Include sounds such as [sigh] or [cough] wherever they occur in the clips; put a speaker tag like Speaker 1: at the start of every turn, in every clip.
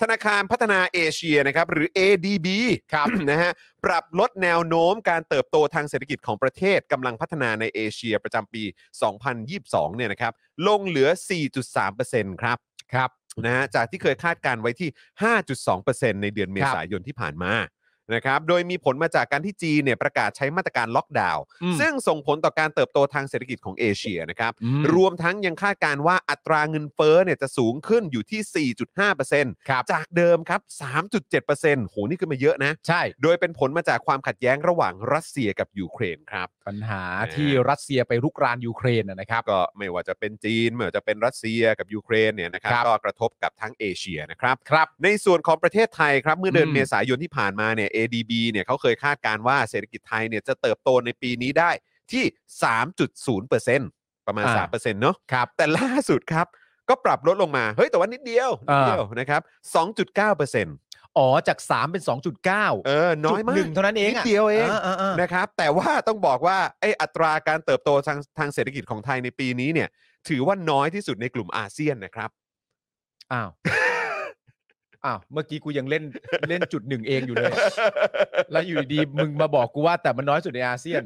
Speaker 1: ธนาคารพัฒนาเอเชียนะครับหรือ ADB ครับ นะฮะปรับลดแนวโน้มการเติบโตทางเศรษฐกิจของประเทศกำลังพัฒนาในเอเชียประจำปี 2022 เนี่ยนะครับลงเหลือ 4.3%ครับครับนะฮะจากที่เคยคาดการณ์ไว้ที่ 5.2%ในเดือนเมษายนที่ผ่านมานะครับโดยมีผลมาจากการที่จีนเนี่ยประกาศใช้มาตรการล็อกดาวน์
Speaker 2: อืม
Speaker 1: ซึ่งส่งผลต่อการเติบโตทางเศรษฐกิจของเอเชียนะครับ
Speaker 2: อืม
Speaker 1: รวมทั้งยังคาดการณ์ว่าอัตราเงินเฟ้อเนี่ยจะสูงขึ้นอยู่ที่ 4.5%
Speaker 2: ครับ
Speaker 1: จากเดิมครับ 3.7%โหนี่ขึ้นมาเยอะนะ
Speaker 2: ใช่
Speaker 1: โดยเป็นผลมาจากความขัดแย้งระหว่างรัสเซียกับยูเครนครับ
Speaker 2: ปัญหาที่รัสเซียไปรุกรานยูเครนนะนะครับ
Speaker 1: ก็ไม่ว่าจะเป็นจีน ไม่ว่าจะเป็นรัสเซียกับยูเครนเนี่ยนะครับ
Speaker 2: ครับ
Speaker 1: ก็กระทบกับทั้งเอเชียนะครับ
Speaker 2: ครับ
Speaker 1: ในส่วนของประเทศไทยครับ เมื่อเดือน
Speaker 2: อืม
Speaker 1: เมษายนที่ผ่านมาเนี่ย ADB เนี่ยเขาเคยคาดการณ์ว่าเศรษฐกิจไทยเนี่ยจะเติบโตในปีนี้ได้ที่ 3.0%ประมาณ 3%เนาะ
Speaker 2: ครับ
Speaker 1: แต่ล่าสุดครับ ก็ปรับลดลงมา เฮ้ย แต่ว่านิดเดียวนิดเดียวนะครับ2.9%
Speaker 2: อ๋อจาก 3 เป็น 2.9
Speaker 1: เออ น้อยมา
Speaker 2: ห
Speaker 1: ก
Speaker 2: นึ่งเท่านั้นเอง
Speaker 1: นิ
Speaker 2: อะ
Speaker 1: ดเดียวเอง
Speaker 2: าาๆ
Speaker 1: นะครับ แต่ว่าต้องบอกว่าไออัตราการเติบโตทางทางเศรษฐกิจของไทยในปีนี้เนี่ย ถือว่าน้อยที่สุดในกลุ่มอาเซียนนะครับ [laughs]
Speaker 2: อ้าว อ้าว เมื่อกี้กูยังเล่น [laughs] เล่นจุดหนึ่งเองอยู่เลย แล้วอยู่ดีๆมึงมาบอกกูว่าแต่มันน้อยสุดในอาเซียน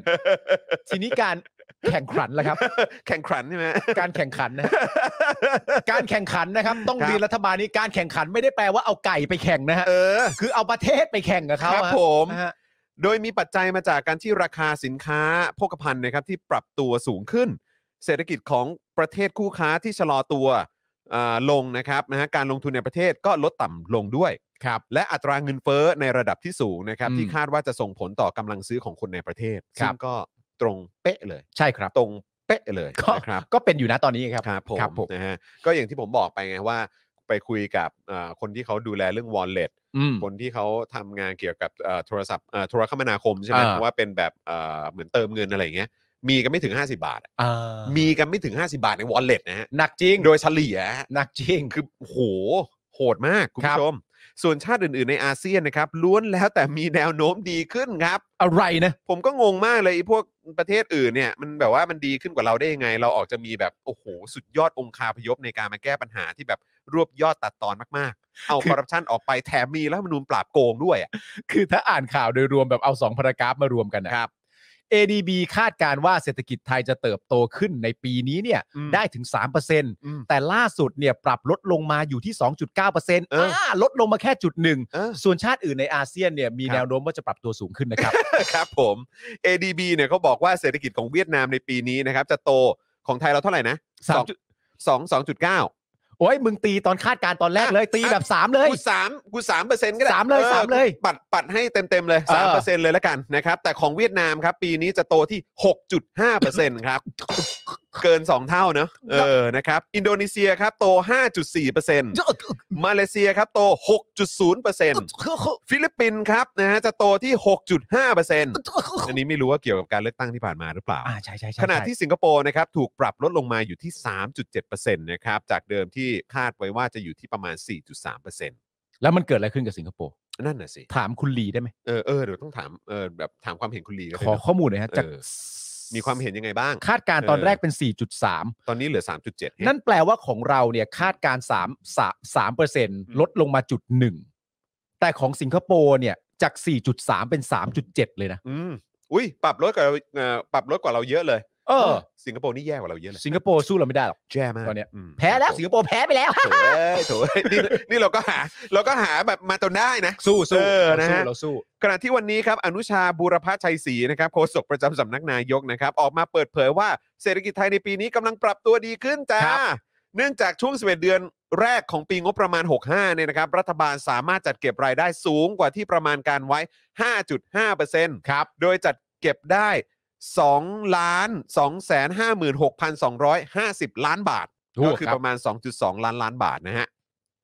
Speaker 2: ทีนี้การแข่งขันล่ะครับ
Speaker 1: แข่งขันใช่ไหม
Speaker 2: การแข่งขันนะ การแข่งขันนะครับ ต้อง
Speaker 1: ครับ
Speaker 2: เรียนรัฐบาลนี้การแข่งขันไม่ได้แปลว่าเอาไก่ไปแข่งนะฮะ
Speaker 1: เออ
Speaker 2: คือเอาประเทศไปแข่งกับ
Speaker 1: ค
Speaker 2: เขา
Speaker 1: รับ
Speaker 2: อะ
Speaker 1: ผม
Speaker 2: นะฮะ
Speaker 1: โดยมีปัจจัยมาจากการที่ราคาสินค้าโภคภัณฑ์นะครับที่ปรับตัวสูงขึ้น เศรษฐกิจของประเทศคู่ค้าที่ชะลอตัวอ่าลงนะครับนะฮะการลงทุนในประเทศก็ลดต่ำลงด้วย
Speaker 2: ครับ
Speaker 1: และอัตราเงินเฟ้อในระดับที่สูงนะครับ
Speaker 2: อืม
Speaker 1: ที่คาดว่าจะส่งผลต่อกำลังซื้อของคนในประเทศ
Speaker 2: ครั
Speaker 1: ซึ่ง
Speaker 2: บ
Speaker 1: ก็ตรงเป๊ะเลย
Speaker 2: ใช่ครับ
Speaker 1: ตรงเป๊ะเลย
Speaker 2: ก็
Speaker 1: นะครับ
Speaker 2: ก็เป็นอยู่นะตอนนี้ครับ
Speaker 1: ครับผม
Speaker 2: ครับผม
Speaker 1: นะฮะก็อย่างที่ผมบอกไปไงว่า ไปคุยกับอ่าคนที่เขาดูแลเรื่อง wallet
Speaker 2: อืม
Speaker 1: คนที่เขาทำงานเกี่ยวกับเอ่อโทรศัพท์เอ่อโทรคมนาคมใช่ไหม
Speaker 2: อ่า
Speaker 1: ว่าเป็นแบบเอ่อเหมือนเติมเงินอะไรอย่างเงี้ยมีกันไม่ถึง 50 บาทอะ
Speaker 2: อ่า
Speaker 1: มีกันไม่ถึง 50 บาทในวอลเล็ตนะฮะ
Speaker 2: หนักจริง
Speaker 1: โดยเฉลี่ยฮะ
Speaker 2: หนักจริง
Speaker 1: คือโหโหดมากคุณ
Speaker 2: ครับ
Speaker 1: ผู้ชม ส่วนชาติอื่น ๆ ในอาเซียนนะครับล้วนแล้วแต่มีแนวโน้มดีขึ้นครับ
Speaker 2: อะไรนะ
Speaker 1: ผมก็งงมากเลยไอ้พวกประเทศอื่นเนี่ยมันแบบว่ามันดีขึ้นกว่าเราได้ยังไง เราออกจะมีแบบโอ้โหสุดยอดองคาพยพในการมาแก้ปัญหาที่แบบรวบยอดตัดตอนมากๆ เอาคอร์รัปชันออกไปแถมมีรัฐธรรมนูญปราบโกงด้วยอะ
Speaker 2: คือถ้าอ่านข่าวโดยรวมแบบเอาสองพารากราฟมารวมกันนะครับ ADB คาดการณ์ว่าเศรษฐกิจไทยจะเติบโตขึ้นในปีนี้เนี่ย
Speaker 1: อืม
Speaker 2: ได้ถึง 3%
Speaker 1: อืม
Speaker 2: แต่ล่าสุดเนี่ยปรับลดลงมาอยู่ที่ 2.9%อ่าลดลงมาแค่จุดหนึ่ง
Speaker 1: เอ [laughs] อ
Speaker 2: ส่วนชาติอื่นในอาเซียนเนี่ยมี
Speaker 1: ครับ
Speaker 2: แนวโน้มว่าจะปรับตัวสูงขึ้นนะครับ
Speaker 1: ครับผม ADB เนี่ยเขาบอกว่าเศรษฐกิจของเวียดนามในปีนี้นะครับ จะโตของไทยเราเท่าไหร่นะ
Speaker 2: สามจุด
Speaker 1: สองสองจุดเก้า
Speaker 2: โอ้ยมึงตีตอนคาดการณ์ตอนแรกเลย ตีแบบ 3 เลย
Speaker 1: กูสามกูสามเปอร์เซ็นต์ก็ได้
Speaker 2: สามเลย
Speaker 1: ออ
Speaker 2: สามเลย
Speaker 1: ปัดปัดให้เต็มเต็มๆเลย
Speaker 2: เอ
Speaker 1: สามเปอ
Speaker 2: อ
Speaker 1: ร์เซ็นต์เลยละกันนะครับ แต่ของเวียดนามครับ ปีนี้จะโตที่หกจุดห้าเปอร์เซ็นต์ครับ เกิน 2 เท่าเนอะเออนะครับ อินโดนีเซียครับโต 5.4%มาเลเซียครับโต 6.0%ฟิลิปปินส์ครับนะฮะจะโตที่ 6.5%อันนี้ไม่รู้ว่าเกี่ยวกับการเลือกตั้งที่ผ่านมาหรือเปล่า
Speaker 2: อ่าใช่ใช่ใช่
Speaker 1: ขณะที่สิงคโปร์นะครับถูกปรับลดลงมาอยู่ที่ 3.7%นะครับจากเดิมที่คาดไว้ว่าจะอยู่ที่ประมาณ 4.3%น
Speaker 2: แล้วมันเกิดอะไรขึ้นกับสิงคโปร์
Speaker 1: ั่นน่ะสิ
Speaker 2: ถามคุณลีได้ไหม
Speaker 1: เออเออเดี๋ยวต้องถามเออแบบถามความเห็นคุณลีก็ได้
Speaker 2: ขอ
Speaker 1: นะ
Speaker 2: ข้อมูลหน่อยฮะจาก
Speaker 1: เออ มีความเห็นยังไงบ้าง
Speaker 2: คาดการณ์ตอน
Speaker 1: เออ
Speaker 2: แรกเป็น 4.3
Speaker 1: ตอนนี้เหลือ 3.7เอง
Speaker 2: นั่นแปลว่าของเราเนี่ยคาดการณ์สามสามสามเปอร์เซ็นลดลงมาจุดหนึ่งแต่ของสิงคโปร์เนี่ยจาก 4.3 เป็น 3.7 เลยนะ
Speaker 1: อืมอุ้ยปรับลดกว่าเราเอ่อปรับลดกว่าเราเยอะเลย
Speaker 2: เออ
Speaker 1: สิงคโปร์นี่แย่กว่าเราเยอะเลย
Speaker 2: สิงคโปร์สู้เราไม่ได้หรอก
Speaker 1: แย่มาก
Speaker 2: ตอนเนี้ย
Speaker 1: ม
Speaker 2: แพ้แล้ว
Speaker 1: ครับ
Speaker 2: สิงคโปร์แพ้ไปแล้ว
Speaker 1: ผมโถเอ้ยโถเอ้ยนี่นี่เราก็หา เราก็หาแบบมาจนได้นะ
Speaker 2: สู้สู้
Speaker 1: เออนะ
Speaker 2: เราสู้
Speaker 1: ฮะ
Speaker 2: เราสู้
Speaker 1: ขณะที่วันนี้ครับอนุชาบูรพชัยศรีนะครับโฆษกประจำสำนักนายกนะครับ ออกมาเปิดเผยว่าเศรษฐกิจไทยในปีนี้กำลังปรับตัวดีขึ้นจ้า
Speaker 2: ครับ
Speaker 1: เนื่องจากช่วง11เดือนแรกของปีงบประมาณ 65เนี่ยนะครับ รัฐบาลสามารถจัดเก็บรายได้สูงกว่าที่ประมาณการไว้ 5.5%ครับ โดยจัดเก็บได้ 2 ล้าน 256,250 ล้านบาท
Speaker 2: ถู
Speaker 1: ก็
Speaker 2: ก
Speaker 1: คือ
Speaker 2: ครั
Speaker 1: ป
Speaker 2: บ
Speaker 1: ระมาณ 2.2 ล้านล้านบาทนะฮะ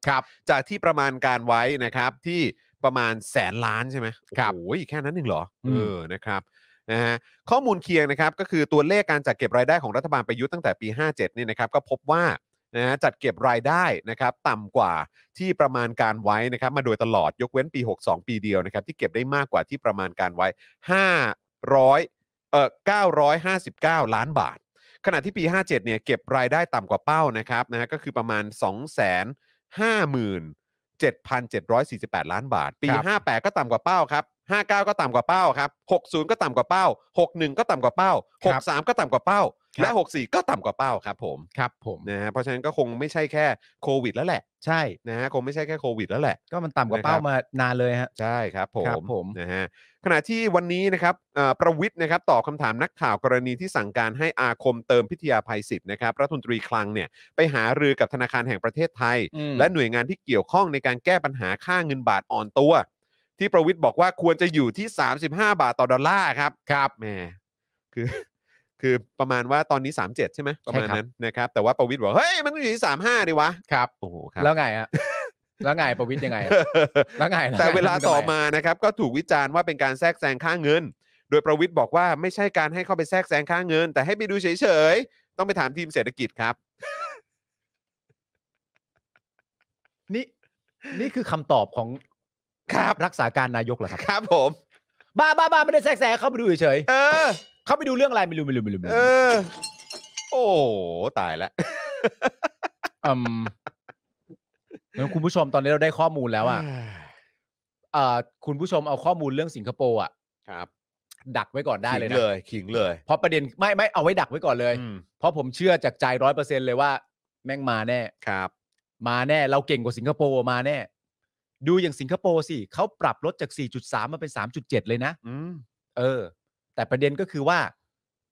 Speaker 2: ครับ
Speaker 1: จากที่ประมาณการไว้นะครับที่ประมาณแสนล้านใช่ไหม
Speaker 2: ครับ
Speaker 1: โอ้ยแค่นั้นเองเหรอ
Speaker 2: อื
Speaker 1: เอ
Speaker 2: ม
Speaker 1: อนะครับนะฮะข้อมูลเคียงนะครับก็คือตัวเลขการจัดเก็บรายได้ของรัฐบาลประยุทธ์ตั้งแต่ปี 57เนี่ยนะครับก็พบว่านะฮะจัดเก็บรายได้นะครับต่ำกว่าที่ประมาณการไว้นะครับมาโดยตลอดยกเว้นปี 62 ปีเดียวนะครับที่เก็บได้มากกว่าที่ประมาณการไว้ 500เอ่อ959 ล้านบาท ขณะที่ปี 57เนี่ยเก็บรายได้ต่ำกว่าเป้านะครับนะฮะก็คือประมาณ 2 0 0 0 0 0 5 7 7,748 ล้านบาท ปี
Speaker 2: ครับ
Speaker 1: 58 ก็ต่ำกว่าเป้าครับ 59 ก็ต่ำกว่าเป้าครับ 60 ก็ต่ำกว่าเป้า 61 ก็ต่ำกว่าเป้า 63 ก็ต่ำกว่าเป้า และ 64 ก็ต่ำกว่าเป้าครับผม
Speaker 2: ครับผม
Speaker 1: นะฮะเพราะฉะนั้นก็คงไม่ใช่แค่โควิดแล้วแหละ
Speaker 2: ใช่
Speaker 1: นะฮะคงไม่ใช่แค่โควิดแล้วแหละ
Speaker 2: ก็มันต่ำกว่าเป้ามานานเลยฮะ
Speaker 1: ใช่ครับผม
Speaker 2: ครับผม
Speaker 1: นะฮะขณะที่วันนี้นะครับเอ่อประวิทย์นะครับตอบคำถามนักข่าวกรณีที่สั่งการให้อาคมเติมพิทยาภัยศิษย์นะครับรัฐมนตรีคลังเนี่ยไปหารือกับธนาคารแห่งประเทศไทย
Speaker 2: อืม
Speaker 1: และหน่วยงานที่เกี่ยวข้องในการแก้ปัญหาค่าเงินบาทอ่อนตัว ที่ประวิทย์บอกว่าควรจะอยู่ที่ 35 บาทต่อดอลลาร์ครับครับแหมคือ [laughs] คือประมาณว่าตอนนี้ 37 ใช่ไหมประมาณนั้นนะครับแต่ว่าประวิทย์บอกเฮ้ยมันต้องอยู่ที่ 35ดิวะ
Speaker 2: ครับ
Speaker 1: โอ้โหครับ
Speaker 2: แล้วไงฮะแล้วไงประวิทย์ยังไงอะแล้วไง
Speaker 1: แต่เวลาต่อมานะครับก็ถูกวิจารณ์ว่าเป็นการแทรกแซงค่าเงิน โดยประวิทย์บอกว่าไม่ใช่การให้เข้าไปแทรกแซงค่าเงิน แต่ให้ไปดูเฉยๆ ต้องไปถามทีมเศรษฐกิจครับ
Speaker 2: นี่นี่คือคำตอบของ
Speaker 1: ครับ
Speaker 2: รักษาการนายกเหรอครับ
Speaker 1: ครับผม
Speaker 2: บ้าบ้าบ้าไม่ได้แทรกแซงเข้าไปดูเฉย
Speaker 1: เออ
Speaker 2: ๆเข้าไปดูเรื่องอะไรไม่รู้ไม่รู้ไม่รู้ไม่
Speaker 1: เอ
Speaker 2: รู้
Speaker 1: อ โอ้ตายแล้ว
Speaker 2: อืมงั้นคุณผู้ชมตอนนี้เราได้ข้อมูลแล้วอ่ะเอ่อคุณผู้ชมเอาข้อมูลเรื่องสิงคโปร์อ่ะ
Speaker 1: ครับ
Speaker 2: ดักไว้ก่อนได้เลย
Speaker 1: ขิง
Speaker 2: นะ
Speaker 1: เลยขิงเลย
Speaker 2: เพราะประเด็นไม่ไม่เอาไว้ดักไว้ก่อนเลย
Speaker 1: อืม
Speaker 2: เพราะผมเชื่อจากใจร้อยเปอร์เซ็นเลยว่า แม่งมาแน่
Speaker 1: ครับ
Speaker 2: มาแน่ เราเก่งกว่าสิงคโปร์มาแน่ ดูอย่างสิงคโปร์สิเขาปรับลดจาก 4.3 มาเป็น 3.7 เลยนะ
Speaker 1: อืม
Speaker 2: เออ แต่ประเด็นก็คือว่า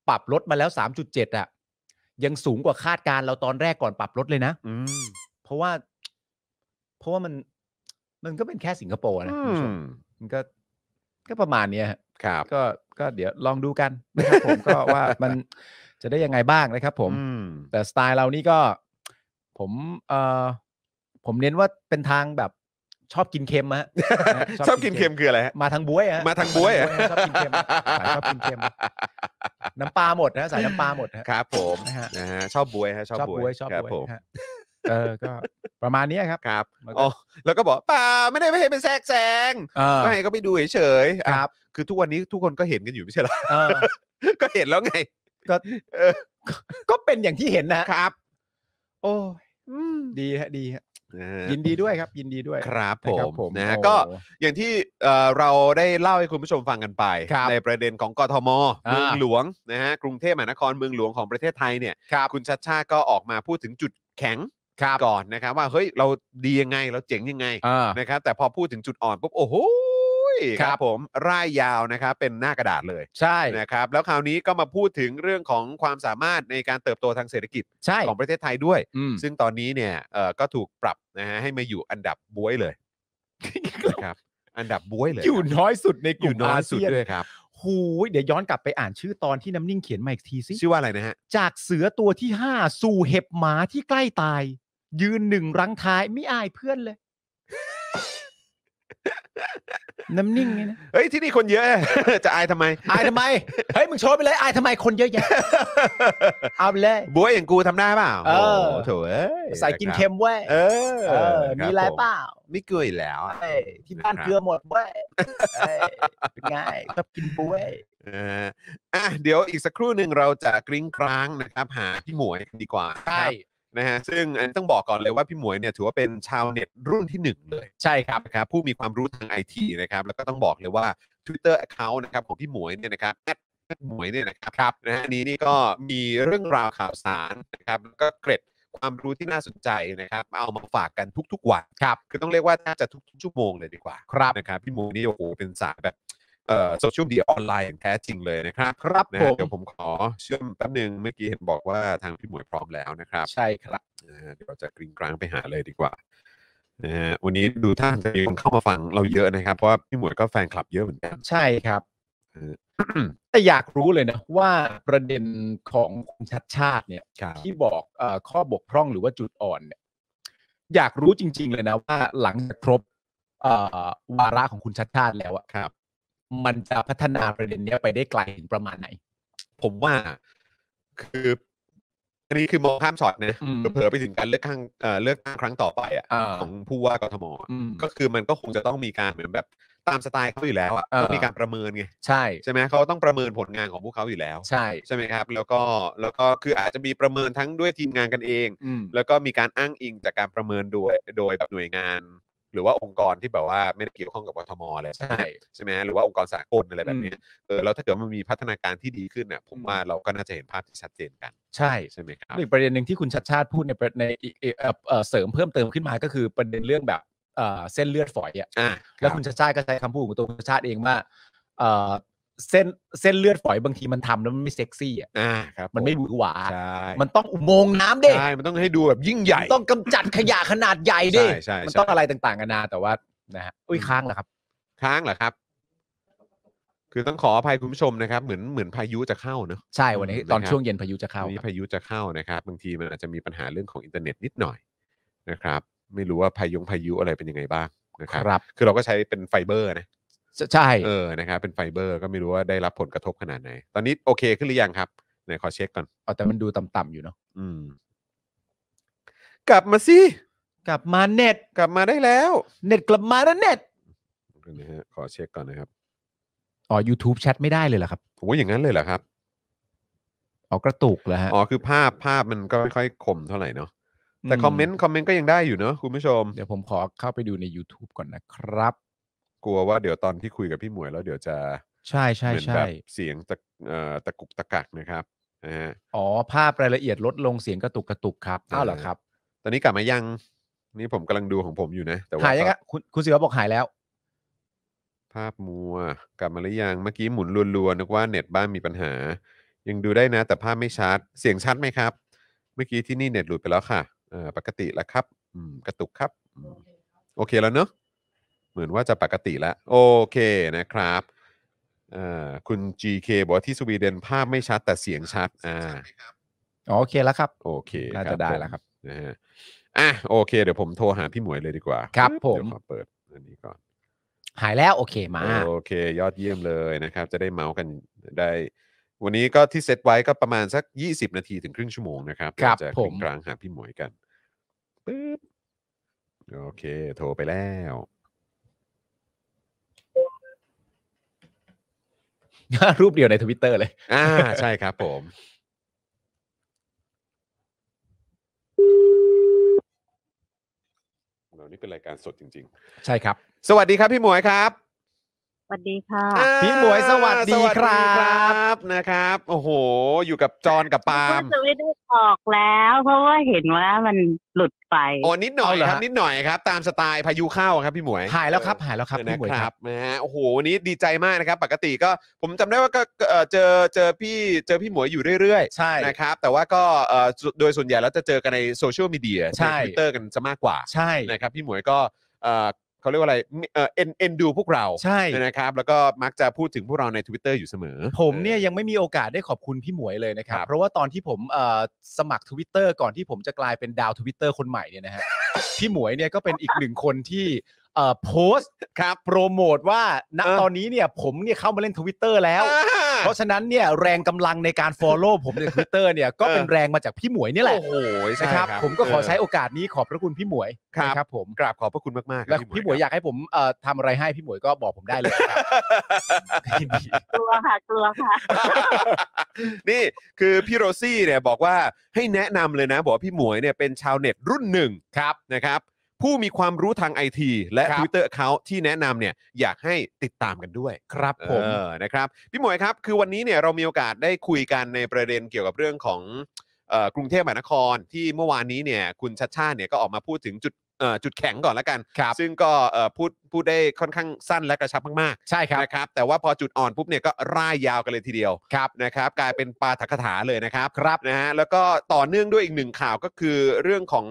Speaker 2: ปรับลดมาแล้ว 3.7อะยังสูงกว่าคาดการณ์เราตอนแรกก่อนปรับลดเลยนะ
Speaker 1: อืม
Speaker 2: เพราะว่า เพราะว่ามัน มันก็เป็นแค่สิงคโปร์นะคุณผู้ชมมันก็ ก็ประมาณเนี้ยฮะ
Speaker 1: ครับ
Speaker 2: ก็ก็เดี๋ยวลองดูกันนะครับผม
Speaker 1: [laughs]
Speaker 2: ก็ว่ามันจะได้ยังไงบ้างนะครับผม
Speaker 1: อืม
Speaker 2: แต่สไตล์เรานี่ก็ผมเอ่อผมเน้นว่าเป็นทางแบบชอบกินเค็ม
Speaker 1: [laughs]
Speaker 2: ฮะ นะฮะ
Speaker 1: ชอบกินเค็มคืออะไรฮะ
Speaker 2: มาทางบ้วยฮะ
Speaker 1: มาทางบ๊วยเหรอ
Speaker 2: มาทางบ๊วยฮะชอบกินเค็มสายชอบกินเค็ม
Speaker 1: [laughs]
Speaker 2: น้ำปลาหมดนะฮะสายน้ำปลาหมดฮะ
Speaker 1: ครับผม
Speaker 2: นะฮะ
Speaker 1: นะฮะชอบบวยฮะช
Speaker 2: ช
Speaker 1: อ
Speaker 2: อ
Speaker 1: บบ
Speaker 2: บ้วยชอบ
Speaker 1: ครับ
Speaker 2: บ้ว
Speaker 1: ผ
Speaker 2: ย
Speaker 1: ม
Speaker 2: ฮะเออก็ประมาณเนี้ยครับ
Speaker 1: ครับ
Speaker 2: มันก็
Speaker 1: อ๋อแล้วก็บอกเปล่าไม่ได้ไม่ให้ไปแทรกแซง
Speaker 2: เออ
Speaker 1: ก็ให้ก็ไปดูเฉยๆ
Speaker 2: ค
Speaker 1: อ่ะ
Speaker 2: รับ
Speaker 1: คือทุกวันนี้ทุกคนก็เห็นกันอยู่ไม่ใช่เหรอ [laughs]
Speaker 2: เออ
Speaker 1: ก็เห็นแล้วไง
Speaker 2: ก็
Speaker 1: เออ
Speaker 2: [laughs] ก็เป็นอย่างที่เห็นนะฮะ
Speaker 1: ครับ
Speaker 2: โอ้ยดีฮะดีฮะ
Speaker 1: นะฮะ
Speaker 2: ยินดีด้วยครับ ยินดีด้วย
Speaker 1: ครับ
Speaker 2: นะครั
Speaker 1: ผมนะฮะ
Speaker 2: โอ้
Speaker 1: ก็อย่างที่เอ่อเราได้เล่าให้คุณผู้ชมฟังกันไป
Speaker 2: ครับ
Speaker 1: ในประเด็นของกทม
Speaker 2: อ่า
Speaker 1: เมืองหลวงนะฮะกรุงเทพมหานครเมืองหลวงของประเทศไทยเนี่ย
Speaker 2: ครับ
Speaker 1: คุณชัดชาติก็ออกมาพูดถึงจุดแข็ง
Speaker 2: ครับ
Speaker 1: ก่อนนะครับ ว่าเฮ้ยเราดียังไงเราเจ๋งยังไง
Speaker 2: เออ
Speaker 1: นะครับ แต่พอพูดถึงจุดอ่อนปุ๊บโอ้โห
Speaker 2: ครับ
Speaker 1: ผมร่ายยาวนะครับเป็นหน้ากระดาษเลย
Speaker 2: ใช่
Speaker 1: นะครับแล้วคราวนี้ก็มาพูดถึงเรื่องของความสามารถในการเติบโตทางเศรษฐกิจ
Speaker 2: ใช่
Speaker 1: ของประเทศไทยด้วย
Speaker 2: อืม
Speaker 1: ซึ่งตอนนี้เนี่ยเอ่อก็ถูกปรับนะฮะให้มาอยู่อันดับบ้วยเลยนะครับอันดับบ้วยเลย
Speaker 2: อยู่น้อยสุดในก
Speaker 1: อ
Speaker 2: ลุ่
Speaker 1: ยู่
Speaker 2: ม
Speaker 1: น้อ
Speaker 2: อาย
Speaker 1: สุ
Speaker 2: เซี
Speaker 1: ด
Speaker 2: ยน
Speaker 1: ด้วยครับ
Speaker 2: หูยเดี๋ยวย้อนกลับไปอ่านชื่อตอนที่น้ำนิ่งเขียนมาอีกทีสิ
Speaker 1: ชื่อว่าอะไรนะฮะ
Speaker 2: จากเสือตัวที่ห้าสู่เห็บหมาที่ใกล้ตาย ยืนหนึ่งรั้งท้ายไม่อายเพื่อนเลย [laughs] น้ำนิ่งไงนะ
Speaker 1: เฮ้ยที่นี่คนเยอะ [laughs] จะอายทำไม
Speaker 2: อายทำไม เฮ้ย มึงโชว์ไปเลย อายทำไมคนเยอะแยะ [laughs] เอาไปเลย
Speaker 1: บ้วยอย่างกูทำได้เปล่า
Speaker 2: เอ
Speaker 1: โอ้
Speaker 2: อ
Speaker 1: โหโถเอ้ย
Speaker 2: ใส่กินะครับ เค็มเว้ย
Speaker 1: เออ
Speaker 2: เออ
Speaker 1: ค
Speaker 2: มี
Speaker 1: บ
Speaker 2: อะไร
Speaker 1: ผม
Speaker 2: เปล่า
Speaker 1: ไม่เกยแล้วอะ
Speaker 2: เอ้ยที่บ้าน
Speaker 1: นะครับ
Speaker 2: เกลือหมดเว้ยเอ้ยเป็นไงชอบกินปุ้ย
Speaker 1: เอออ่ะเดี๋ยวอีกสักครู่หนึ่งเราจะกริ้งกร้างนะครับ หาพี่หมวยดีกว่านะครับ นะฮะซึ่งอันนี้ต้องบอกก่อนเลยว่าพี่หมวยเนี่ยถือว่าเป็นชาวเน็ตรุ่นที่หนึ่งเลย
Speaker 2: ใช่ครับ
Speaker 1: นะครับผู้มีความรู้ทางไอทีนะครับแล้วก็ต้องบอกเลยว่า Twitter Account นะครับของพี่หมวยเนี่ยนะครับหมวยเนี่ยนะครับรบนะฮะอันนี้นี่ก็มีเรื่องราวข่าวสารนะครับแล้วก็เกร็ดความรู้ที่น่าสนใจนะครับ เอามาฝากกันทุกๆวัน
Speaker 2: ครับ
Speaker 1: คือต้องเรียกว่าน่าจะทุกๆชั่วโมงเลยดีกว่า
Speaker 2: ครับ
Speaker 1: นะครับพี่หมวยนี่โอ้โหเป็นสายแบบเอ่อโซเชียลมีเดียออนไลน์อย่างแท้จริงเลยนะครับ
Speaker 2: ครับ
Speaker 1: นะ
Speaker 2: ผ
Speaker 1: ฮะ
Speaker 2: ม
Speaker 1: เดี๋ยวผมขอเชื่อมแป๊บหนึงเมื่อกี้เห็นบอกว่าทางพี่หมวยพร้อมแล้วนะครับ
Speaker 2: ใช่ครับ
Speaker 1: นะฮะเดี๋ยวเราจะกริ้งกลางไปหาเลยดีกว่านะฮะวันนี้ดูท่าจะมีคนเข้ามาฟังเราเยอะนะครับ เพราะว่าพี่หมวยก็แฟนคลับเยอะเหมือนกัน
Speaker 2: ใช่ครับ
Speaker 1: เออ
Speaker 2: แต่อยากรู้เลยนะว่าประเด็นของคุณชัดชาติเนี่ย
Speaker 1: ครับ
Speaker 2: ที่บอกเออข้อบกพร่องหรือว่าจุดอ่อนเนี่ย อยากรู้จริง ๆ เลยนะว่าหลังจากครบเอ่อวาระของคุณชัดชาติแล้วอะ
Speaker 1: ครับ
Speaker 2: มันจะพัฒนาประเด็นเนี้ยไปได้ไกลถึงประมาณไหน
Speaker 1: ผมว่าคืออันนี้คือมองข้ามช็อตนะ
Speaker 2: อืม
Speaker 1: เผลอๆไปถึงการเลือกตั้งเอ่อเลือกตั้งครั้งต่อไปอ่ะ
Speaker 2: อ่า
Speaker 1: ของผู้ว่ากทมอ่ะ
Speaker 2: อืม
Speaker 1: ก็คือมันก็คงจะต้องมีการเหมือนแบบตามสไตล์เขาอยู่แล้วอ่ะ
Speaker 2: เออ
Speaker 1: ต้องมีการประเมินไง
Speaker 2: ใช่
Speaker 1: ใช่ไหมเขาต้องประเมินผลงานของพวกเขาอยู่แล้ว
Speaker 2: ใช่
Speaker 1: ใช่ไหมครับ แล้วก็แล้วก็คืออาจจะมีประเมินทั้งด้วยทีมงานกันเอง
Speaker 2: อืม
Speaker 1: แล้วก็มีการอ้างอิงจากการประเมินโดยโดยแบบหน่วยงาน หรือว่าองค์กรที่แบบว่าไม่ได้เกี่ยวข้องกับกทมอะไร
Speaker 2: ใช่
Speaker 1: ใช่ไหมฮะหรือว่าองค์กรสากลอะไรแบบเนี้ยเออแล้วถ้าเกิดมันมีพัฒนาการที่ดีขึ้นเนี่ยผมว่าเราก็น่าจะเห็นภาพที่ชัดเจนกัน
Speaker 2: ใช่
Speaker 1: ใช่ไหมครับ
Speaker 2: อีกประเด็นหนึ่งที่คุณชัดชาติพูดในประในอีกเอ่อเอ่อเอ่อเสริมเพิ่มเติมขึ้นมาก็คือประเด็นเรื่องแบบเอ่อเส้นเลือดฝอยอ่ะ
Speaker 1: อ่า
Speaker 2: แล้วคุณชัดชาติก็ใช้คำพูดของตัวคุณชัดชาติเองว่าเอ่อเส้นเส้นเลือดฝอยบางทีมันทำแล้วมันไม่เซ็กซี่อ่ะ
Speaker 1: อ่าครับ
Speaker 2: มันไม่หวือหวา
Speaker 1: ใช่
Speaker 2: มันต้องอุโมงค์น้ำเด้
Speaker 1: ใช่มันต้องให้ดูแบบยิ่งใหญ่
Speaker 2: ต้องกำจัดขยะขนาดใหญ่ดิ
Speaker 1: ใช่ใช่
Speaker 2: มัน
Speaker 1: ใช่
Speaker 2: ต้องอะไรต่างๆนานาแต่ว่านะฮะอุ้ยค้างเหรอครับ
Speaker 1: ค้างเหรอครับ คือต้องขออภัยคุณผู้ชมนะครับ เหมือนเหมือนพายุจะเข้าเนอะ
Speaker 2: ใช่วันนี้
Speaker 1: อืม
Speaker 2: ตอน
Speaker 1: นะครับ
Speaker 2: ช่วงเย็นพายุจะเข้า
Speaker 1: วันนี้
Speaker 2: ครับ
Speaker 1: พายุจะเข้านะครับ บางทีมันอาจจะมีปัญหาเรื่องของอินเทอร์เน็ตนิดหน่อยนะครับ ไม่รู้ว่าพายุพายุอะไรเป็นยังไงบ้างนะครับ
Speaker 2: ครับ
Speaker 1: คือเราก็ใช้เป็นไฟเบอร์นะ
Speaker 2: ใช่ใช่
Speaker 1: เออนะครับเป็นไฟเบอร์ก็ไม่รู้ว่าได้รับผลกระทบขนาดไหน ตอนนี้โอเคขึ้นหรือยังครับไหนขอเช็คก่อน
Speaker 2: เอาแต่มันดูต่ำๆอยู่เนาะ
Speaker 1: อืม กลับมาสิ
Speaker 2: กลับมาเน็ต
Speaker 1: กลับมาได้แล้ว
Speaker 2: เน็ตกลับมาแล้วเน็ต
Speaker 1: เดี๋ยวนะฮะขอเช็คก่อนนะครับ
Speaker 2: อ๋อ YouTube แชทไม่ได้เลยเหรอครับ
Speaker 1: โอ้ยอย่างนั้นเลยเหรอครับ
Speaker 2: อ๋อกระตุกเหรอฮะ
Speaker 1: อ๋อคือภาพภาพมันก็ไม่ค่อยคมเท่าไหร่เนาะแต่คอมเมนต์คอมเมนต์ก็ยังได้อยู่เนาะคุณผู้ชม
Speaker 2: เดี๋ยวผมขอเข้าไปดูใน YouTube ก่อนนะครับ
Speaker 1: กลัวว่าเดี๋ยวตอนที่คุยกับพี่หมวยแล้วเดี๋ยวจะ
Speaker 2: ใช่ใช่
Speaker 1: เหมือน
Speaker 2: ใช่
Speaker 1: แบบเสียงตะเอ่อตะกุกตะกักนะครับนะฮะ
Speaker 2: อ๋อ ภาพรายละเอียดลดลงเสียงกระตุกกระตุกครับอ้าวเหรอครับ
Speaker 1: ตอนนี้กลับมายัง นี่ผมกำลังดูของผมอยู่นะ แต่ว่า
Speaker 2: หายยัง
Speaker 1: ภ
Speaker 2: อะคุณคุณศิวะบอกหายแล้ว
Speaker 1: ภาพมัว กลับมาหรือยังเมื่อกี้หมุนรัวๆนึกว่าเน็ตบ้านมีปัญหา ยังดูได้นะ แต่ภาพไม่ชัด เสียงชัดไหมครับ เมื่อกี้ที่นี่เน็ตหลุดไปแล้วค่ะเอ่อปกติแล้วครับอืมกระตุกครับอืมโอเคแล้วเนอะเหมือนว่าจะปกติแล้วโอเคนะครับเอ่อคุณ GK บอกว่าที่สวีเดนภาพไม่ชัดแต่เสียงชัดอ่า
Speaker 2: อ๋อโอเคแล้วครับ
Speaker 1: โอเค
Speaker 2: น่า
Speaker 1: ครับ
Speaker 2: จะได้
Speaker 1: ผม
Speaker 2: แล้วครับ
Speaker 1: นะฮะอ่ะโอเค เดี๋ยวผมโทรหาพี่หมวยเลยดีกว่า
Speaker 2: ครับผม
Speaker 1: เดี๋ยวขอเปิดอันนี้ก่อน
Speaker 2: หายแล้วโอเคมา
Speaker 1: โอเค ยอดเยี่ยมเลยนะครับ จะได้เมาส์กันได้ วันนี้ก็ที่เซตไว้ก็ประมาณสัก 20 นาทีถึงครึ่งชั่วโมงนะครับ
Speaker 2: ครับ
Speaker 1: เดี๋ยวจะ
Speaker 2: ผม
Speaker 1: กลางๆหาพี่หมวยกันปึ๊บโอเค โทรไปแล้ว
Speaker 2: รูปเดียวในทวิตเตอร์เลย
Speaker 1: [laughs] อ่า ใช่ครับผมเรานี่เป็นรายการสดจริง
Speaker 2: ใช่ครับ
Speaker 1: ๆ สวัสดีครับพี่หมวยครับ
Speaker 3: สวัสดีค่ะ
Speaker 1: อ่า
Speaker 2: พี่หมวยสวัสดีครับ
Speaker 1: สวัสดีบนะครับ โอ้โห อยู่กับจอนกับปาล์ม
Speaker 3: ก็จะไม่ได้ออกแล้ว เพราะว่าเห็นว่ามันหลุดไป
Speaker 1: โอ้นิดหน่อย
Speaker 2: เอาเหรอ
Speaker 1: ครับ
Speaker 2: ฮะ
Speaker 1: นิดหน่อยครับ ตามสไตล์พายุเข้าครับพี่หมวย
Speaker 2: หายแล้วครับหายแล้วครับ
Speaker 1: เออ
Speaker 2: พี่หมวย
Speaker 1: นะครับ นะฮะโอ้โหวันนี้ดีใจมากนะครับ ปกติก็ผมจำได้ว่าก็เอ่อเจอเจอพี่เจอพี่หมวยอยู่เรื่อย
Speaker 2: ใช่
Speaker 1: ๆนะครับ แต่ว่าก็เอ่อส่วนโดยส่วนใหญ่แล้วจะเจอกันในโซเชียลมีเดีย
Speaker 2: ใช่
Speaker 1: ทวิตเตอร์กันซะมากกว่า
Speaker 2: ใช่
Speaker 1: นะครับพี่หมวยก็เอ่อเขาเรียกว่าอะไรเอ่อเอ็นเอ็นดูพวกเรา
Speaker 2: ใช่
Speaker 1: นะครับแล้วก็มักจะพูดถึงพวกเราใน Twitter อยู่เสมอ
Speaker 2: ผมเนี่ยยังไม่มีโอกาสได้ขอบคุณพี่หมวยเลยนะครับ
Speaker 1: ครับ
Speaker 2: เพราะว่าตอนที่ผมเอ่อสมัคร Twitter ก่อนที่ผมจะกลายเป็นดาวทวิตเตอร์คนใหม่เนี่
Speaker 1: [laughs]
Speaker 2: ยนะฮะ พี่หมวยเนี่ยก็เป็นอีกหนึ่งคนที่เอ่อโพสต์
Speaker 1: ครับ
Speaker 2: โปรโมทว่าณ
Speaker 1: เออ
Speaker 2: ตอนนี้เนี่ยผมเนี่ยเข้ามาเล่น Twitter แล้ว
Speaker 1: อ่า
Speaker 2: เพราะฉะนั้นเนี่ยแรงกำลังในการ Follow ผมใน Twitter เนี่ยก็เป็น
Speaker 1: เออ
Speaker 2: แรงมาจากพี่หมวยเนี่ยแหละ
Speaker 1: โอ้โหใช่
Speaker 2: นะครับ ผมก็ขอใช้
Speaker 1: เ
Speaker 2: โอกาสนี้ขอบพระคุณพี่หมวย
Speaker 1: ครับ
Speaker 2: นะครับผม
Speaker 1: กราบขอบพระคุณมากๆค
Speaker 2: แล้
Speaker 1: รั
Speaker 2: ว
Speaker 1: บ
Speaker 2: พี่หมวยอยากให้ผมเอ่อทำอะไรให้พี่หมวยก็บอกผมได้เลยนะครับ ยินดี
Speaker 3: กลัวค่ะ กลัวค่ะ
Speaker 1: นี่คือพี่โรซี่เนี่ยบอกว่าให้แนะนำเลยนะ บอกว่าพี่หมวยเนี่ยเป็นชาวเน็ตรุ่นหนึ่งครับนะครับ ผู้มีความรู้ทางไอทีและ
Speaker 2: ครับ
Speaker 1: Twitter เขาที่แนะนำเนี่ยอยากให้ติดตามกันด้วย
Speaker 2: ครับผม
Speaker 1: เออนะครับพี่หมวยครับ คือวันนี้เนี่ยเรามีโอกาสได้คุยกันในประเด็นเกี่ยวกับเรื่องของเอ่อกรุงเทพมหานครที่เมื่อวานนี้เนี่ยคุณชัดชาติเนี่ยก็ออกมาพูดถึงจุดเอ่อจุดแข็งก่อนละกัน
Speaker 2: ครับ
Speaker 1: ซึ่งก็เอ่อพูดพูดได้ค่อนข้างสั้นและกระชับมากๆ
Speaker 2: ใช่ครับ
Speaker 1: นะครับแต่ว่าพอจุดอ่อนปุ๊บเนี่ยก็ร่ายยาวกันเลยทีเดียว
Speaker 2: ครับ
Speaker 1: นะครับ กลายเป็นปาฐกถาเลยนะครับ
Speaker 2: ครับ
Speaker 1: นะฮะแล้วก็ต่อเนื่องด้วยอีกหนึ่งข่าวก็คือเรื่องของ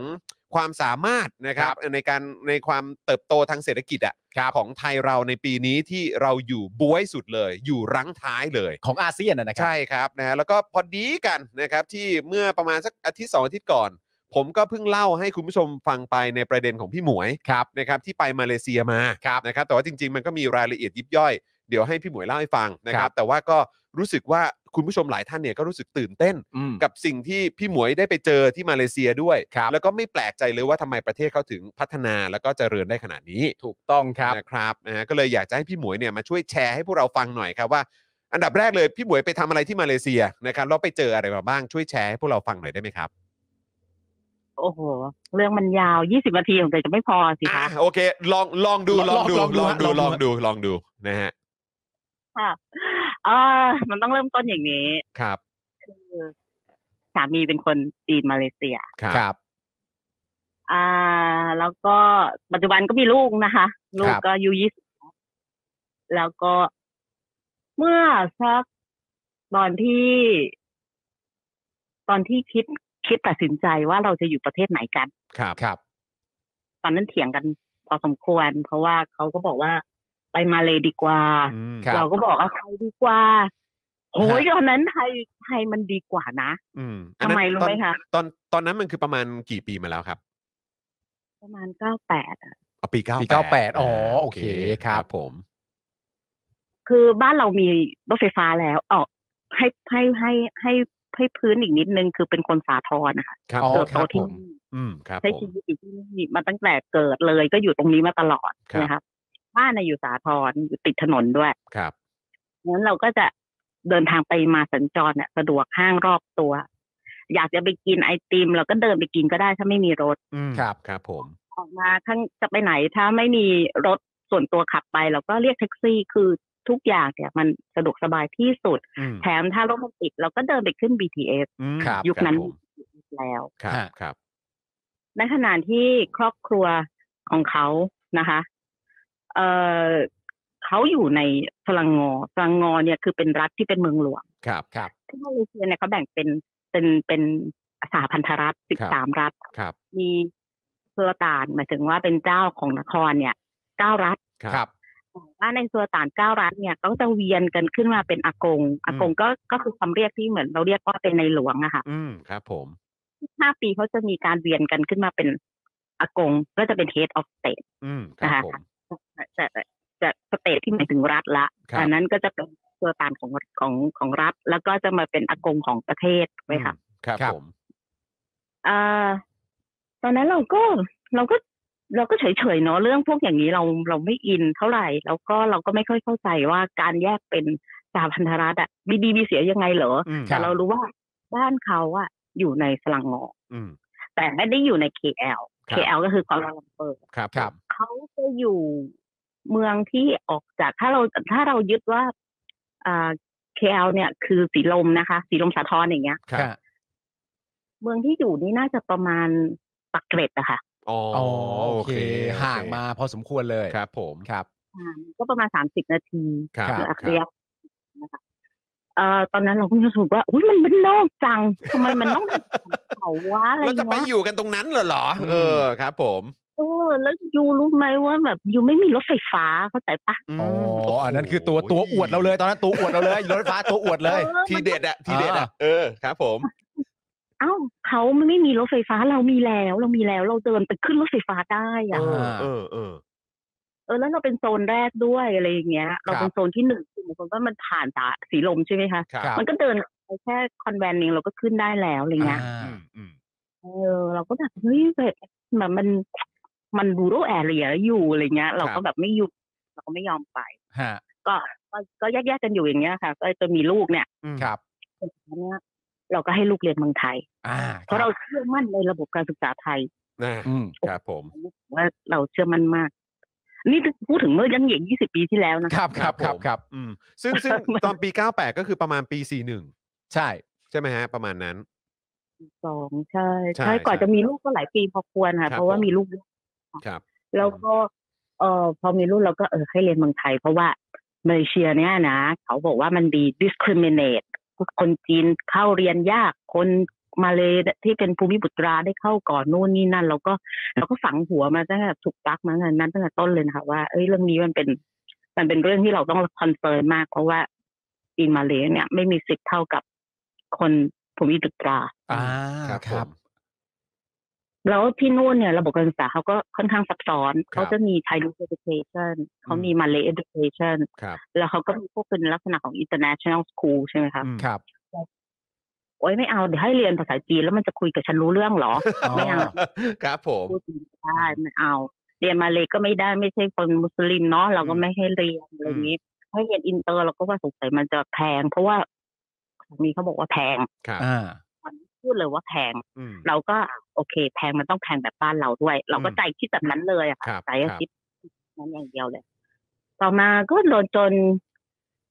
Speaker 1: ความสามารถนะครับในการในความเติบโตทางเศรษฐกิจอะของไทยเราในปีนี้ที่เราอยู่บวยสุดเลย อยู่รั้งท้ายเลย
Speaker 2: ของอาเซียนนะนะครับ
Speaker 1: ใช่ครับนะฮะแล้วก็พอดีกันนะครับที่เมื่อประมาณสักอาทิตย์สองอาทิตย์ก่อน ผมก็เพิ่งเล่าให้คุณผู้ชมฟังไปในประเด็นของพี่หมวย
Speaker 2: ครับ
Speaker 1: นะครับที่ไปมาเลเซียมา
Speaker 2: ครับ
Speaker 1: นะครับแต่ว่าจริง ๆ มันก็มีรายละเอียดยิบย่อย เดี๋ยวให้พี่หมวยเล่าให้ฟังนะค
Speaker 2: ค
Speaker 1: รั
Speaker 2: รับ บ
Speaker 1: แต่ว่าก็รู้สึกว่าคุณผู้ชมหลายท่านเนี่ยก็รู้สึกตื่นเต้น
Speaker 2: อืม
Speaker 1: กับสิ่งที่พี่หมวยได้ไปเจอที่มาเลเซียด้วย
Speaker 2: ครับ
Speaker 1: แล้วก็ไม่แปลกใจเลยว่าทำไมประเทศเขาถึงพัฒนาแล้วก็เจริญได้ขนาดนี้
Speaker 2: ถูกต้องครับ
Speaker 1: นะครับนะฮะก็เลยอยากจะให้พี่หมวยเนี่ยมาช่วยแชร์ให้พวกเราฟังหน่อยครับว่า อันดับแรกเลยพี่หมวยไปทำอะไรที่มาเลเซียนะครับเราไปเจออะไรมาบ้างช่วยแชร์ให้พวกเราฟังหน่อยได้ไหมครับ
Speaker 3: โอ้โห เรื่องมันยาว 20 นาทีของแต่จะไม่พอสิ
Speaker 1: อ่ะ
Speaker 3: คะ
Speaker 1: โอเคลองลองดูลองดู
Speaker 2: ลอง
Speaker 1: ล
Speaker 2: ล
Speaker 1: อ
Speaker 2: อง งดู
Speaker 1: ดู
Speaker 2: ฮะ
Speaker 1: ล
Speaker 2: ล
Speaker 1: อ
Speaker 2: อง งดู
Speaker 1: ดูลองดูนะฮะ
Speaker 3: ค่ะ เออมันต้องเริ่มต้นอย่างนี้
Speaker 1: ครับ
Speaker 3: คือสามีเป็นคนจีนมาเลเซีย
Speaker 1: ครับ
Speaker 2: ครับ
Speaker 3: อ่า แล้วก็ปัจจุบันก็มีลูกนะคะ ลูก
Speaker 2: ครับ
Speaker 3: ก็อายุยี่สิบแล้วก็เมื่อสักตอนที่ ตอนที่คิดคิดตัดสินใจว่าเราจะอยู่ประเทศไหนกัน
Speaker 1: ครับ
Speaker 2: ครับ
Speaker 3: ตอนนั้นเถียงกันพอสมควร เพราะว่าเขาก็บอกว่าไปมาเลยดีกว่า
Speaker 1: อืม
Speaker 2: ครับ
Speaker 3: เราก็บอกว่าไทยดีกว่าโอ้ย
Speaker 2: ฮะ
Speaker 3: ตอนนั้นไทยไทยมันดีกว่านะ
Speaker 1: อืมอัน
Speaker 3: ทำ
Speaker 1: นั้น
Speaker 3: ไมรู้
Speaker 1: ตอน
Speaker 3: ไหมคะ
Speaker 1: ตอนตอนนั้นมันคือประมาณกี่ปีมาแล้วครับ
Speaker 3: ประมาณเก้าแปด
Speaker 1: เอาปีเก้า
Speaker 2: ปี98อ๋อโอเคครับ
Speaker 1: ผม
Speaker 3: คือบ้านเรามีรถไฟฟ้าแล้วเออให้ให้ให้ให้ให้พื้นอีกนิดนึงคือเป็นคนสาทรนะคะ
Speaker 1: ครับ
Speaker 2: อ๋อ
Speaker 1: ผ
Speaker 3: เติ
Speaker 1: ม
Speaker 3: บโตที่นี่
Speaker 1: อืมครับ
Speaker 3: ใช้
Speaker 1: ผม
Speaker 3: ชีวิตอยู่ที่นี่มาตั้งแต่เกิดเลยก็อยู่ตรงนี้มาตลอด
Speaker 1: ครับ
Speaker 3: นะครับ บ้านน่ะอยู่สาทรอยู่ติดถนนด้วย
Speaker 1: ครับ
Speaker 3: งั้นเราก็จะเดินทางไปมาสัญจรเนี่ยสะดวกห้างรอบตัว อยากจะไปกินไอติม เราก็เดินไปกินก็ได้ถ้าไม่มีรถ
Speaker 1: อืม
Speaker 2: ครับ
Speaker 1: ครับผม
Speaker 3: ออกมาข้างจะไปไหน ถ้าไม่มีรถส่วนตัวขับไป เราก็เรียกแท็กซี่คือทุกอย่างเนี่ยมันสะดวกสบายที่สุด
Speaker 1: อืม
Speaker 3: แถมถ้ารถมันติดเราก็เดินไปขึ้น BTS
Speaker 1: อืม
Speaker 2: ครับ
Speaker 3: ยุคนั้น
Speaker 1: ผม
Speaker 3: แล้ว
Speaker 1: ครับ
Speaker 2: ฮะ
Speaker 1: ครับ
Speaker 3: ในขณะที่ครอบครัวของเขานะคะ เออเขาอยู่ในสลังงอสลังงอเนี่ยคือเป็นรัฐที่เป็นเมืองหลวง
Speaker 1: ครับ
Speaker 2: ครับ
Speaker 3: ที่มาเลเซียเนี่ยเขาแบ่งเป็นเป็นเป็นสหพันธรัฐสิบสามรัฐ
Speaker 1: ครับ
Speaker 3: มีเซอร์ตานหมายถึงว่าเป็นเจ้าของนครเนี่ยเก้ารัฐ
Speaker 2: ครับ
Speaker 3: แต่ว่าในส่วนต่างเก้ารัฐเนี่ยก็จะเวียนกันขึ้นมาเป็นอากง อากงก็ก็คือคำเรียกที่เหมือนเราเรียกว่าเป็นในหลวงอะค่ะ
Speaker 1: อืมครับผม
Speaker 3: ห้าปีเขาจะมีการเวียนกันขึ้นมาเป็นอากง ก็จะเป็น head of state
Speaker 1: อืมครับ
Speaker 3: นะคะ
Speaker 1: ผม
Speaker 3: จะจะสเตทที่หมายถึงรัฐละ
Speaker 1: ครับ
Speaker 3: อันนั้นก็จะเป็นตัวตามของของของรัฐ แล้วก็จะมาเป็นอากงของประเทศไว้ค่ะ
Speaker 1: อืมครับ
Speaker 2: ครับ
Speaker 1: ผม
Speaker 3: เอ่อตอนนั้นเราก็เราก็เราก็เฉยๆเนาะเรื่องพวกอย่างนี้เราเราไม่อินเท่าไหร่ แล้วก็เราก็ไม่ค่อยเข้าใจว่าการแยกเป็นสาพันธรัฐอะมีดีมีเสียยังไงเหรอ
Speaker 1: อืม
Speaker 2: ค
Speaker 3: แต่
Speaker 2: บ
Speaker 3: เรารู้ว่าบ้านเขาอะอยู่ในสลังงอ
Speaker 1: อืม
Speaker 3: แต่ไม่ได้อยู่ใน KL
Speaker 1: ครับ
Speaker 3: KL ก็คือควาลาลัมเปอร์
Speaker 1: ครับ
Speaker 2: ครับ
Speaker 3: เขาจะอยู่เมืองที่ออกจากถ้าเราถ้าเรายึดว่าอ่า KL เนี่ยคือสีลมนะคะ สีลมสาทรอย่างเงี้ย
Speaker 1: ครับ
Speaker 3: เมืองที่อยู่นี่น่าจะประมาณปักเกร็ดอะค่ะ
Speaker 1: อ๋อ
Speaker 2: อ๋อ
Speaker 1: โอ
Speaker 2: โอ
Speaker 1: เค
Speaker 2: เค
Speaker 1: โอเค
Speaker 2: ห่างมาพอสมควรเลย
Speaker 1: ครับผม
Speaker 2: ครับ
Speaker 3: อ่าก็ประมาณสามสิบนาที
Speaker 1: ครับ
Speaker 3: หรืออั
Speaker 1: ค
Speaker 3: เรีย
Speaker 1: รับ
Speaker 3: บนะคะเอ่อตอนนั้นเราก็รู้สึกว่าอุ้ยมันมันนอกจังทำไมมันต้องเป็นของเขาวะอะไร
Speaker 1: เราจะไป
Speaker 3: วะ
Speaker 1: อยู่กันตรงนั้นเหรอเหรออ
Speaker 2: ม
Speaker 1: เออครับผม
Speaker 3: เออแล้วยูรู้ไหมว่าแบบยูไม่มีรถไฟฟ้าเข้าใจปะ
Speaker 2: อ๋อ
Speaker 1: ม
Speaker 2: อันนั้นคือตัวตัวอวดเราเลยตอนนั้นตัวอวดเราเลยรถไฟฟ้าตัวอวดเลย
Speaker 3: ออ
Speaker 1: ที
Speaker 3: มัน
Speaker 1: เด็ดอะทีเด็ดอะ
Speaker 2: อ่า
Speaker 1: เออครับผม
Speaker 3: เอ้าเขาไม่มีรถไฟฟ้าเรามีแล้ว เรามีแล้วเราเดินไปขึ้นรถไฟฟ้าได้
Speaker 1: เอ
Speaker 3: อะ
Speaker 1: อเออเออ
Speaker 3: เออแล้วเราเป็นโซนแรกด้วยอะไรอย่างเงี้ย เราเป็นโซนที่หนึ่งคือหมายความว่ามันผ่านตาสีลมใช่ไหมคะ
Speaker 1: ครับ
Speaker 2: ครับ
Speaker 3: มันก็เดินไปแค่คอนแวนต์นึงเราก็ขึ้นได้แล้วอะไรเงี้ย
Speaker 2: อ่า
Speaker 1: อืมอืม
Speaker 3: เออเราก็แบบเฮ้ยแบบมันมันมันบูโรแอเรียอยู่อะไรเงี้ย เราก็แบบไม่อยู่เราก็ไม่ยอมไป
Speaker 2: ฮะ
Speaker 3: ก็ก็ก็แยกๆกันอยู่อย่างเงี้ยค่ะ ก็จนมีลูกเนี่ย
Speaker 1: อืม
Speaker 2: ครับ
Speaker 3: อันเนี้ยเราก็ให้ลูกเรียนเมืองไทย
Speaker 2: อ่า
Speaker 3: เพราะเราเชื่อมั่นในระบบการศึกษาไทย
Speaker 1: นะ
Speaker 2: อืม
Speaker 1: ครับผม
Speaker 3: ว่าเราเชื่อมั่นมาก นี่พูดถึงเมื่อยังเหยียง20 ปีที่แล้ว
Speaker 2: ค
Speaker 3: นะคะ
Speaker 2: รับครับครับครับ
Speaker 1: อืมซึ่งซึ่ง ตอนปี 98 ก็คือประมาณปี 41
Speaker 2: ใช่
Speaker 1: ใช่ไหมฮะ ประมาณนั้น
Speaker 3: สองใช่
Speaker 1: ใช่
Speaker 3: ใช่ก่อน
Speaker 1: ใช่
Speaker 3: จะมีลูกก็หลายปีพอควร
Speaker 1: ครั
Speaker 3: ค่ะ
Speaker 1: บ
Speaker 3: เพราะว่า
Speaker 1: ผม
Speaker 3: มีลูก
Speaker 1: ครับ
Speaker 3: แล้วก็เออพอมีลูกเราก็เออให้เรียนเมืองไทย เพราะว่ามาเลเซียเนี่ยนะ เขาบอกว่ามันดี discriminate คนจีนเข้าเรียนยาก คนมาเลยที่เป็นภูมิบุตราได้เข้าก่อนนู่นนี่นั่น แล้วก็เราก็ฝังหัวมาตั้งแต่ถูกปลักมาตั้งแต่นั้นตั้งแต่ต้นเลยนะคะว่าเอ้ยเรื่องนี้มันเป็นมันเป็นเรื่องที่เราต้องคอนเซิร์นมาก เพราะว่าจีนมาเลยเนี่ยไม่มีสิทธิ์เท่ากับคนภูมิบุตรา
Speaker 1: อ่า
Speaker 2: อ่า
Speaker 1: ครับ
Speaker 2: ครับ
Speaker 1: ผม
Speaker 3: แล้วที่นู่นเนี่ยระบบการศึกษาเขาก็ค่อนข้างซับซ้อน
Speaker 1: ครับ
Speaker 3: เขาจะมี Thai education เขามี Malay education
Speaker 1: ครับ
Speaker 3: แล้วเขาก็มีพวกเป็นลักษณะของ international school ใช่ไหมคะ
Speaker 1: อืม
Speaker 2: ครับ
Speaker 3: โอ้ยไม่เอา เดี๋ยวให้เรียนภาษาจีนแล้วมันจะคุยกับฉันรู้เรื่องเหรอ
Speaker 2: อ๋อ
Speaker 3: ไม่เอา
Speaker 1: [laughs] ครับผม
Speaker 3: พูดจีนไม่ได้ไม่เอา เรียนมาเลยก็ไม่ได้ไม่ใช่คนมุสลิมเนาะเราก็ไม่ให้เรียนอะไรอย่างนี้ให้เรียนอินเตอร์เราก็ว่าสงสัยมันจะแพง เพราะว่าสามีเขาบอกว่าแพง
Speaker 1: ครับ
Speaker 2: อ่า
Speaker 3: เ พูดเลยว่าแพง
Speaker 1: อืม
Speaker 3: เราก็โอเค แพงมันต้องแพงแบบบ้านเราด้วย เราก็
Speaker 1: อืม
Speaker 3: ใจคิดแบบนั้นเลยอะ
Speaker 1: ครั
Speaker 3: ค่ะ
Speaker 1: บ
Speaker 3: ใจ
Speaker 1: ครับ
Speaker 3: คิดนั้นอย่างเดียวเลย ต่อมาก็โดนจน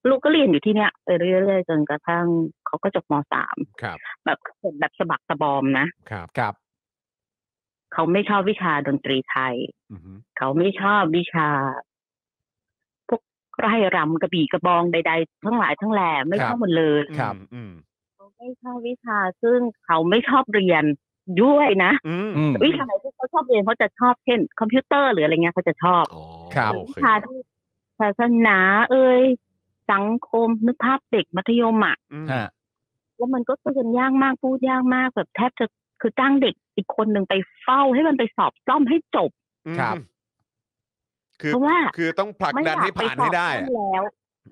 Speaker 3: ลูกก็เรียนอยู่ที่เนี้ยไปเรื่อยๆจนกระทั่งเขาก็จบมสาม
Speaker 1: ครับ
Speaker 3: แบบแบบสะบักสะบอมนะครับ
Speaker 2: ครับ
Speaker 3: เขาไม่ชอบวิชาดนตรีไทย
Speaker 1: อือฮึ
Speaker 3: เขาไม่ชอบวิชา พวกไร่รำกระบี่กระบองใดๆ ทั้งหลายทั้งแหล่ไม่ชอ
Speaker 2: ครั
Speaker 3: บ
Speaker 2: บ
Speaker 3: หมดเลย
Speaker 2: ครับ
Speaker 1: อืม
Speaker 3: เขาไม่ชอบวิชาซึ่งเขาไม่ชอบเรียนด้วยนะ
Speaker 1: อืม
Speaker 2: อืม
Speaker 3: วิชาไหนที่เขาชอบเรียนเขาจะชอบเช่น คอมพิวเตอร์หรืออะไรเงี้ยเขาจะชอบ
Speaker 1: อ๋อ
Speaker 2: ครับ
Speaker 1: โอ
Speaker 3: วิ
Speaker 1: เค
Speaker 3: ชาที่ศาสนา เอ่ยสังคมนึกภาพเด็กมัธยมอ่ะ
Speaker 1: อืม
Speaker 2: ฮะ
Speaker 3: แล้วมันก็เตือนยากมากพูดยากมากแบบแทบจะคือจ้างเด็กอีกคนหนึ่งไปเฝ้าให้มันไปสอบซ่อมให้จบ
Speaker 1: อืม
Speaker 2: ครับ
Speaker 1: คือ
Speaker 3: เพราะว่า
Speaker 1: คือต้องผลัก
Speaker 3: ไม่อ
Speaker 1: ดัน
Speaker 3: ยาก
Speaker 1: ให้
Speaker 3: ไป
Speaker 1: ผ่าน
Speaker 3: สอ
Speaker 1: ให้
Speaker 3: บ
Speaker 1: ได้
Speaker 3: ซ่อ
Speaker 1: อะ
Speaker 3: มแล้ว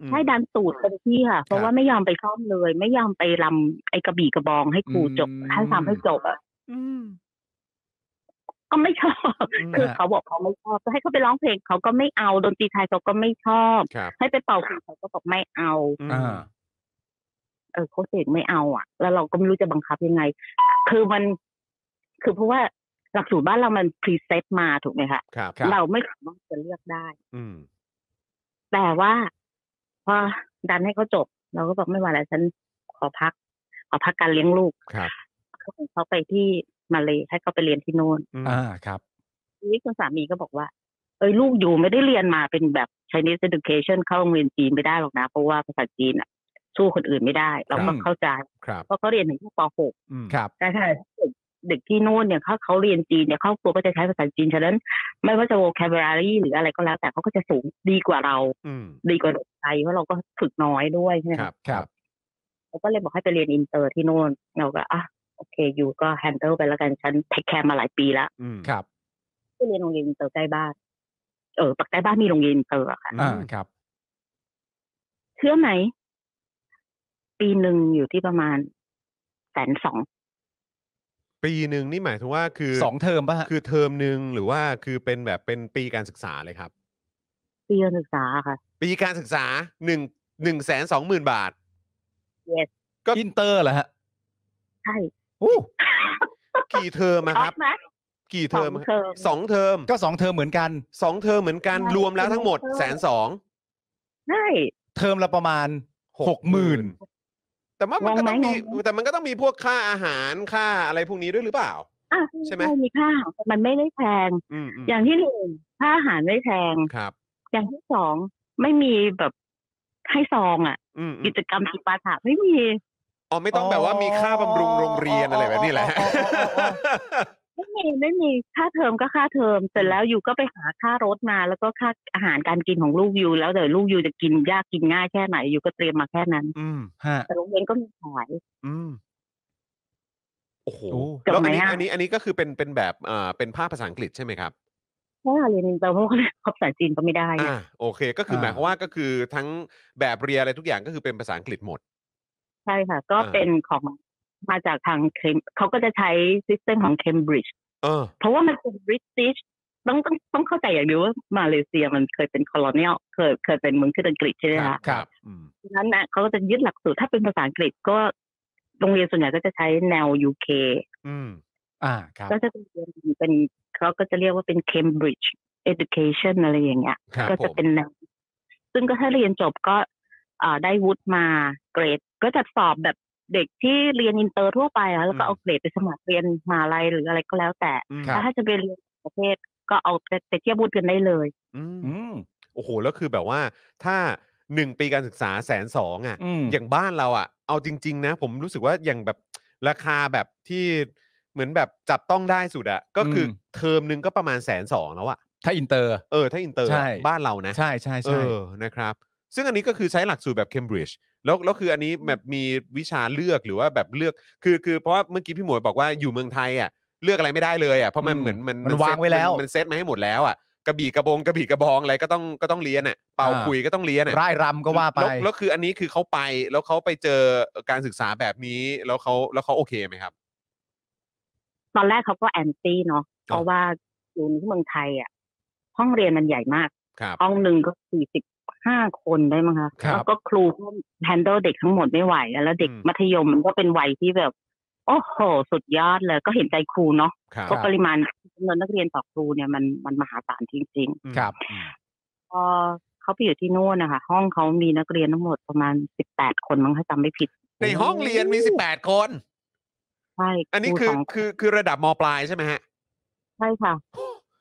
Speaker 1: อืม
Speaker 3: ใช่ดันตูดเต็มที่ค่ะ เพ
Speaker 1: ครั
Speaker 3: ราะ
Speaker 1: บ
Speaker 3: ว่าไม่ยอมไปซ่อมเลย ไม่ยอมไปรำไอ้กระบี่กระบองให้ครูจบ
Speaker 2: อืม
Speaker 3: ให้ทำให้จบอ่ะ
Speaker 1: อืม
Speaker 3: ก็ไม่ชอบ
Speaker 1: ม
Speaker 3: คือเขาบอกเขาไม่ชอบจะให้เขาไปร้องเพลงเขาก็ไม่เอาดนตรีไทยเขาก็ไม่ชอบ
Speaker 1: ครับ
Speaker 3: ให้ไปเป่าคือเขาก็บอกไม่เอา
Speaker 1: อืม
Speaker 2: อ่า
Speaker 3: เออโค้ชเอกไม่เอาอ่ะ แล้วเราก็ไม่รู้จะบังคับยังไง คือมัน คือเพราะว่าหลักสูตรบ้านเรามันพรีเซตมาถูกไหมคะ
Speaker 1: ครับ
Speaker 2: ครับ
Speaker 3: เราไม่สามารถจะเลือกได้
Speaker 1: อืม
Speaker 3: แต่ว่าพอดันให้เขาจบ เราก็บอกไม่ไหวแล้วฉันขอพัก ขอพักการเลี้ยงลูก
Speaker 1: ครับ
Speaker 3: เขาส่งเขาไปที่มาเลยให้เขาไปเรียนที่โน่น
Speaker 1: อืม
Speaker 2: อ่าครับ
Speaker 3: ทีนี้คุณสามีก็บอกว่า เอ้ยลูกอยู่ไม่ได้เรียนมาเป็นแบบ Chinese education เข้าโรงเรียนจีนไม่ได้หรอกนะ เพราะว่าภาษาจีนอ่ะ สู้คนอื่นไม่ได้ เรา
Speaker 2: ค
Speaker 3: ก็
Speaker 2: รับ
Speaker 3: เข้าใจ
Speaker 1: ครับ
Speaker 3: เพราะเขาเรียนถึงแค่ป .6
Speaker 1: อืม
Speaker 2: ครับ
Speaker 3: แต่ถ้าเด็กที่โน่นเนี่ยเขาเขาเรียนจีนเนี่ยครอบครัวก็จะใช้ภาษาจีนฉะนั้น ไม่ว่าจะ vocabulary หรืออะไรก็แล้ว แต่เขาก็จะสูงดีกว่าเรา
Speaker 1: อืม
Speaker 3: ดีกว่าเด็กไทยเพราะเราก็ฝึกน้อยด้วยใช่ไหม
Speaker 1: ค
Speaker 3: คะ
Speaker 1: รับ
Speaker 2: ครับ
Speaker 3: เขาก็เลยบอกให้ไปเรียนอินเตอร์ที่โน่นเราก็อ่ะโอเคอยู่ก็แฮนเดิลไปแล้วกันฉันเทคแคร์มาหลายปีแล้ว
Speaker 1: อืม
Speaker 2: ครับ
Speaker 3: ไปเรียนโรงเรียนอินเตอร์ใกล้บ้านเออปักใต้บ้านมีโรงเรียนอินเตอร์อะค่ะ
Speaker 2: อ่าครับ
Speaker 3: เชื่อไหม ปีหนึ่งอยู่ที่ประมาณแสนสอง
Speaker 1: ปีหนึ่งนี่หมายถึงว่าคือ
Speaker 2: สองเทอมป่ะฮะ
Speaker 1: คือเทอมหนึ่งหรือว่าคือเป็นแบบเป็นปีการศึกษาเลยครับ
Speaker 3: ปีการศึกษาค่ะ
Speaker 1: ปีการศึกษาหนึ่งหนึ่งแสนสองหมื่นบาท
Speaker 3: yes
Speaker 2: อินเตอร์เหรอฮะ
Speaker 3: ใช่
Speaker 2: อู้
Speaker 1: กี่เทอมอะ
Speaker 3: ช
Speaker 1: ค
Speaker 3: อ
Speaker 1: รั
Speaker 3: บบ ไหม
Speaker 1: กี่
Speaker 3: ส
Speaker 1: เท
Speaker 3: อ
Speaker 1: อม
Speaker 3: ง
Speaker 1: อะ
Speaker 3: เทอม
Speaker 1: สองเทอม
Speaker 2: ก็สองเทอมเหมือนกัน
Speaker 1: สองเทอมเหมือนกัน
Speaker 3: ใช่
Speaker 1: รวมแล้วทั้งหมด
Speaker 3: เป็น
Speaker 1: แส
Speaker 3: เทอม
Speaker 1: นสอง
Speaker 3: ใช่
Speaker 2: เทอมละประมาณหกหมื่น
Speaker 1: แต่ว่ามันก็ต้อง
Speaker 3: งงไหม
Speaker 1: มี
Speaker 3: งงไหม
Speaker 1: แต่มันก็ต้องมีพวกค่าอาหารค่าอะไรพวกนี้ด้วยหรือเปล่า
Speaker 3: อ่ะ
Speaker 1: ใช่ไหม
Speaker 3: มีค่ามันไม่ได้แพง
Speaker 1: อืมๆ
Speaker 3: อย่างที่หนึ่งค่าอาหารไม่แพง
Speaker 1: ครับ
Speaker 3: อย่างที่สองไม่มีแบบให้ซองอ่ะ
Speaker 1: อืม
Speaker 3: กิจกรรมจิปาถะไม่มี
Speaker 1: ๆอ๋อไม่ต้องแบบว่ามีค่าบำรุงโรงเรียนอะไรแบบนี้แหละ
Speaker 3: ไม่มีไม่มีค่าเทอมก็ค่าเทอมเสร็จแล้วอยู่ก็ไปหาค่ารถมา แล้วก็ค่าอาหารการกินของลูกอยู่ แล้วเดี๋ยวลูกอยู่จะกินยากกินง่ายแค่ไหนอยู่ก็เตรียมมาแค่นั้น
Speaker 1: อืม
Speaker 2: ฮะ
Speaker 3: แต่โรงเรียนก็มีขาย
Speaker 1: อืมโอ้โห
Speaker 2: โอ้
Speaker 1: แล้วอันนี้
Speaker 3: จบไหมอะ
Speaker 1: อันนี้อันนี้ก็คือเป็นเป็นแบบอ่าเป็นภาพภาษาอังกฤษใช่ไหมครับ
Speaker 3: เพราะว่าเรียนอินเตอร์เพราะว่าภาษาจีนก็ไม่ได้ไง
Speaker 1: อ่าโอเค ก็คืออา หมายความว่าก็คือทั้งแบบเรียนอะไรทุกอย่างก็คือเป็นภาษาอังกฤษหมด
Speaker 3: ใช่ค่ะ ก็เป็นของมาจากทางเคมเขาก็จะใช้ซิสเต็มของเคมบริดจ์
Speaker 1: เออ
Speaker 3: เพราะว่ามันเป็นบริติชต้องต้องต้องเข้าใจอย่างเดียวว่ามาเลเซียมันเคยเป็นคอลเนียลเคยเคยเป็นเมืองขึ้นอังกฤษใช่ไหมคะ
Speaker 2: ครับ
Speaker 1: อืม
Speaker 3: ดังนั้นนะเขาก็จะยึดหลักสูตรถ้าเป็นภาษาอังกฤษก็โรงเรียนส่วนใหญ่ก็จะใช้แนว UK
Speaker 1: อืม
Speaker 2: อ่าครับ
Speaker 3: ก็จะเป็นเป็นเขาก็จะเรียกว่าเป็น Cambridge Education อะไรอย่างเงี้ย
Speaker 1: ครับ
Speaker 3: ก็
Speaker 1: ผ
Speaker 3: จะ
Speaker 1: ม
Speaker 3: เป็นแนวซึ่งก็ถ้าเรียนจบก็อ่าได้วุฒิมาเกรด ก็จะสอบแบบเด็กที่เรียนอินเตอร์ทั่วไปอะแล้วก็เอาเกรดไปสมัครเรียนมหาลัยหรืออะไรก็แล้วแต่
Speaker 1: อืม
Speaker 2: ครับ
Speaker 3: ถ้าจะไปเรียนต่างประเทศก็เอาไปไปเทียบวุฒิกันได้เลย
Speaker 1: อืม
Speaker 2: อืม
Speaker 1: โอ้โห แล้วคือแบบว่าถ้าหนึ่งปีการศึกษาแสนสองอ่ะ
Speaker 2: อืม
Speaker 1: อย่างบ้านเราอ่ะ เอาจริง ๆ นะ ผมรู้สึกว่าอย่างแบบราคาแบบที่เหมือนแบบจับต้องได้สุดอ่ะ ก็คืออ
Speaker 2: ม
Speaker 1: เทอมหนึงก็ประมาณแสนสองแล้วอ่ะ
Speaker 2: ถ้าอินเตอร์
Speaker 1: เออ ถ้าอินเตอร์
Speaker 2: ใช่
Speaker 1: อะบ้านเรานะ
Speaker 2: ใช่ใช่
Speaker 1: เอ
Speaker 2: ใช่
Speaker 1: อ นะครับ ซึ่งอันนี้ก็คือใช้หลักสูตรแบบเคมบริดจ์แล้วแล้วคืออันนี้แบบมีวิชาเลือกหรือว่าแบบเลือก คือคือเพราะว่าเมื่อกี้พี่หมวยบอกว่าอยู่เมืองไทยอ่ะเลือกอะไรไม่ได้เลยอ่ะเพราะมันเหมือนมัน
Speaker 2: มัน
Speaker 1: เซ็ต
Speaker 2: วางไว้แล้ว
Speaker 1: มันมันเซ็ตมาให้หมดแล้วอ่ะกระบี่กระบงกระบี่กระบองอะไรก็ต้องก็ต้องเรียนอ่ะเป่า
Speaker 2: อ่า
Speaker 1: คุยก็ต้องเรียนอ่ะ
Speaker 2: ร่ายรำก็ว่าไป
Speaker 1: แล้วแล้วคืออันนี้คือเขาไปแล้วเขาไปเจอการศึกษาแบบนี้แล้วเขาแล้วเขาโอเคไหมครับ
Speaker 3: ตอนแรกเขาก็แอนตี้เนาะเพราะว่าอยู่ที่เมืองไทยอ่ะห้องเรียนมันใหญ่มาก
Speaker 1: ครับ
Speaker 3: ห้องหนึ่งก็สี่สิบห้าคนได้มั้งคะ
Speaker 2: ครับ
Speaker 3: แล้วก็ครูก็แฮนเดิลเด็กทั้งหมดไม่ไหว แล้วเด็กมัธยมมันก็เป็นวัยที่แบบ โอ้โห สุดยอดเลย ก็เห็นใจครูเนาะ
Speaker 1: ครับ
Speaker 3: เพราะปริมาณจำนวนนักเรียนต่อครูเนี่ยมันมันมหาศาลจริง
Speaker 2: ครับ
Speaker 3: ๆพอเขาไปอยู่ที่นู่นนะคะห้องเขามีนักเรียนทั้งหมดประมาณสิบแปดคนมั้งถ้าจำไม่ผิด
Speaker 1: ในห้องเรียนมี 18 คน
Speaker 3: ใช่
Speaker 1: อันนี้
Speaker 3: รู
Speaker 1: คือ
Speaker 3: สง
Speaker 1: คือคือระดับมปลายใช่ไหมฮะ
Speaker 3: ใช่ค่ะ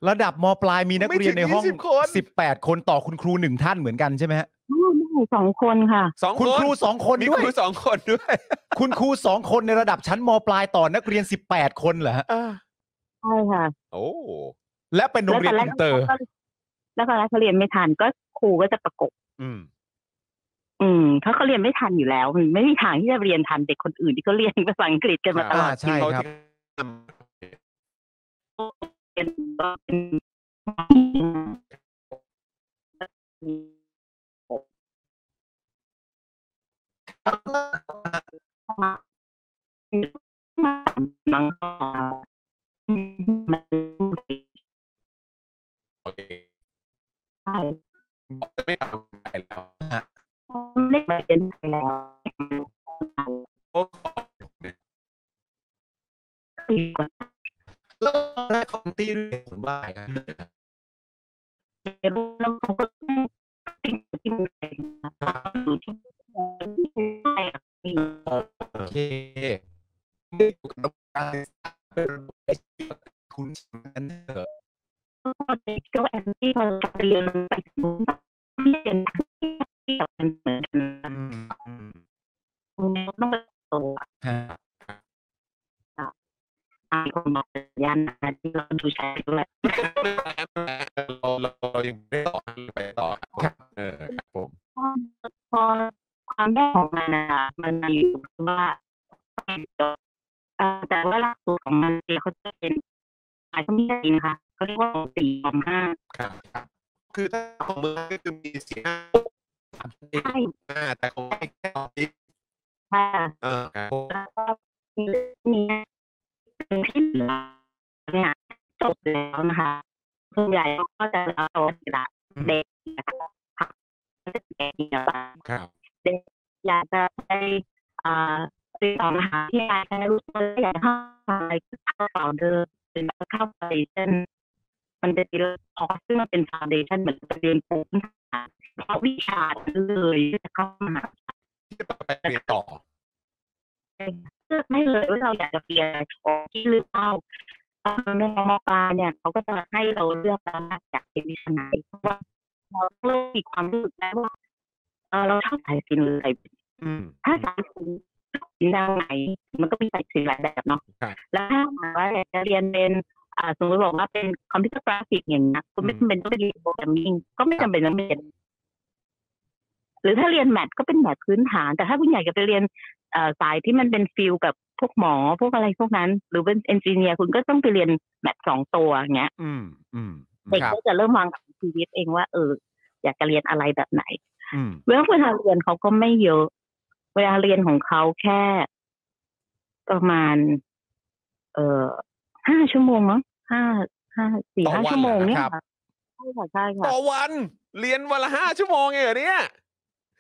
Speaker 2: ระดับมปลายมีนักเรียนในห้อง
Speaker 1: ไม่ถึง20คน
Speaker 2: สิบแปดคนต่อคุณครูหนึ่งท่านเหมือนกันใช่ไหมฮะ
Speaker 3: ไม่ไม่สองคนค่ะ
Speaker 1: สอง
Speaker 2: คุณ
Speaker 1: น
Speaker 2: ครูสองคน
Speaker 1: มี
Speaker 2: ด้ว
Speaker 1: ค
Speaker 2: ย
Speaker 1: รูสองคนด้วย
Speaker 2: คุณครูสองคนในระดับชั้นมปลายต่อนักเรียนสิบแปดคนเหรอฮะ
Speaker 3: ใช่ค่ะ
Speaker 1: โอ้
Speaker 2: และเป็นโรงเรียน
Speaker 3: แล้ว
Speaker 2: อิน
Speaker 3: ต
Speaker 2: เตอ
Speaker 3: อน
Speaker 2: ร์
Speaker 3: แรกแล้วตอนแรกเขาเรียนไม่ทันก็ครูก็จะประกบ
Speaker 1: อืม
Speaker 3: อืมถ้าเขาเรียนไม่ทันอยู่แล้ว มันไม่มีทางที่จะเรียนทันเด็กคนอื่นที่เขาเรียนภาษาอังกฤษกันมาตลอด
Speaker 2: อ่าใช่ครับ
Speaker 3: เรียนก็เป็นมัง
Speaker 1: โอเค
Speaker 3: ใช่
Speaker 1: ไม่ทำอะไรแล้ว
Speaker 3: ไม่ได้เรียนไปแล้ว
Speaker 1: โอ้
Speaker 3: ดีกว่า
Speaker 1: แล้วของตีเรื่องผมว่าไงนะ
Speaker 3: เรียนแล้วเขาก็ติดที่มันเป็นอยู่ที่ไหนอะ
Speaker 1: โอเค
Speaker 2: คุณอันเตอร์
Speaker 3: ก็เด็กก็แอนตี้พอเราเรียนไปถึงไม่เรียนที่แบบมันเหมือนกันนะ ต้องเป็นตัว
Speaker 2: ฮะ
Speaker 3: ตามคนบอกยานนะที่เราดูใช้ด้วย
Speaker 1: เราเราเรายังไม่ได้ต่อไปต่อครับเออครับผม
Speaker 3: พอพอความแย่ของมันนะคะมันมาอยู่ที่ว่าเอ่อแต่ว่าหลักสูตรของมันเนี่ยเขาจะเป็นอาจจะไม่ได้นะคะเขาเรียกว่าสี่คอมห้า
Speaker 1: ครับครับคือถ้าของมือก็คือมีสี่ห้า
Speaker 3: ใช่
Speaker 1: ห้าแต่ของไม่แค่ตอนนี้
Speaker 3: ค่ะ
Speaker 1: เออครับ
Speaker 3: แล้วก็มีเนี่ยเป็นที่เหลือเนี่ยจบแล้วนะคะส่วนใหญ่ก็จะเอาสิละเด็กนะคะพักเด็กเนี่ย
Speaker 1: ครับ
Speaker 3: อยากจะไปอ่าติดต่อมหาที่รายการรู้ตัวอยากเข้าไปเข้าเก่าเดิมหรือเข้าฟาวเดชั่นมันจะมีคอร์สซึ่งมันเป็นฟาวเดชั่นเหมือนจะเรียนปูพื้นฐานเพราะวิชาเลยที่จะเข้ามหา
Speaker 1: ที่จะไปเรียนต่อ
Speaker 3: เลือกไม่เลยว่าเราอยากจะเรียนขอที่หรือเปล่าเอ่อในมปลายเนี่ยเขาก็จะให้เราเลือกแล้วว่าอยากเป็นวิชาไหนเพราะว่าเราเริ่มมีความรู้สึกได้ว่าเอ่อเราชอบสายศิลป์หรือสาย
Speaker 1: อืม
Speaker 3: ถ้าสายสินสินทางไหนมันก็มีสายสินหลายแบบเนาะ
Speaker 1: ครับ
Speaker 3: แล้วถ้าหากว่าอยากจะเรียนเป็นอ่าสมมติบอกว่าเป็นคอมพิวเตอร์กราฟิกอย่างเงี้ยคุณไม่จำเป็นต้องไปเรียนโปรแกรมมิ่งก็ไม่จำเป็นต้องเรียน หรือถ้าเรียนแมทก็เป็นแมทพื้นฐาน แต่ถ้าคุณอยากจะไปเรียนเอ่อสายที่มันเป็นฟิลกับพวกหมอพวกอะไรพวกนั้น หรือเป็นเอนจิเนียร์คุณก็ต้องไปเรียนแมทสองตัวอย่างเงี้ย
Speaker 1: อืมอืม
Speaker 3: เด็ก
Speaker 1: ครับ
Speaker 3: ก็จะเริ่มวางแผนชีวิตเองว่าเอออยากจะเรียนอะไรแบบไหน
Speaker 1: อืม
Speaker 3: เวลาเวลาเรียนเขาก็ไม่เยอะ เวลาเรียนของเขาแค่ ประมาณ เอ่อห้าชั่วโมงมั้งห้าห้าสี่
Speaker 1: ต่อ
Speaker 3: ห้า
Speaker 1: วัน
Speaker 3: ชั่วโมง
Speaker 1: เหรอ
Speaker 3: เนี่ย
Speaker 1: ครับ
Speaker 3: ค่ะใช่ค่ะใช่ค่ะ
Speaker 1: ต่อวันเรียนวันละห้าชั่วโมงเองเหรอเนี่ย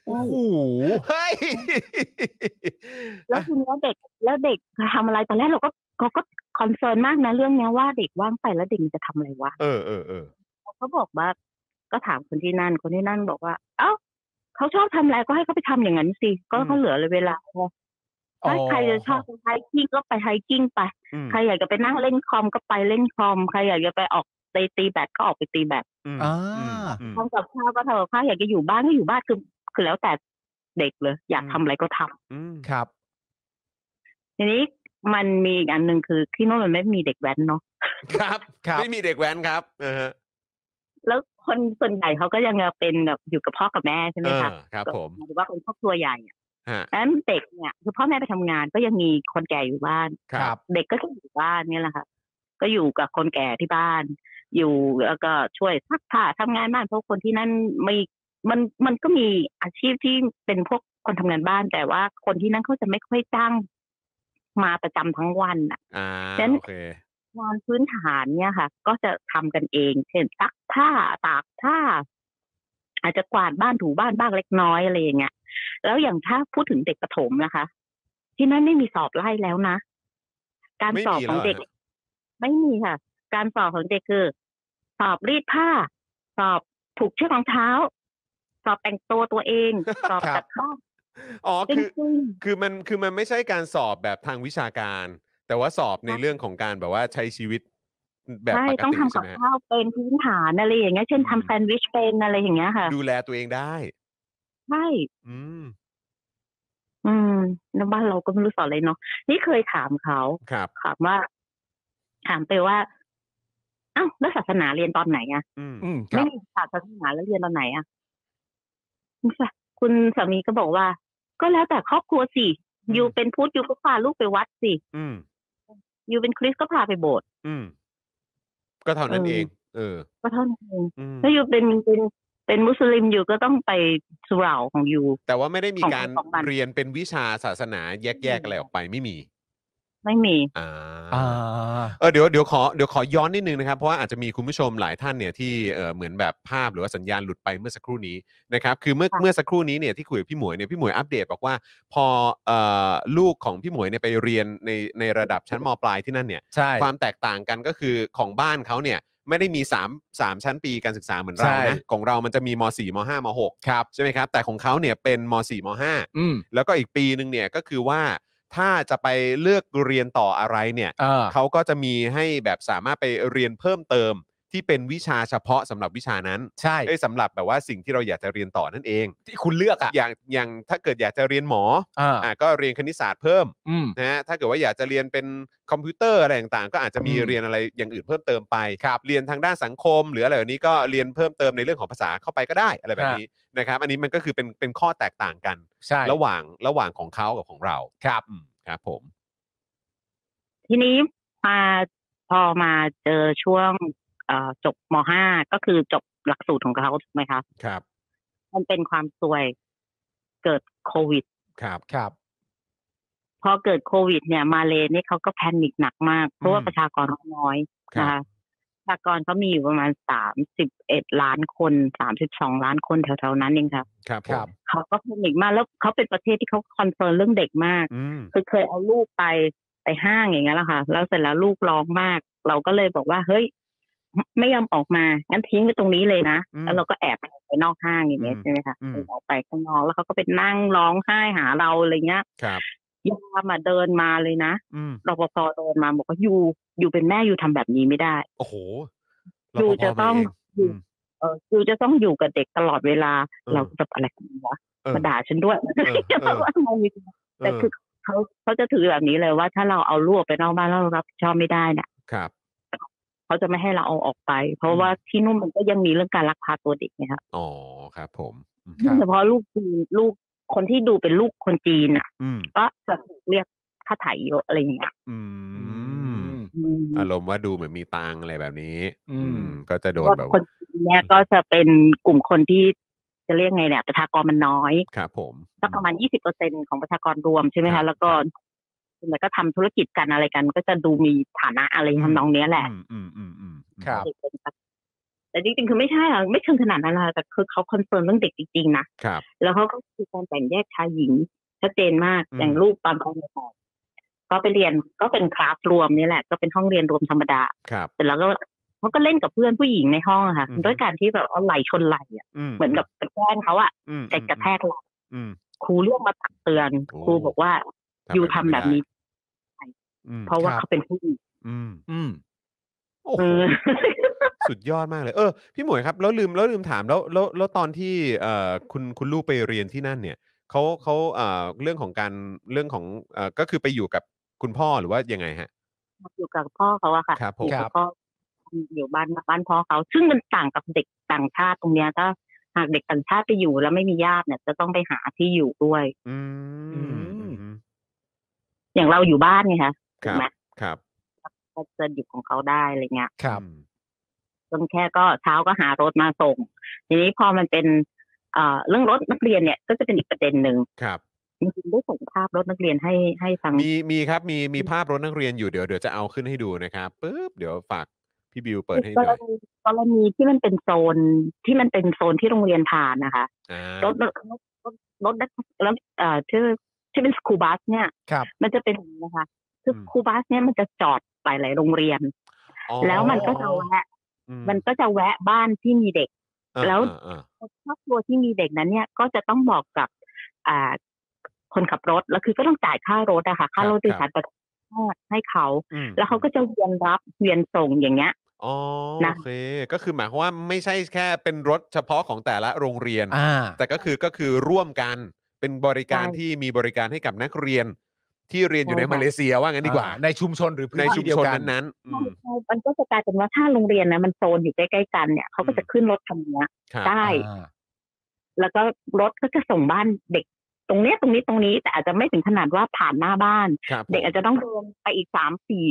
Speaker 2: โอ้โห
Speaker 1: เฮ้ย
Speaker 3: แล้วทีเนี้ยเด็ก แล้วเด็กทำอะไรตอนแรกเราก็เขาก็คอนเซิร์นมากนะเรื่องเนี้ยว่าเด็กว่างไปแล้วเด็กมันจะทำอะไรวะ
Speaker 1: เออเออเออ
Speaker 3: เขาบอกว่า ก็ถามคนที่นั่น คนที่นั่นบอกว่า เอ้าเขาชอบทำอะไรก็ให้เขาไปทำอย่างนั้นสิก็เขาเหลือเลยเวลา
Speaker 2: อ๋อ
Speaker 3: ถ้าใครจะชอบไฮกิ้งก็ไปไฮกิ้งไป
Speaker 1: อืม
Speaker 3: ใครอยากจะไปนั่งเล่นคอมก็ไปเล่นคอม ใครอยากจะไปออกไปตีแบดก็ออกไปตีแบด
Speaker 1: อืม
Speaker 2: อ่า
Speaker 1: อืม
Speaker 3: ทำกับข้าวก็ทำกับข้าวอยากจะอยู่บ้านก็อยู่บ้านคือคือแล้วแต่เด็กเลย อยากทำอะไรก็ทำ
Speaker 1: อืม
Speaker 2: ครับ
Speaker 3: ทีนี้มันมีอีกอันหนึ่งคือที่โน่นมันไม่มีเด็กแว้นเนาะ
Speaker 1: ครับ
Speaker 2: ครับ
Speaker 1: ไม่มีเด็กแว้นครับเออฮะ
Speaker 3: แล้วคนส่วนใหญ่เขาก็ยังเป็นแบบอยู่กับพ่อกับแม่ใช่ไหม
Speaker 1: เออ
Speaker 3: คะ
Speaker 1: ครับผม
Speaker 3: หรือว่าเป็นครอบครัวใหญ่อะ
Speaker 1: ฮะ
Speaker 3: ดังนั้นเด็กเนี่ยคือพ่อแม่ไปทำงานก็ยังมีคนแก่อยู่บ้าน
Speaker 1: ครับ
Speaker 3: เด็กก็อยู่บ้านเนี่ยแหละค่ะ ก็อยู่กับคนแก่ที่บ้าน อยู่แล้วก็ช่วยซักผ้าทำงานบ้านเพราะคนที่นั่นไม่มันมันก็มีอาชีพที่เป็นพวกคนทำงานบ้าน แต่ว่าคนที่นั่นเขาจะไม่ค่อยจ้างมาประจำทั้งวันน่ะ
Speaker 1: อ่า
Speaker 3: งั้น
Speaker 1: โอเค
Speaker 3: งานพื้นฐานเนี่ยค่ะ ก็จะทำกันเอง เช่นซักผ้าตากผ้า อาจจะกวาดบ้านถูบ้านบ้างเล็กน้อยอะไรอย่างเงี้ยแล้วอย่างถ้าพูดถึงเด็กประถมนะคะ ที่นั่นไม่มีสอบไล่แล้วนะ การ
Speaker 1: ไม่
Speaker 3: สอบ
Speaker 1: มี
Speaker 3: ของ
Speaker 1: แล้ว
Speaker 3: เด็ก
Speaker 1: อะ
Speaker 3: ไม่มีค่ะ การสอบของเด็กคือ สอบรีดผ้า สอบผูกเชือกรองเท้า สอบแต่งตัวตัวเอง
Speaker 1: [laughs]
Speaker 3: สอบ
Speaker 2: ครั
Speaker 3: จั
Speaker 2: บ
Speaker 3: ดห้อง
Speaker 1: อ๋อ
Speaker 3: จ
Speaker 1: คือ
Speaker 3: ริง
Speaker 1: คือมันคือมันไม่ใช่การสอบแบบทางวิชาการ แต่ว่าสอบในเรื่องของการแบบว่าใช้ชีวิตแบ
Speaker 3: ๆ
Speaker 1: บ
Speaker 3: ใช่
Speaker 1: ปก
Speaker 3: ต้อง
Speaker 1: ติใช่
Speaker 3: ทำกับ
Speaker 1: ไหมฮะ
Speaker 3: ข้าวเป็นพื้นฐานอะไรอย่างเงี้ยเช่น
Speaker 1: อืม
Speaker 3: ทำแซนด์วิชเป็นอะไรอย่างเงี้ยค่ะ
Speaker 1: ดูแลตัวเองได้
Speaker 3: ใช่
Speaker 1: อืม
Speaker 3: อืมแล้วบ้านเราก็ไม่รู้สอนอะไรเนาะนี่เคยถามเขา
Speaker 1: ครับ
Speaker 3: ถามว่า ถามไปว่าอ้าวแล้วศาสนาเรียนตอนไหนอะ
Speaker 1: อืม
Speaker 2: อืมค
Speaker 3: ไม่
Speaker 2: รับ
Speaker 3: มีศาสนาแล้วเรียนตอนไหนอะคุณสามีก็บอกว่า ก็แล้วแต่ครอบครัวสิอยู่เป็นพุทธอยู่ก็พาลูกไปวัดสิ
Speaker 1: อืม
Speaker 3: อยู่เป็นคริสต์ก็พาไปโบสถ์
Speaker 1: อืมก็เท่านั้น
Speaker 3: เออ
Speaker 1: เอง เออ
Speaker 3: ก็เท่านั้นเอง
Speaker 1: อืม
Speaker 3: ถ้าอยู่เป็นเป็นเป็นมุสลิมอยู่ก็ต้องไปสุเหร่าของอยู่
Speaker 1: แต่ว่าไม่ได้มี
Speaker 3: ของ
Speaker 1: การ
Speaker 3: ของมัน
Speaker 1: เรียนเป็นวิชาศาสนาแยกๆอะไรออกไปไม่มี
Speaker 3: ไม่มี
Speaker 1: อ่า
Speaker 2: อ่า
Speaker 1: เออเดี๋ยวเดี๋ยวขอเดี๋ยวขอย้อนนิดนึงนะครับ เพราะว่าอาจจะมีคุณผู้ชมหลายท่านเนี่ยที่เออเหมือนแบบภาพหรือว่าสัญญาณหลุดไปเมื่อสักครู่นี้นะครับคือเมื่อ
Speaker 3: ค่ะ
Speaker 1: เมื่อสักครู่นี้เนี่ยที่คุยกับพี่หมวยเนี่ยพี่หมวยอัปเดตบอกว่า พอเอ่อลูกของพี่หมวยเนี่ยไปเรียนในในระดับชั้นมปลายที่นั่นเนี่ย
Speaker 2: ใช่
Speaker 1: ความแตกต่างกันก็คือของบ้านเขาเนี่ยไม่ได้มี3 3ชั้นปีการศึกษาเหมือนเรา
Speaker 2: ใช่
Speaker 1: นะของเรามันจะมีม .4 ม .5 ม .6 ครับใช่ไหมครับแต่ของเขาเนี่ยเป็นม .4 ม .5
Speaker 2: อืม
Speaker 1: แล้วก็อีกปีหนึ่งเนี่ยก็คือว่าถ้าจะไปเลือกเรียนต่ออะไรเนี่ย
Speaker 2: อ่า
Speaker 1: เขาก็จะมีให้แบบสามารถไปเรียนเพิ่มเติมที่เป็นวิชาเฉพาะสำหรับวิชานั้น
Speaker 2: ใช่
Speaker 1: เอ้ยสำหรับแบบว่าสิ่งที่เราอยากจะเรียนต่อนั่นเอง
Speaker 2: ที่คุณเลือกอ่ะ
Speaker 1: อย่างอย่างถ้าเกิดอยากจะเรียนหมอ
Speaker 2: อ่า
Speaker 1: อ่ะก็เรียนคณิตศาสตร์เพิ่ม
Speaker 2: อืม
Speaker 1: นะฮะถ้าเกิดว่าอยากจะเรียนเป็นคอมพิวเตอร์อะไรต่างๆ ก็อาจจะมี
Speaker 2: อืม
Speaker 1: เรียนอะไรอย่างอื่นเพิ่มเติมไปครับเรียนทางด้านสังคม หรืออะไรแบบนี้ก็เรียนเพิ่มเติมในเรื่องของภาษาเข้าไปก็ได้อะไรแบบนี้นะครับ อันนี้มันก็คือเป็นเป็นข้อแตกต่างกัน
Speaker 2: ใช่
Speaker 1: ระหว่างระหว่างของเขากับของเราครับครับ ผม
Speaker 3: ทีนี้มาพอมาเจอช่วงเอ่อจบมห้าก็คือจบหลักสูตรของเขาถูกไหมคะ
Speaker 1: ครับ
Speaker 3: มันเป็นความซวยเกิดโควิด
Speaker 1: ครับ
Speaker 2: ครับ
Speaker 3: พอเกิดโควิด เนี่ย มาเลเนี่ยเขาก็แพนิคหนักมาก เพราะว่า
Speaker 1: อืม
Speaker 3: ประชากรเขาน้อย
Speaker 1: ครับ
Speaker 3: นะคะประชากรเขามีอยู่ประมาณสามสิบเอ็ดล้านคนสามสิบสองล้านคนแถวๆนั้นเองค่ะ
Speaker 1: ครับผ
Speaker 2: ครั
Speaker 1: ม
Speaker 2: บ
Speaker 3: เขาก็แพนิคมากแล้วเขาเป็นประเทศที่เขาคอนเซิร์นเรื่องเด็กมาก
Speaker 1: อืม
Speaker 3: คือเคยเอาลูกไปไปห้างอย่างเงี้ยแหละค่ะ แล้วเสร็จแล้วลูกร้องมาก เราก็เลยบอกว่า เฮ้ย ไม่ยอมออกมา งั้นทิ้งไว้ตรงนี้เลยนะ
Speaker 1: อืม
Speaker 3: แล้วเราก็แอบไปนอกห้างอย่างเงี้ย
Speaker 1: อืม
Speaker 3: ใช่ไหมคะ
Speaker 1: อืม
Speaker 3: ออกไปข้างนอกแล้วเขาก็ไปนั่งร้องไห้หาเราอะไรเงี้ย
Speaker 1: ครับ
Speaker 3: ยามมาเดินมาเลยนะ
Speaker 1: อืม
Speaker 3: รปภเดินมาบอกว่าอยู่อยู่เป็นแม่อยู่ทำแบบนี้ไม่ได้
Speaker 1: โอ้โห
Speaker 3: ดู
Speaker 1: รปภ
Speaker 3: จะต้อง
Speaker 1: มา
Speaker 3: ดู
Speaker 1: เอืม
Speaker 3: เอออยู่จะต้องอยู่กับเด็กตลอดเวลา
Speaker 1: เออ
Speaker 3: เราแบบอะไรกันวะ
Speaker 1: เออ
Speaker 3: มาด่าฉันด้วย
Speaker 1: เออเออ
Speaker 3: จะว่าทำไมมี แต่คือเขาเขาจะถือแบบนี้เลยว่าถ้าเราเอาลูกออกไปนอกบ้านแล้วเรารับผิดชอบไม่ได้เนี่ย
Speaker 1: ครับ
Speaker 3: เขาจะไม่ให้เราเอาออกไป เพราะว่าที่นู่นมันก็ยังมีเรื่องการลักพาตัวเด็กนะครับ
Speaker 1: อ๋อ ครับผมอืม
Speaker 2: ครับ
Speaker 3: เฉพาะลูกจีนลูกคนที่ดูเป็นลูกคนจีนอ่ะ
Speaker 1: อืม
Speaker 3: ก็จะถูกเรียกค่าไถ่เยอะอะไรอย่างเงี้ย
Speaker 1: อื
Speaker 2: อื
Speaker 1: ม
Speaker 2: ม
Speaker 3: อืม
Speaker 1: อารมณ์ว่าดูเหมือนมีตังอะไรแบบนี้
Speaker 2: อื
Speaker 1: อื
Speaker 2: ม
Speaker 1: ม ก็จะโดน
Speaker 3: ว่า
Speaker 1: แบบ
Speaker 3: คนจีนเนี่ยก็จะเป็นกลุ่มคนที่จะเรียกไงเนี่ยประชากรมันน้อย
Speaker 1: ครับผม
Speaker 3: สักประมาณยี่สิบเปอร์เซ็นของประชากรรวมใช่ไหม
Speaker 1: ครั
Speaker 3: คะ
Speaker 1: บ
Speaker 3: แล้วก็ส่วนใหญ่ก็ทำธุรกิจกันอะไรกันก็จะดูมีฐานะอะไรทำนองเนี้ยแหละ
Speaker 1: อืมอืมอืมอืมอืม
Speaker 2: ครับ
Speaker 3: แต่จริงๆ คือไม่ใช่อะไม่เชิงขนาดนั้นนะแต่คือเขาคอนเฟิร์มเรื่องเด็กจริงๆ นะ
Speaker 1: ครับ
Speaker 3: แล้วเขาก็คือการแบ่งแยกชายหญิงชัดเจนมาก
Speaker 1: อืม
Speaker 3: อย่างลูกตอนเขาเรียนต่อก็ไปเรียนก็เป็นคลาสรวมนี่แหละ ก็เป็นห้องเรียนรวมธรรมดา
Speaker 1: ครับ
Speaker 3: เสร็จแล้วก็เขาก็เล่นกับเพื่อนผู้หญิงในห้องอะค่ะ
Speaker 1: อืม
Speaker 3: ด้วยการที่แบบเอาไหลชนไหลอะ
Speaker 1: อืม
Speaker 3: เหมือนกับกระแกล้งเขาอะ
Speaker 1: อืม
Speaker 3: ใจกระแทกเรา
Speaker 1: อืม
Speaker 3: ครูเรียกมาตักเตือน
Speaker 1: โอ้
Speaker 3: ครูบอกว่าอยู่ทำแบบนี้
Speaker 1: อืม
Speaker 3: เพราะว่า
Speaker 2: ครับ
Speaker 3: เขาเป็นผู้หญิง
Speaker 1: อืม
Speaker 2: อืม
Speaker 1: โอ้
Speaker 3: เอ
Speaker 1: โห
Speaker 3: อ
Speaker 1: สุดยอดมากเลย เออ พี่หมวยครับแล้วลืมแล้วลืมถามแล้วแล้วแล้วตอนที่เอ่อคุณคุณลูกไปเรียนที่นั่นเนี่ยเขาเขาเอ่อเรื่องของการเรื่องของเอ่อก็คือไปอยู่กับคุณพ่อหรือว่ายังไงฮะ
Speaker 3: อยู่ [laughs] กับพ่อเขาอะค่ะ
Speaker 1: ครับผม
Speaker 3: อยู่
Speaker 2: ครั
Speaker 3: กับบ พ่ออยู่บ้านบ้านพ่อเขา ซึ่งมันต่างกับเด็กต่างชาติตรงเนี้ยถ้าหากเด็กต่างชาติไปอยู่แล้วไม่มีญาติเนี่ย จะต้องไปหาที่อยู่ด้วย
Speaker 1: อืมอืม
Speaker 3: อย่างเราอยู่บ้านไงคะ
Speaker 1: ค
Speaker 3: ถูก
Speaker 1: รับ
Speaker 3: ไหม
Speaker 1: ครับ
Speaker 3: ก็จะอยู่ของเขาได้อะไรเงี้ย
Speaker 2: ครับ
Speaker 1: อืม
Speaker 3: จนแค่ก็เช้าก็หารถมาส่ง ทีนี้พอมันเป็นเอ่อเรื่องรถนักเรียนเนี่ย ก็จะเป็นอีกประเด็นหนึ่ง
Speaker 1: ครับ
Speaker 3: จริงๆได้ส่งภาพรถนักเรียนให้ให้ทาง
Speaker 1: มีมีครับมีมีภาพรถนักเรียนอยู่เดี๋ยวเดี๋ยวจะเอาขึ้นให้ดูนะครับปึ๊บเดี๋ยวฝากพี่บิวเปิดให้
Speaker 3: ก
Speaker 1: ห
Speaker 3: ร
Speaker 1: น่อย
Speaker 3: ณีกรณีที่มันเป็นโซนที่มันเป็นโซนที่โรงเรียนผ่านนะคะ
Speaker 1: อ่าร
Speaker 3: ถรถรถรถแล้วเอ่อที่ที่เป็นสกูบัสเนี่ย
Speaker 2: ครับ
Speaker 3: มันจะเป็นอย่างนี้นะคะ คือ
Speaker 1: ม
Speaker 3: ครูบัสเนี่ยมันจะจอดหลายๆโรงเรียน
Speaker 1: อ๋อ
Speaker 3: แล้วมันก็จะแวะ
Speaker 1: อื
Speaker 3: มันก็จะแวะบ้านที่มีเด็ก
Speaker 1: อ่า
Speaker 3: แล้ว
Speaker 1: อ่า
Speaker 3: ครอบครัวที่มีเด็กนั้นเนี่ยก็จะต้องบอกกับอ่าคนขับรถแล้วคือก็ต้องจ่ายค่ารถอะค่ะค่ารถโดยสารประจำทางให้เขา
Speaker 1: อืม
Speaker 3: แล้วเขาก็จะเวียนรับเวียนส่งอย่างเงี้ย
Speaker 1: อ๋อ
Speaker 3: นะ
Speaker 1: โอเค ก็คือหมายความว่าไม่ใช่แค่เป็นรถเฉพาะของแต่ละโรงเรียน
Speaker 2: อ่า
Speaker 1: แต่ก็คือก็คือร่วมกันเป็นบริการ
Speaker 3: ใช่
Speaker 1: ที่มีบริการให้กับนักเรียน ที่เรียนอยู่ใน
Speaker 3: ใช่ค่ะ
Speaker 1: มาเลเซียว่างั้นดีกว่า
Speaker 2: อ่ในชุมชนหรือพื้
Speaker 1: ใน
Speaker 2: น
Speaker 1: ชุม
Speaker 2: ที่เดีย
Speaker 1: ชน
Speaker 2: วกัน
Speaker 1: นั้นๆอืม
Speaker 3: มันก็จะกลายเป็นว่าถ้าโรงเรียนนะมันโซนอยู่ใกล้ๆกันเนี่ยเขาก็จะ
Speaker 1: อืม
Speaker 3: ขึ้นรถคันเนี้ย
Speaker 1: ครับ
Speaker 3: ได้
Speaker 2: อ่า
Speaker 3: แล้วก็รถก็จะส่งบ้านเด็ก ตรงเนี้ยตรงนี้ตรงนี้ แต่อาจจะไม่ถึงขนาดว่าผ่านหน้าบ้าน
Speaker 1: ครับผม
Speaker 3: เด็กอาจจะต้องเดินไปอีกสามสี่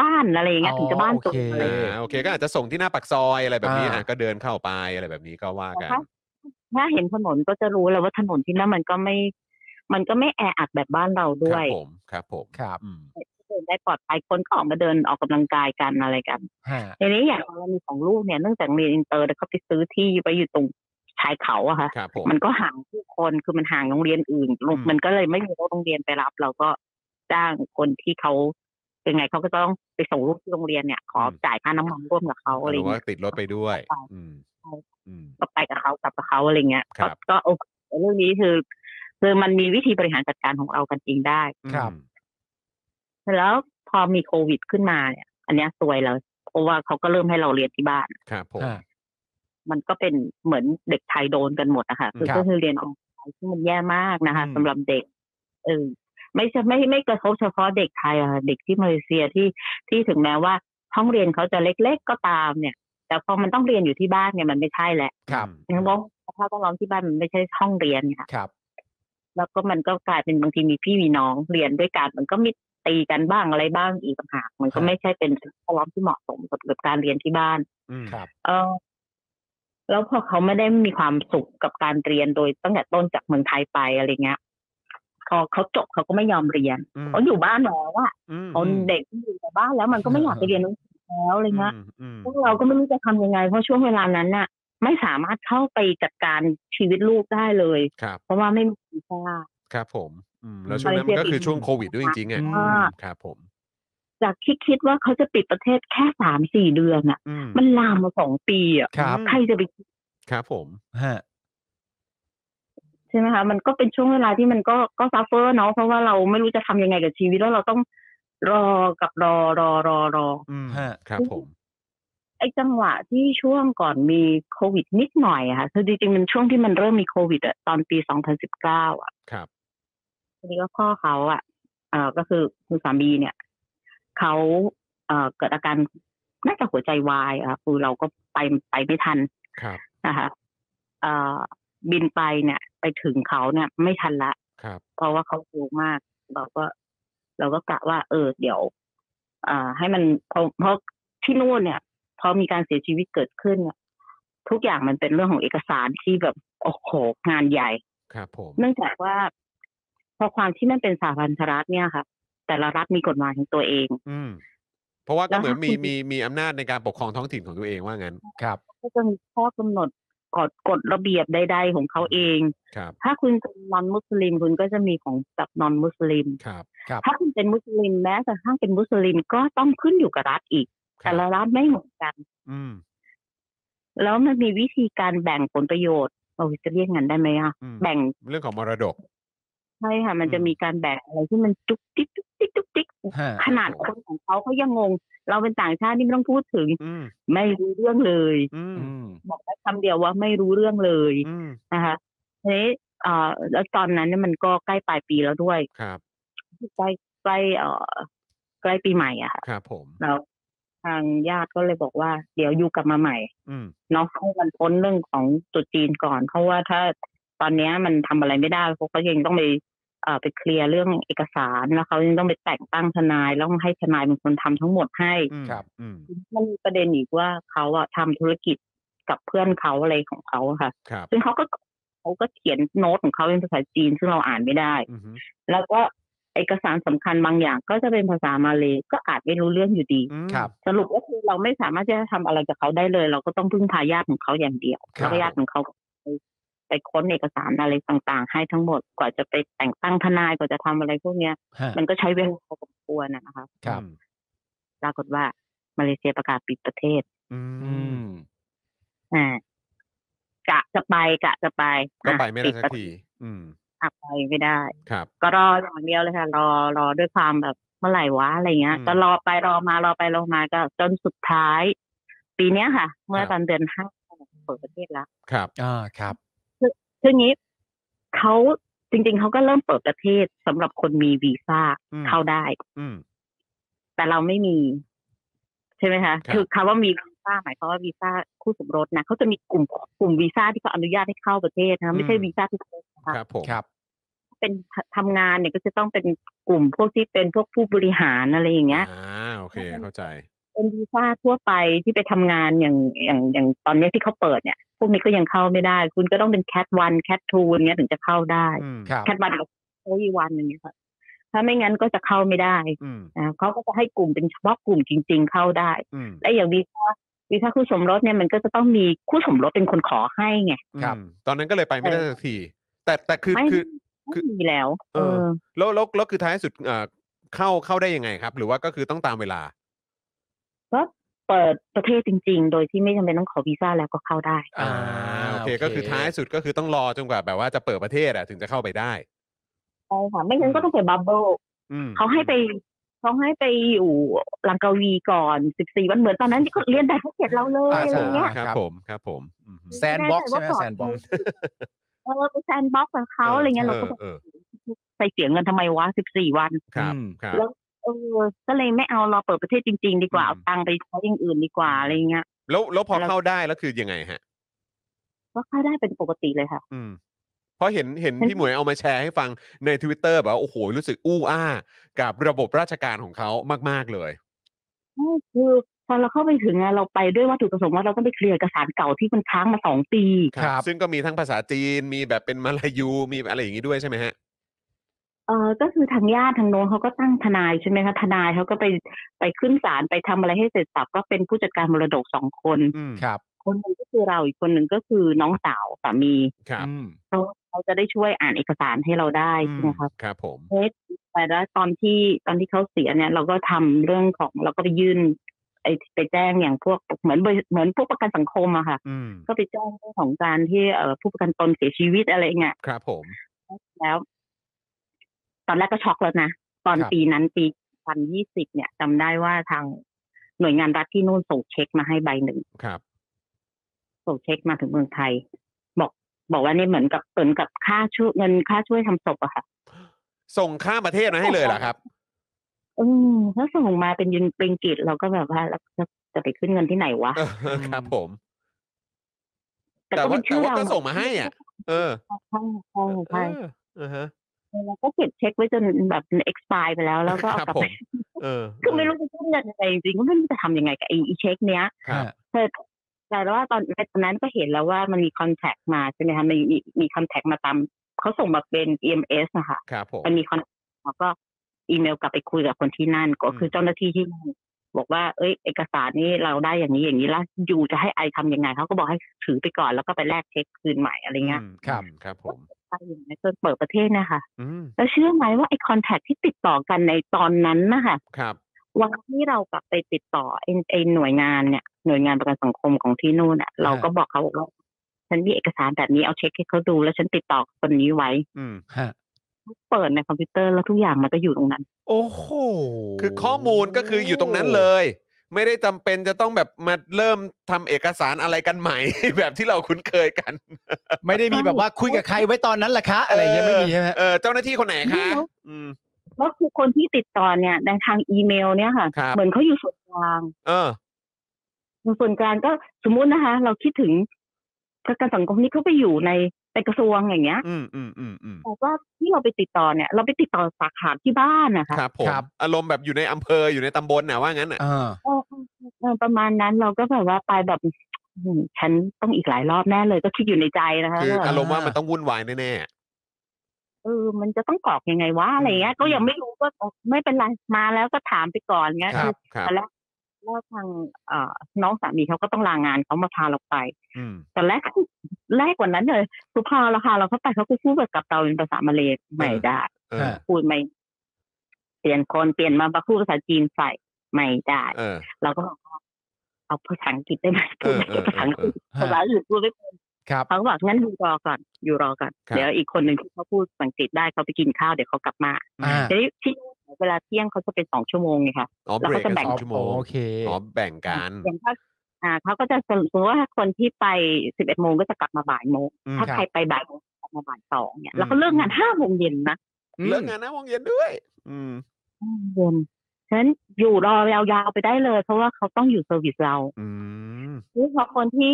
Speaker 3: บ้านอะไรอย่างเงี้ยถึงจะบ้าน
Speaker 2: อ๋อ
Speaker 3: ตรง
Speaker 2: โอเค
Speaker 3: เลย
Speaker 1: อ่าโอเคก็อาจจะส่งที่หน้าปักซอยอะไรแบบนี้
Speaker 2: อ่า
Speaker 1: อ่ะก็เดินเข้าไปอะไรแบบนี้ก็ว่ากัน
Speaker 3: นะคะ ถ้าเห็นถนนก็จะรู้แล้วว่าถนนที่นั่นมันก็ไม่ มันก็ไม่แออัดแบบบ้านเรา
Speaker 1: ค
Speaker 3: ด้
Speaker 1: ว รั
Speaker 3: ย
Speaker 1: บผมครับผม
Speaker 2: ครับ
Speaker 1: อืม
Speaker 3: เดินได้ปลอดภัยคนก็ออกมาเดินออกกำลังกายกันอะไรกัน
Speaker 2: ฮะ
Speaker 3: ทีนี้อย่างกรณีของลูกเนี่ยเนื่องจากเรียนอินเตอร์แล้วเขาไปซื้อที่ไปอยู่ตรงชายเขาอะค่ะ
Speaker 1: ครับผม
Speaker 3: มันก็ห่างผู้คนคือมันห่างโรงเรียนอื่นลูก
Speaker 1: อืม
Speaker 3: มันก็เลยไม่มีรถโรงเรียนไปรับ เราก็จ้างคนที่เขายังไงเขาก็ต้องไปส่งลูกที่โรงเรียนเนี่ย ขอจ่ายค่าน้ำมันร่วมกับเขาอะไร
Speaker 1: ห
Speaker 3: อ
Speaker 1: รื
Speaker 3: ย่าง
Speaker 1: ว่า
Speaker 3: เงี้ย
Speaker 1: ติดรถไปด้วย
Speaker 3: ไป
Speaker 1: อืม
Speaker 3: ไป
Speaker 1: อืม
Speaker 3: ก็ไปกับเขากลับกับเขาอะไรเงี้ย
Speaker 1: ครั
Speaker 3: ก็
Speaker 1: บ
Speaker 3: ก็โอเคเรื่องนี้คือคือมันมีวิธีบริหารจัดการของเรากันเองได้
Speaker 2: ครับ
Speaker 3: เสร็จแล้วพอมีโควิดขึ้นมาเนี่ย อันเนี้ยซวยเลยเพราะว่าเขาก็เริ่มให้เราเรียนที่บ้าน
Speaker 1: ครับผม
Speaker 2: ฮะ
Speaker 3: มันก็เป็นเหมือนเด็กไทยโดนกันหมดนะคะคือ
Speaker 2: ครับ
Speaker 3: ก็คือเรียนออนไลน์ซึ่งมันแย่มากนะคะ
Speaker 1: อืม
Speaker 3: สำหรับเด็กเออไม่ใช่ไม่ไม่กระทบเฉพาะเด็กไทยอะค่ะเด็กที่มาเลเซียที่ที่ถึงแม้ว่าห้องเรียนเขาจะเล็กๆก็ตามเนี่ย แต่พอมันต้องเรียนอยู่ที่บ้านเนี่ยมันไม่ใช่แหละ
Speaker 2: ครับ
Speaker 1: อืม
Speaker 3: น้องๆถ้าต้องร้องที่บ้านมันไม่ใช่ห้องเรียนค่ะ
Speaker 2: ครับ
Speaker 3: แล้วก็มันก็กลายเป็นบางทีมีพี่มีน้องเรียนด้วยกัน มันก็มีตีกันบ้างอะไรบ้างอีกต่างหากมันก็ไม่ใช่เป็นสิ่งแวดล้อมที่เหมาะสมกับกับการเรียนที่บ้าน
Speaker 1: อืม
Speaker 2: ครับ
Speaker 3: เออแล้วพอเขาไม่ได้มีความสุขกับการเรียนโดยตั้งแต่ต้นจากเมืองไทยไปอะไรเงี้ยพอเขาจบเขาก็ไม่ยอมเรียน
Speaker 1: อืม
Speaker 3: เขาอยู่บ้านแล้วอะ
Speaker 1: อืม
Speaker 3: เขาเด็กที่อยู่แต่บ้านแล้วมันก็ไม่อยากไปเรียนหนังสือแล้วอะไรเงี้ย
Speaker 1: มอืม
Speaker 3: พวกเราก็ไม่รู้จะทำยังไง เพราะช่วงเวลานั้นน่ะ ไม่สามารถเข้าไปจัดการชีวิตลูกได้เลย
Speaker 1: ครับ
Speaker 3: เพราะว่าไม่มีวีซ่า
Speaker 1: ครับผมอืมแล้วช่วงนั้นมันก็คือช่วงโควิดด้วยจริงๆอ่ะ
Speaker 3: อืม
Speaker 1: อืมครับผม
Speaker 3: จากที่คิดว่าเขาจะปิดประเทศแค่สามสี่เดือนอะ
Speaker 1: อืม
Speaker 3: มันลามมาสองปีอะ
Speaker 2: ครับ
Speaker 1: อืม
Speaker 3: ใครจะไปคิด
Speaker 1: ครับผม
Speaker 2: ฮะ
Speaker 3: ใช่ไหมคะมันก็เป็นช่วงเวลาที่มันก็ก็ซัฟเฟอร์เนาะเพราะว่าเราไม่รู้จะทำยังไงกับชีวิตแล้วเราต้องรอกับรอรอรอรอ
Speaker 1: อืม
Speaker 2: ฮะ
Speaker 1: ครับผม
Speaker 3: ไอ้จังหวะที่ช่วงก่อนมีโควิดนิดหน่อยอะค่ะคือจริงๆมันช่วงที่มันเริ่มมีโควิดอะตอนปีสองพันสิบเก้าอะ
Speaker 1: ครับ
Speaker 3: ทีนี้ก็พ่อเขาอ่ะเอ่อก็คือคุณสามีเนี่ยเขาเอ่อเกิดอาการน่าจะหัวใจวายอะค่ะคือเราก็ไปไปไม่ทัน
Speaker 1: ครับ
Speaker 3: นะคะเอ่อบินไปเนี่ย ไปถึงเขาเนี่ย ไม่ทันละ
Speaker 1: ครับ
Speaker 3: เพราะว่าเขาสูงมาก เราก็ เราก็กะว่า เออ เดี๋ยวอ่าให้มันพอเพราะที่นู่นเนี่ย พอมีการเสียชีวิตเกิดขึ้นเนี่ยทุกอย่างมันเป็นเรื่องของเอกสารที่แบบโอ้โหงานใหญ่
Speaker 1: ครับผม
Speaker 3: เนื่องจากว่าพอความที่มันเป็นสาพันธรัฐเนี่ยค่ะ แต่ละรัฐมีกฎหมายของตัวเอง
Speaker 1: อืมเพราะว่าก็เหมือน
Speaker 3: แล้วถ้ามี
Speaker 1: มีมีมีอำนาจในการปกครองท้องถิ่นของตัวเองว่างั้น
Speaker 2: ครับ
Speaker 3: ก็จะมีข้อกำหนดกฎกฎระเบียบใด ๆ ของเขาเอง
Speaker 1: ครับ
Speaker 3: ถ้าคุณเป็นนอนมุสลิมคุณก็จะมีของกับนอนมุสลิม
Speaker 1: ครับ
Speaker 2: ครับ
Speaker 3: ถ้าคุณเป็นมุสลิมแม้แต่ข้างเป็นมุสลิมก็ต้องขึ้นอยู่กับรัฐอีก
Speaker 1: ครั
Speaker 3: แต่
Speaker 1: บ
Speaker 3: ละรัฐไม่เหมือนกัน
Speaker 1: อืม
Speaker 3: แล้วมันมีวิธีการแบ่งผลประโยชน์เราจะเรียกงั้นได้ไหมอะ
Speaker 1: อืม
Speaker 3: แบ่ง
Speaker 1: เรื่องของมรดก
Speaker 3: ใช่ค่ะ มันจะ
Speaker 1: อืม
Speaker 3: มีการแบ่งอะไรที่มันจุกติ๊กจุกติ๊กจุกติ๊ก
Speaker 2: ฮะ
Speaker 3: ขนาดคนของเขาเขายังงง เราเป็นต่างชาตินี่ไม่ต้องพูดถึง
Speaker 1: อืม
Speaker 3: ไม่รู้เรื่องเลย
Speaker 1: อืม
Speaker 2: อืม
Speaker 3: บอกได้คำเดียวว่าไม่รู้เรื่องเลย
Speaker 1: อืม
Speaker 3: นะคะทีนี้เอ่อแล้วตอนนั้นเนี่ยมันก็ใกล้ปลายปีแล้วด้วย
Speaker 1: ครับ
Speaker 3: ใกล้ใกล้เอ่อใกล้ปีใหม่อะค่ะ
Speaker 1: ครับผม
Speaker 3: แล้วทางญาติก็เลยบอกว่า เดี๋ยวอยู่กลับมาใหม่
Speaker 1: อืม
Speaker 3: เนาะให้มันพ้นเรื่องของตรุษจีนก่อน เพราะว่าถ้าตอนเนี้ยมันทำอะไรไม่ได้เพราะเขายังต้องไปเอ่อไปเคลียร์เรื่องเอกสารแล้วเขายังต้องไปแต่งตั้งทนายแล้วให้ทนายเป็นคนทำทั้งหมดให้
Speaker 1: อืม
Speaker 2: ครับ
Speaker 1: อืม
Speaker 3: มันมีประเด็นอีกว่าเขาอะทำธุรกิจกับเพื่อนเขาอะไรของเขาอะค่ะ
Speaker 1: ครับ
Speaker 3: ซึ่งเขาก็เขาก็เขียนโน้ตของเขาเป็นภาษาจีนซึ่งเราอ่านไม่ได้
Speaker 1: อืม
Speaker 3: แล้วก็เอกสารสำคัญบางอย่างก็จะเป็นภาษามาเลยก็อ่านไม่รู้เรื่องอยู่ดี
Speaker 1: อืม
Speaker 2: ครับ
Speaker 3: สรุปก็คือเราไม่สามารถจะทำอะไรกับเขาได้เลย เราก็ต้องพึ่งพาญาติของเขาอย่างเดียว
Speaker 1: ครับ
Speaker 3: แล้วก็ญาติของเขาก็ไป ไปค้นเอกสารอะไรต่างๆ ให้ทั้งหมดกว่าจะไปแต่งตั้งทนายกว่าจะทำอะไรพวกเนี้ย
Speaker 2: ฮะ
Speaker 3: มันก็ใช้เวลาพอสมควรนะนะคะ
Speaker 2: ครับ
Speaker 3: ปรากฏว่ามาเลเซียประกาศปิดประเทศ
Speaker 1: อืม
Speaker 2: อืม
Speaker 3: อ่ากะจะไปกะจะไป
Speaker 1: ก็
Speaker 3: อ่ะ
Speaker 1: ไปไม่ได้
Speaker 3: ด
Speaker 1: สัก
Speaker 3: ประเทศ
Speaker 1: ที อืม
Speaker 3: อ่ะไปไม่ได้
Speaker 1: ครับ
Speaker 3: ก็รออย่างเดียวเลยค่ะ รอรอด้วยความแบบเมื่อไหร่วะอะไรเงี้ย
Speaker 1: อืม
Speaker 3: ก็รอไปรอมารอไปรอมาก็จนสุดท้าย ปีเนี้ยค่ะ เมื่อ
Speaker 1: ครับ
Speaker 3: ตอนเดือนห้าเปิดประเทศแล้ว
Speaker 1: ครับ
Speaker 2: อ่า ครับ
Speaker 3: คืองี้เขาจริง ๆเขาก็เริ่มเปิดประเทศสำหรับคนมีวีซ่า
Speaker 1: อืม
Speaker 3: เข้าได้
Speaker 1: อืม
Speaker 3: แต่เราไม่มี ใช่ไหมคะ
Speaker 1: ครับ
Speaker 3: อคำว่ามีวีซ่าหมายความว่าวีซ่าคู่สมรสนะเขาจะมีกลุ่มกลุ่มวีซ่าที่เขาอนุญาตให้เข้าประเทศนะคะไม่ใช่วีซ่าทุกคนนะ
Speaker 1: ค
Speaker 3: คะ
Speaker 1: รับผม
Speaker 2: ครับ
Speaker 3: เป็นทำงานเนี่ยก็จะต้องเป็นกลุ่มพวกที่เป็นพวกผู้บริหารอะไรอย่างเงี้ย
Speaker 1: อ่าโอเค เข้าใจ
Speaker 3: เป็นวีซ่าทั่วไปที่ไปทำงานอย่างอย่างอย่างตอนเนี้ยที่เขาเปิดเนี่ย พวกนี้ก็ยังเข้าไม่ได้ คุณก็ต้องเป็นแคทวันแคททูเงี้ยถึงจะเข้าได้
Speaker 1: อืม
Speaker 2: ครับ
Speaker 3: แคทวันกับโอีวันอย่างเงี้ยค่ะถ้าไม่งั้นก็จะเข้าไม่ได้
Speaker 1: อืม
Speaker 3: นะเขาก็จะให้กลุ่มเป็นเฉพาะกลุ่มจริง ๆ เข้าได้
Speaker 1: อืม
Speaker 3: และอย่างวีซ่าวีซ่าคู่สมรสเนี่ยมันก็จะต้องมีคู่สมรสเป็นคนขอให้ไง
Speaker 2: ครับ
Speaker 1: อืมตอนนั้นก็เลยไปไม่ได้
Speaker 3: เออ
Speaker 1: สักที แต่แต่คือ
Speaker 3: ไม่
Speaker 1: คือ คื
Speaker 3: ไม่
Speaker 1: อ
Speaker 3: มีแล้ว
Speaker 1: เออ แล้วแล้วแล้วคือท้ายสุดเอ่อเข้าเข้าได้ยังไงครับ หรือว่าก็คือต้องตามเวลา
Speaker 3: ก็เปิดประเทศจริง ๆ โดยที่ไม่จำเป็นต้องขอวีซ่าแล้วก็เข้าได้
Speaker 1: อ่าโอเค ก็คือท้ายสุดก็คือต้องรอจนกว่าแบบว่าจะเปิดประเทศอะถึงจะเข้าไปได้
Speaker 3: ใช่ค่ะ ไม่งั้นก็ต้องไปบับเบิล
Speaker 1: อืม
Speaker 3: เขาให้ไปเขาให้ไปอยู่ลังกาวีก่อนสิบสี่วันเหมือนตอนนั้นที่ก็เรียนได้เขาเขียนเราเลย
Speaker 2: อ่า
Speaker 3: อะไร
Speaker 2: ใช่
Speaker 3: เงี้ย
Speaker 1: ครับผมครับผมอืม
Speaker 2: แซนบ็อกใช่ไหมแซนบ็อก
Speaker 3: เออไปแซนบ็อกกับเขาอะไรเงี้ยเราก็แบบ
Speaker 1: เออ
Speaker 3: ใส่เสียเงินทำไมวะสิบสี่วัน
Speaker 1: ครับ
Speaker 2: อืม
Speaker 1: ครับ
Speaker 3: แล้ว เออ ก็เลยไม่เอารอเปิดประเทศจริง ๆ ดีกว่า
Speaker 1: อืม
Speaker 3: เอาตังค์ไปใช้อย่างอื่นดีกว่าอะไรเงี้ย
Speaker 1: แล้วแล้วพอ
Speaker 3: แล้ว
Speaker 1: เข้าได้แล้วคือยังไงฮะ
Speaker 3: ก็เข้าได้เป็นปกติเลยค่ะ
Speaker 1: อืมเพราะเห็นเห็น
Speaker 3: มัน
Speaker 1: พี่หมวยเอามาแชร์ให้ฟังใน Twitter แบบว่าโอ้โห รู้สึกอู้อ้า กับระบบราชการของเขามาก ๆ เลย
Speaker 3: ใช่คือพอเราเข้าไปถึงอะเราไปด้วยวัตถุประสงค์ว่าเราต้องไปเคลียร์เอกสารเก่าที่มันค้างมาสองปี
Speaker 2: ครับ
Speaker 1: ซึ่งก็มีทั้งภาษาจีนมีแบบเป็นมาลายูมีอะไรอย่างนี้ด้วยใช่ไหมฮะ
Speaker 3: เออก็คือทางญาติทางโน้นเขาก็ตั้งทนายใช่ไหมคะทนายเขาก็ไปไปขึ้นศาลไปทำอะไรให้เสร็จสับก็เป็นผู้จัดการมรดกสองคน
Speaker 1: อืม
Speaker 2: ครับ
Speaker 3: คนหนึ่งก็คือเราอีกคนหนึ่งก็คือน้องสาวสามี
Speaker 1: ครับ
Speaker 2: อืม
Speaker 3: เขาเขาจะได้ช่วยอ่านเอกสารให้เราได้
Speaker 1: อื
Speaker 3: ใช่
Speaker 1: ม
Speaker 3: ไหมคะ
Speaker 1: ครับผม
Speaker 3: เอ๊ะแต่แล้วตอนที่ตอนที่เขาเสียเนี่ย เราก็ทำเรื่องของเราก็ไปยื่นไอไปแจ้งอย่างพวกเหมือนบริเหมือนพวกประกันสังคมอะค่ะ
Speaker 1: อืม
Speaker 3: ก็ไปแจ้งเรื่องของการที่เอ่อผู้ประกันตนเสียชีวิตอะไรเงี้ย
Speaker 1: ครับผม
Speaker 3: แล้ว ตอนแรกก็ช็อกแล้วนะ ตอน
Speaker 2: ครับ
Speaker 3: ปีนั้นปี 2020 เนี่ยจำได้ว่าทางหน่วยงานรัฐที่นู่นส่งเช็คมาให้ใบหนึ่ง
Speaker 1: ครับ
Speaker 3: ส่งเช็คมาถึงเมืองไทย บอกบอกว่านี่เหมือนกับเหมือนกับค่าช่วยเงินค่าช่วยทำศพอะค่ะ
Speaker 1: ส่งข้ามประเทศมาให้เลยเหรอ
Speaker 3: [laughs]
Speaker 1: ครับ
Speaker 3: อืมถ้าส่งมาเป็นยินเป็นกิจเราก็แบบว่าเราจะจะไปขึ้นเงินที่ไหนวะ
Speaker 1: [laughs] ครับผม
Speaker 3: แต่
Speaker 1: แต่
Speaker 3: ก็
Speaker 1: ว่า
Speaker 3: เป็นชื่อ
Speaker 1: แต่ว่า
Speaker 3: เรา
Speaker 1: ก็ส่งมาให้อะ เออ
Speaker 3: ใช่ใช่ใช่
Speaker 1: เอออ่าฮะ
Speaker 3: แล้วก็เก็บเช็คไว้จนแบบเอ็กซ์ปไปแล้วแล้วก็เอา
Speaker 1: ครับ
Speaker 3: กลับ
Speaker 1: ผม
Speaker 3: ไป
Speaker 1: เออ
Speaker 3: คือไม่รู้จะขึ้นเงินยังไงจริงๆก็ไม่รู้จะทำยังไงกับไอ้ไอ้เช็คเนี้ย
Speaker 1: ครับ
Speaker 3: เธอแต่ว่าตอนในตอนนั้นก็เห็นแล้วว่ามันมีคอนแทคมาใช่ไหมคะมันมีมีคอนแทคมาตามเขาส่งมาเป็น EMS นะคะ
Speaker 1: ครับผม
Speaker 3: มันมีคอนแล้วก็อีเมลกลับไปคุยกับคนที่นั่น ก็คือเจ้าหน้าที่ที่นั่นบอกว่าเอ้ย เอกสารนี้เราได้อย่างนี้อย่างนี้แล้วอยู่จะให้ไอทำยังไงเขาก็บอกให้ถือไปก่อนแล้วก็ไปแลกเช็คคืนใหม่อะไรเงี้ย
Speaker 1: อืม
Speaker 2: ครับ
Speaker 1: อืมครับผม
Speaker 3: ใช่อย่างนี้ยจนเปิดประเทศนะคะ
Speaker 1: อืม
Speaker 3: แล้วเชื่อไหมว่าไอคอนแทคที่ติดต่อกันในตอนนั้นนะคะ
Speaker 1: ครับ
Speaker 3: วันที่เรากลับไปติดต่อไอ้ไอ้หน่วยงานเนี่ยหน่วยงานประกันสังคมของที่นู่นอ่ะ เราก็บอกเขาบอกว่าฉันมีเอกสารแบบนี้เอาเช็คให้เขาดู แล้วฉันติดต่อคนนี้ไว้
Speaker 1: อืม
Speaker 2: ฮะ
Speaker 3: เปิดในคอมพิวเตอร์แล้วทุกอย่างมันก็อยู่ตรงนั้น
Speaker 2: โอ้โห
Speaker 1: คือข้อมูลก็คืออยู่ตรงนั้นเลย ไม่ได้จำเป็นจะต้องแบบมาเริ่มทำเอกสารอะไรกันใหม่ [laughs] แบบที่เราคุ้นเคย
Speaker 3: [laughs]
Speaker 1: กัน
Speaker 2: ไม่ได้มีแบบว่าคุยกับใครไว้ตอนนั้นล่ะคะ อะไรอย่างเงี้ยไม่มีใช่ไหม
Speaker 1: เออเจ้าหน้าที่คนไหน
Speaker 3: ไม่
Speaker 1: คะ
Speaker 3: รู้
Speaker 1: อืม
Speaker 3: แล้วคือคนที่ติดต่อเนี่ยในทางอีเมลเนี่ยค่ะ
Speaker 1: ครับ
Speaker 3: เหมือนเขาอยู่ส่วนกลาง
Speaker 1: เออ
Speaker 3: อยู่ส่วนกลางก็สมมุตินะคะ เราคิดถึงประกันสังคมนี่เขาไปอยู่ในในกระทรวงอย่างเงี้ย
Speaker 1: อืมอืมอืมอืม
Speaker 3: แต่ว่าที่เราไปติดต่อเนี่ย เราไปติดต่อสาขาที่บ้านนะคะ
Speaker 1: ครับผมอารมณ์แบบอยู่ในอำเภออยู่ในตำบลน่ะว่างั้นน่ะ
Speaker 2: อ่า
Speaker 3: เออเออประมาณนั้นเราก็แบบว่าไปแบบอืมฉันต้องอีกหลายรอบแน่เลยก็คิดอยู่ในใจนะคะ
Speaker 1: คือ
Speaker 3: ว่า
Speaker 1: อารมณ์ว่ามันต้องวุ่นวายแน่
Speaker 3: เออมันจะต้องกรอกยังไงวะอะไรเงี้ย ก็ยังไม่รู้ก็ไม่เป็นไรมาแล้วก็ถามไปก่อนเงี้ย
Speaker 1: ๆ ครับครับ
Speaker 3: ตอนแรก ว่าทางเอ่อน้องสามีเขาก็ต้องลางานเขามาพาเราไป
Speaker 1: อืม
Speaker 3: ตอนแรกแรกกว่านั้นเลยคือพอเราพาเราเข้าไปเขาก็พูดกับเราเป็นภาษามาเลย์ไม่
Speaker 1: เออ
Speaker 3: ได้
Speaker 1: เออ
Speaker 2: ฮะ
Speaker 3: พูดไม่เปลี่ยนคนเปลี่ยนมาพูดภาษาจีนใส่ไม่ได้
Speaker 1: เออ
Speaker 3: เราก็บอกว่าเอาภาษาอังกฤษได้ไหมพูดไม่ได้ภาษาอังกฤษ
Speaker 2: เออเออเออ
Speaker 3: ภาษาอื่นพูดไม่เป็น
Speaker 2: ครับ
Speaker 3: เขาก็บอกงั้นอยู่รอก่อนอยู่รอก่อน
Speaker 1: ครับ
Speaker 3: เดี๋ยวอีกคนหนึ่งที่เขาพูดสังกฤษได้เขาไปกินข้าวเดี๋ยวเขากลับมา
Speaker 2: อ่า
Speaker 3: ทีนี้ที่เวลาเที่ยงเขาจะเป็นสองชั่วโมงไงคะ
Speaker 1: อ๋อเบรก
Speaker 3: แล้วก็จะแบ่
Speaker 1: กันส
Speaker 3: ง
Speaker 1: องชั่วโมง
Speaker 2: โอเค
Speaker 1: อ๋อแบ่งกัน
Speaker 3: อย่างถ้าอ่าเขาก็จะสรุปสมมติว่าถ้าคนที่ไปสิบเอ็ดโมงก็จะกลับมาบ่ายโมง
Speaker 1: อืม
Speaker 3: ถ้า
Speaker 2: ครับ
Speaker 3: ใครไปบ่ายโมงกลับมาบ่ายสองเนี่ย
Speaker 1: อืม
Speaker 3: แล้วเขาเลิกงานห้าโมงเย็นนะ
Speaker 2: อืม
Speaker 1: เลิกงานนะวงเย็นด้วย อืม
Speaker 3: ห้าโมงเย็นฉะนั้นอยู่รอยาวๆไปได้เลย เพราะว่าเขาต้องอยู่เซอร์วิสเรา
Speaker 1: อืม
Speaker 3: นี่พอคนที่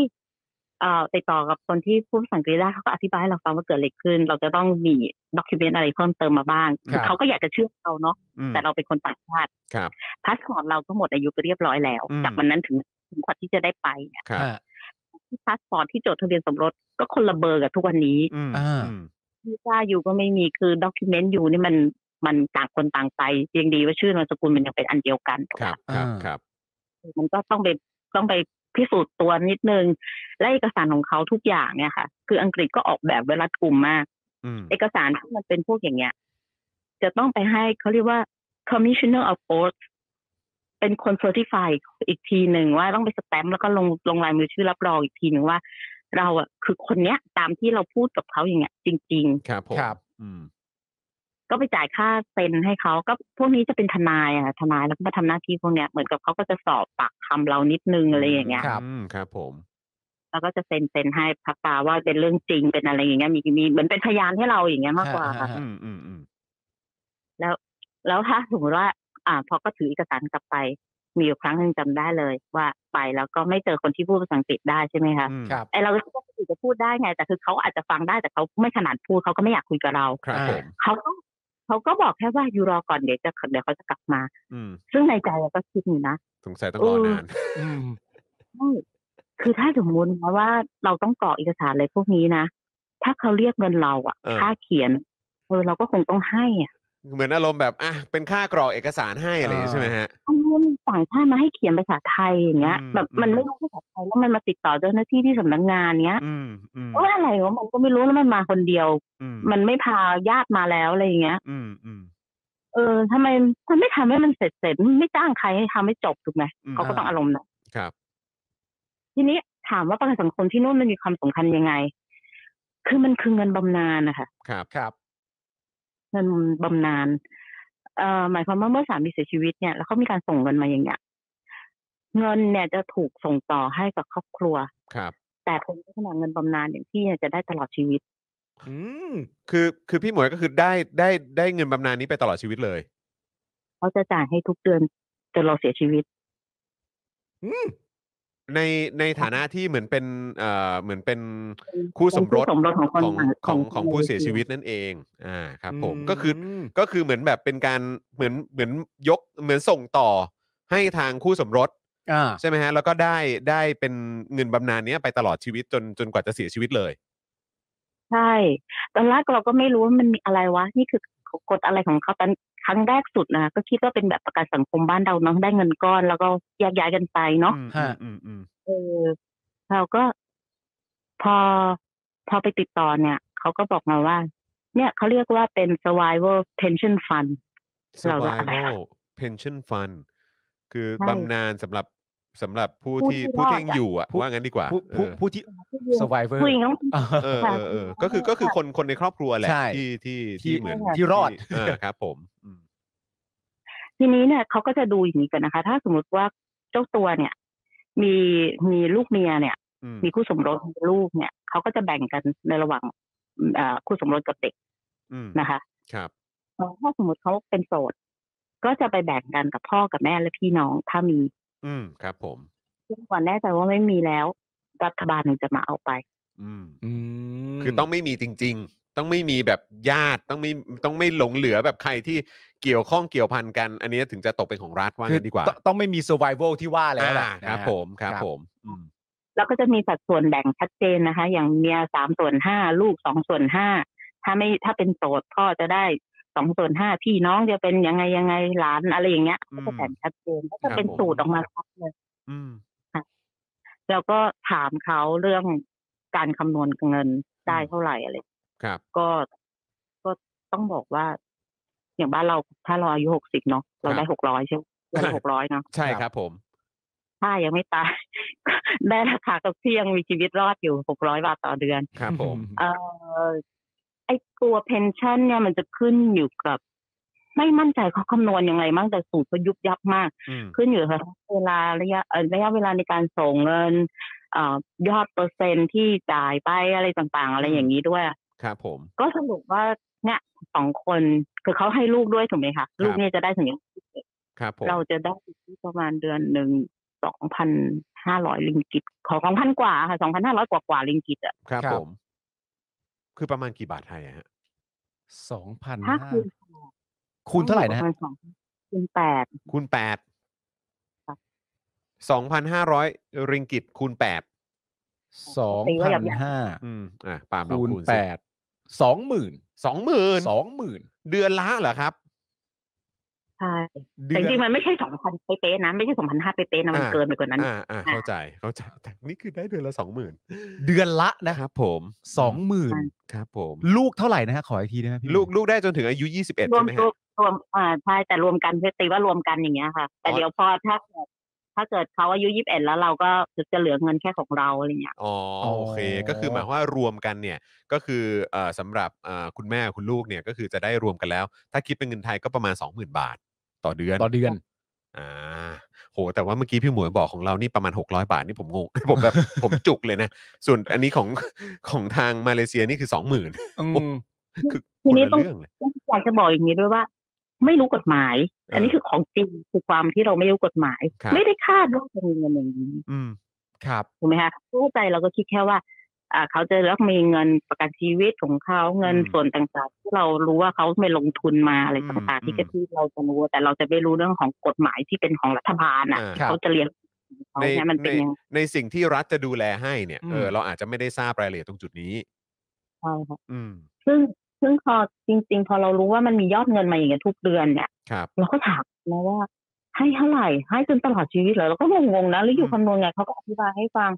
Speaker 3: เอ่อติดต่อกับคนที่พูดภาษาอังกฤษได้เขาก็อธิบายให้เราฟังว่าเกิดอะไรขึ้น เราจะต้องมีด็อกิเมนต์อะไรเพิ่มเติมมาบ้าง
Speaker 2: ครับ
Speaker 3: เขาก็อยากจะเชื่อเราเนาะ
Speaker 1: อืม
Speaker 3: แต่เราเป็นคนต่างชาติ
Speaker 1: ครับ
Speaker 3: พาสปอร์ตเราก็หมดอายุไปเรียบร้อยแล้ว
Speaker 1: อืม
Speaker 3: จากวันนั้นถึงถึงกว่าที่จะได้ไปเนี่ย
Speaker 1: ครับ
Speaker 2: ฮะ
Speaker 3: พาสปอร์ตที่จดทะเบียนสมรสก็คนละเบอร์กับทุกวันนี้
Speaker 1: อืม
Speaker 2: อ่า
Speaker 1: อืม
Speaker 3: วีซ่าอยู่ก็ไม่มีคือด็อกิเมนต์อยู่นี่มันมันต่างคนต่างไปยังดีว่าชื่อนามสกุลมันยังเป็นอันเดียวกัน
Speaker 1: ครับครับ
Speaker 2: อ่า
Speaker 1: ครับ
Speaker 3: มันก็ต้องไปต้องไปพิสูจน์ตัวนิดนึง และเอกสารของเขาทุกอย่างเนี่ยค่ะ คืออังกฤษก็ออกแบบไว้รัดกุมมาก
Speaker 1: อืม
Speaker 3: เอกสารที่มันเป็นพวกอย่างเงี้ย จะต้องไปให้เขาเรียกว่า commissioner of port เป็นคน certify อีกทีหนึ่งว่าต้องไปสแตมป์แล้วก็ลงลงลายมือชื่อรับรองอีกทีหนึ่งว่า เราอะคือคนเนี้ย ตามที่เราพูดกับเขาอย่างเงี้ย จริง
Speaker 1: ครับผม
Speaker 2: ครับ
Speaker 1: อืม
Speaker 3: ๆ ก็ไปจ่ายค่าเซ็นให้เขาก็พวกนี้จะเป็นทนายอะทนายแล้วก็มาทำหน้าที่พวกเนี้ยเหมือนกับเขาก็จะสอบปากคำเรานิดนึงอะไรอย่างเงี้ย
Speaker 2: ครับ
Speaker 1: อืมครับผม
Speaker 3: แล้วก็จะเซ็นเซ็นให้พักตาว่าเป็นเรื่องจริงเป็นอะไรอย่างเงี้ยมีมีเหมือนเป็นพยานให้เราอย่างเงี้ยมากกว่าค่ะ
Speaker 2: ฮะ
Speaker 1: อืมอืมอืม
Speaker 3: แล้วถ้าสมมติว่า อ่าพอก็ถือเอกสารกลับไป มีอยู่ครั้งหนึ่งจำได้เลย ว่าไปแล้วก็ไม่เจอคนที่พูดภาษาอังกฤษได้ใช่ไหมคะ
Speaker 1: อืม
Speaker 2: ครับ
Speaker 3: ไอเราก็คิดว่าคนอื่นจะพูดได้ไง แต่คือเขาอาจจะฟังได้แต่เขาไม่ถนัดพูดเขาก็ไม่อยากคุยกับเรา
Speaker 1: ครับ
Speaker 2: อ่า
Speaker 1: ผม
Speaker 3: เขาก็เขาก็บอกแค่ว่าอยู่รอก่อนเดี๋ยวจะเดี๋ยวเขาจะกลับมา
Speaker 1: อืม
Speaker 3: ซึ่งในใจเราก็คิดอยู่นะ
Speaker 1: สงสัยต้องรอ
Speaker 3: เออ
Speaker 1: นาน [laughs]
Speaker 2: อืม
Speaker 3: ไม่คือถ้าสมมตินะว่าเราต้องกรอกเอกสารอะไรพวกนี้นะถ้าเขาเรียกเงินเราอะ
Speaker 1: เออ
Speaker 3: ค่าเขียนเออเราก็คงต้องให้อะ
Speaker 1: เหมือนอารมณ์แบบอ่ะเป็นค่ากรอกเอกสารให้อะไรอย่างงี้
Speaker 2: อ่า
Speaker 1: ใช่ไหมฮะ
Speaker 3: อันนี้มันต่างชาติมาให้เขียนภาษาไทยอย่างเงี้ย
Speaker 1: อืม
Speaker 3: แบบ
Speaker 1: อืม
Speaker 3: มันไม่รู้ภาษาไทยแล้วมันมาติดต่อเจ้าหน้าที่ที่สำนักงานเงี้ย
Speaker 1: อืมอืม
Speaker 3: ว่าอะไรวะมันก็ไม่รู้แล้วมันมาคนเดียว
Speaker 1: อืม
Speaker 3: มันไม่พาญาติมาแล้วอะไรอย่างเงี้ย
Speaker 1: อืมอืม
Speaker 3: เออทำไมมันไม่ทำให้มันเสร็จเสร็จๆไม่จ้างใครให้ทำให้จบถูกไหม
Speaker 1: อืม
Speaker 3: เขาก็ต้องอารมณ์นะครับ ทีนี้ถามว่าประกันสังคมที่นู่นมันมีความสำคัญยังไง คือมันคือเงินบำนาญนะคะ
Speaker 1: ครับ
Speaker 2: ครับ
Speaker 3: เงินบำนาญเอ่อหมายความว่าเมื่อสามีเสียชีวิตเนี่ยแล้วเขามีการส่งเงินมาอย่างเงี้ยเงินเนี่ยจะถูกส่งต่อให้กับครอบครัว
Speaker 1: ครับ
Speaker 3: แต่ผมก็ขนาดเงินบำนาญอย่างพี่เนี่ยจะได้ตลอดชีวิต
Speaker 2: อืม
Speaker 1: คือคือพี่หมวยก็คือได้ได้ได้เงินบำนาญนี้ไปตลอดชีวิตเลย
Speaker 3: เขาจะจ่ายให้ทุกเดือนจนเราเสียชีวิต
Speaker 2: อืม
Speaker 1: ในในฐานะที่เหมือนเป็นเอ่อเหมือนเป็นคู่สมรส
Speaker 3: เป็นคู่สมรสของคน
Speaker 1: ของข
Speaker 3: ข
Speaker 1: อขอ
Speaker 3: องง
Speaker 1: ง
Speaker 3: ของ
Speaker 1: ผู้เสีย
Speaker 3: คน
Speaker 1: ชีวิตนั่นเองอ่าครับ ผมก็คือ ก็คือเหมือนแบบเป็นการเหมือนเหมือนยกเหมือนส่งต่อให้ทางคู่สมรส
Speaker 2: อ่า
Speaker 1: ใช่ไหมฮะ แล้วก็ได้ได้เป็นเงินบำนาญเนี้ยไปตลอดชีวิตจนจนกว่าจะเสียชีวิตเลย
Speaker 3: ใช่ตอนแรกเราก็ไม่รู้ว่ามันมีอะไรวะ นี่คือกฎอะไรของเขาตอนครั้งแรกสุดนะก็คิดว่าเป็นแบบประกันสังคมบ้านเราเน้องได้เงินก้อน แล้วก็แยกย้ายกันไปเนาะ
Speaker 1: อืม
Speaker 2: ฮะ
Speaker 1: อืมอืม
Speaker 3: เออเราก็พอพอไปติดต่อเนี่ย เขาก็บอกมาว่า เนี่ยเขาเรียกว่าเป็น survival pension fund
Speaker 1: ส
Speaker 3: เรา
Speaker 1: วา
Speaker 3: ว่า
Speaker 1: ยโลเพนชั่นฟันคือบำนาญสำหรับสำหรับผู้ที่
Speaker 3: ผู้
Speaker 1: ผู้
Speaker 3: ที่
Speaker 1: ที่ยัง
Speaker 3: รอดอะ
Speaker 1: อยู่อ่ะ ว่างั้นดีกว่า
Speaker 2: ผู้ผู้
Speaker 1: เออ
Speaker 2: ผู้ที่ survivor
Speaker 3: ผู้หญิงต้อง
Speaker 2: อ่า
Speaker 1: เออเออเออก็คือก็คือคนคนในครอบครัวแหละ
Speaker 2: ใช่
Speaker 1: ที่ที่
Speaker 2: ที่
Speaker 1: ที่เหมือน
Speaker 2: ที่รอด
Speaker 1: เออครับ ผมอืม
Speaker 3: ทีนี้เนี่ยเขาก็จะดูอย่างนี้กันนะคะ ถ้าสมมติว่าเจ้าตัวเนี่ย มีมีลูกเมียเนี่ย
Speaker 1: อืม
Speaker 3: มีคู่สมรสมีลูกเนี่ยเขาก็จะแบ่งกันในระหว่างเอ่อคู่สมรสกับเด็ก
Speaker 1: อืม
Speaker 3: นะคะ
Speaker 1: ครับ
Speaker 3: เอ่อถ้าสมมติเขาเป็นโสด ก็จะไปแบ่งกันกับพ่อกับแม่และพี่น้องถ้ามี
Speaker 1: อืมครับ ผม
Speaker 3: ซึ่งก่อนแน่ใจว่าไม่มีแล้ว รัฐบาลถึงจะมาเอาไป
Speaker 1: อืม
Speaker 2: อืม
Speaker 1: คือต้องไม่มีจริง ๆ ต้องไม่มีแบบญาติ ต้องไม่ ต้องไม่หลงเหลือแบบใครที่เกี่ยวข้องเกี่ยวพันกัน อันนี้ถึงจะตกเป็นของรัฐว่า
Speaker 2: คือ
Speaker 1: งั้นดีกว่า
Speaker 2: ต้องต้องไม่มี survival ที่ว่าแล้วแหละ
Speaker 1: อ่าครับ
Speaker 2: นะฮะ
Speaker 1: ผมครับ
Speaker 2: ครับ
Speaker 1: ผมอืม
Speaker 3: แล้วก็จะมีสัดส่วนแบ่งชัดเจนนะคะ อย่างเมียสามส่วนห้าลูกสองส่วนห้าถ้าไม่ถ้าเป็นโสดพ่อจะได้ สองส่วนห้าพี่น้องจะเป็นยังไงยังไงหลานอะไรอย่างเงี้ย
Speaker 1: อืม
Speaker 3: เขาจะแผนชัดเจนเขาจะเป็น
Speaker 1: ครับผม
Speaker 3: สูตรออกมาชัดเลย
Speaker 1: อืม
Speaker 3: แล้วก็ถามเขาเรื่องการคำนวณเงินได้เท่าไหร่อะไร
Speaker 1: ครับ
Speaker 3: ก็ก็ต้องบอกว่า อย่างบ้านเราถ้าเราอายุหกสิบเนาะเราได้หกร้อยใช่ไหมเดือน
Speaker 1: ใช่
Speaker 3: ละหกร้อยเนาะ
Speaker 1: ใช่ครับผม
Speaker 3: ถ้ายังไม่ตาย [laughs] ได้ราคากับที่ยังมีชีวิตรอดอยู่หกร้อยบาทต่อเดือน
Speaker 1: ครับผม
Speaker 3: เอ่อไอ้ตัวเพนชั่นเนี่ยมันจะขึ้นอยู่กับ ไม่มั่นใจเขาคำนวณยังไงมั้งแต่สูตรเขายุบยับมาก
Speaker 1: อืม
Speaker 3: ขึ้นอยู่กับเวลาระยะเอ่อระยะเวลาในการส่งเงินเอ่อยอดเปอร์เซ็นต์ที่จ่ายไปอะไรต่างๆ อะไร
Speaker 1: อืม
Speaker 3: อย่างนี้ด้วย
Speaker 1: ครับผม
Speaker 3: ก็สรุปว่าเนี่ยสองคนคือเขาให้ลูกด้วยถูกไหมคะลูกเนี่ยจะได้ถึงอย่าง
Speaker 1: ครับผม
Speaker 3: เราจะได้ที่ประมาณเดือนหนึ่งสองพันห้าร้อยลิงกิตของพันกว่าค่ะสองพันห้าร้อยกว่ากว่าลิงกิตอะ
Speaker 1: ครับ
Speaker 2: ครับ
Speaker 1: ผม คือประมาณกี่บาทไทยอะฮะ
Speaker 2: สองพัน
Speaker 3: ถ้าคูณ
Speaker 2: คูณเท่าไหร่นะ
Speaker 3: ป
Speaker 2: ฮะ
Speaker 3: มาณสองคูณแปด
Speaker 1: คูณแปด
Speaker 3: ครับ
Speaker 1: สองพันห้าร้อยริงกิตคูณแปด
Speaker 2: สอง
Speaker 3: ตีไว้
Speaker 2: พั
Speaker 3: แบ
Speaker 2: น
Speaker 3: บเนี้ย
Speaker 2: ห้า
Speaker 1: อืมอ่ะปาล์มลอง
Speaker 2: คูณ
Speaker 1: คูณ
Speaker 2: แป
Speaker 1: สิ
Speaker 2: ดสองหมื่น
Speaker 1: สองหมื่น
Speaker 2: สองหมื่น
Speaker 1: เดือนละเหรอครับ
Speaker 3: ใช่
Speaker 1: เดื
Speaker 3: แต่
Speaker 1: อ
Speaker 3: จ
Speaker 1: น
Speaker 3: ริงๆมันไม่ใช่สองพันเป๊ะๆนะไม่ใช่สองพันห้าเป๊ะๆนะมันเกินไปกว่านั้น
Speaker 1: อ่าอ่าเข้าใจเข้าใจ [laughs] แต่นี่คือได้เดือนละสองหมื่น
Speaker 2: เดือนละนะ
Speaker 1: ค
Speaker 2: ครับ
Speaker 1: รับผม
Speaker 2: สองหมื่น
Speaker 1: ครับผม
Speaker 2: ลูกเท่าไหร่นะฮะขออีกทีได้ไหมพี่
Speaker 1: ลูกลูกได้จนถึงอายุยี่สิบเอ็ด
Speaker 3: รว
Speaker 1: ใช่
Speaker 3: ม
Speaker 1: ไหม
Speaker 3: ร
Speaker 1: ฮะ
Speaker 3: วมรวมอ่าใช่แต่รวมกันคือตีว่ารวมกันอย่างเงี้ยค่ะ แต่
Speaker 1: อ๋อ
Speaker 3: เดี๋ยวพอถ้าเกิดถ้าเกิดเขาอายุยี่สิบเอ็ดแล้วเราก็จะเหลือเงินแค่ของเราอะไรเงี้ย
Speaker 1: อ๋อโอเค ก็คือหมายความว่ารวมกันเนี่ยก็คือเอ่อสำหรับเอ่อคุณแม่คุณลูกเนี่ยก็คือจะได้รวมกันแล้ว ถ้าคิดเป็นเงินไทยก็ประมาณ 20,000 บาท ต่อเดือน
Speaker 2: ต่อเดือน
Speaker 1: อ่าโหแต่ว่าเมื่อกี้พี่หมวยบอกของเรานี่ประมาณ 600 บาทนี่ผมงง [laughs] ผมแบบผมจุกเลยนะ ส่วนอันนี้ของ [laughs] ของทางมาเลเซียนี่คือ 20,000
Speaker 2: อืม
Speaker 1: คือ
Speaker 3: ที
Speaker 1: คน
Speaker 3: นี้
Speaker 1: ละ
Speaker 3: ต้อง
Speaker 1: เรื่องเลย
Speaker 3: อยากจะบอกอย่างนี้ด้วยว่า ไม่รู้กฎหมาย อันนี้คือของจริงคือความที่เราไม่รู้กฎหมาย
Speaker 1: ครับ
Speaker 3: ไม่ได้คาดว่าจะมีเงินอย่างนี้
Speaker 1: อืม
Speaker 2: ครับ
Speaker 3: ถูกไหมคะรู้ใจเราก็คิดแค่ว่า อ่า เขาจะรับมีเงินประกันชีวิตของเขาเงิน
Speaker 1: อืม
Speaker 3: ส่วนต่างๆที่เรารู้ว่าเขาไปลงทุนมาอะไรต่าง
Speaker 1: อื
Speaker 3: ๆ
Speaker 1: ม
Speaker 3: ที่ก็ที่เราจะรู้แต่เราจะไม่รู้เรื่องของกฎหมายที่เป็นของรัฐบาลอ่ะ
Speaker 1: อ่า
Speaker 2: ครับ
Speaker 3: เขาจะเลี้ยงเขา
Speaker 1: ใน
Speaker 3: เนี่ยมัน
Speaker 1: ใน
Speaker 3: เป็นยังไง
Speaker 1: ในสิ่งที่รัฐจะดูแลให้เนี่ย
Speaker 2: อืม
Speaker 1: เออเราอาจจะไม่ได้ทราบรายละเอียดตรงจุดนี้
Speaker 3: ค่ะ
Speaker 1: อืม
Speaker 3: ซึ่งซึ่งพอจริง ๆ พอเรารู้ว่ามันมียอดเงินมาอย่างเงี้ยทุกเดือนเนี่ย
Speaker 1: ครับ
Speaker 3: เราก็ถามนะว่า ให้เท่าไหร่ ให้จนตลอดชีวิตเหรอเราก็งงๆนะแล้วอ
Speaker 1: อื
Speaker 3: ยู่
Speaker 1: ม
Speaker 3: คำนวณไงเขาก็อธิบายให้ฟัง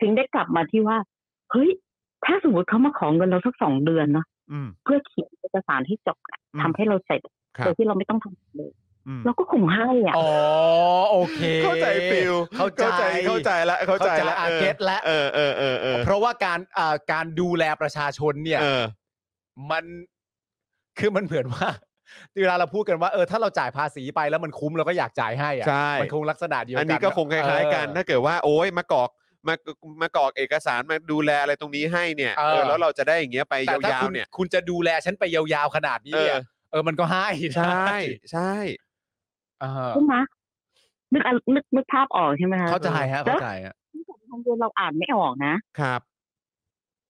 Speaker 3: ถึงได้กลับมาที่ว่าเฮ้ยถ้าสมมติเขามาของเงินเราสักสองเดือนเนาะ
Speaker 1: อืม
Speaker 3: เพื่อเขียนเอกสารที่จบอะ
Speaker 1: อืม
Speaker 3: ทำให้เราเสร็จ
Speaker 1: ครับ
Speaker 3: โดยที่เราไม่ต้องทำเลย
Speaker 1: อืม
Speaker 3: เราก็คงให้อ่ะ
Speaker 2: อ๋อโอเค
Speaker 1: เข้าใจฟิล
Speaker 2: เข้าใจ
Speaker 1: เข้าใจละเข้าใจละ
Speaker 2: อาเกตและ
Speaker 1: เออเออเออเออ
Speaker 2: เพราะว่าการอ่าการดูแลประชาชนเนี่ย
Speaker 1: เออ
Speaker 2: มันคือมันเหมือนว่า [laughs] เวลาเราพูดกันว่าเออถ้าเราจ่ายภาษีไปแล้วมันคุ้มเราก็อยากจ่ายให้อะ
Speaker 1: ใช่
Speaker 2: มันคงลักษณะเดียวกั
Speaker 1: อั
Speaker 2: น
Speaker 1: นนี้ก็คงคล้ายๆกัน
Speaker 2: เออ
Speaker 1: ถ้าเกิดว่าโอ้ยมากรอกมามากรอกเอกสารมาดูแลอะไรตรงนี้ให้เนี่ย
Speaker 2: เออ
Speaker 1: เออแล้วเราจะได้อย่างเงี้ยไป
Speaker 2: แต่
Speaker 1: ยา
Speaker 2: ถ้าคุ
Speaker 1: ว
Speaker 2: ณ
Speaker 1: ๆเนี่ย
Speaker 2: คุณจะดูแลฉันไปยาวๆขนาดนี้
Speaker 1: เออ
Speaker 2: เนี่ยเออมันก็ให้
Speaker 1: ใช่ใช่
Speaker 2: เออ
Speaker 3: ใช่ไหมนึกอ่ะนึกนึกภาพออกใช่ไหมคะ
Speaker 2: เข้าใจฮะ
Speaker 3: แล้ว
Speaker 2: เข้าใจฮะ
Speaker 3: บางเดือนเราอ่านไม่ออกนะ
Speaker 1: ครับ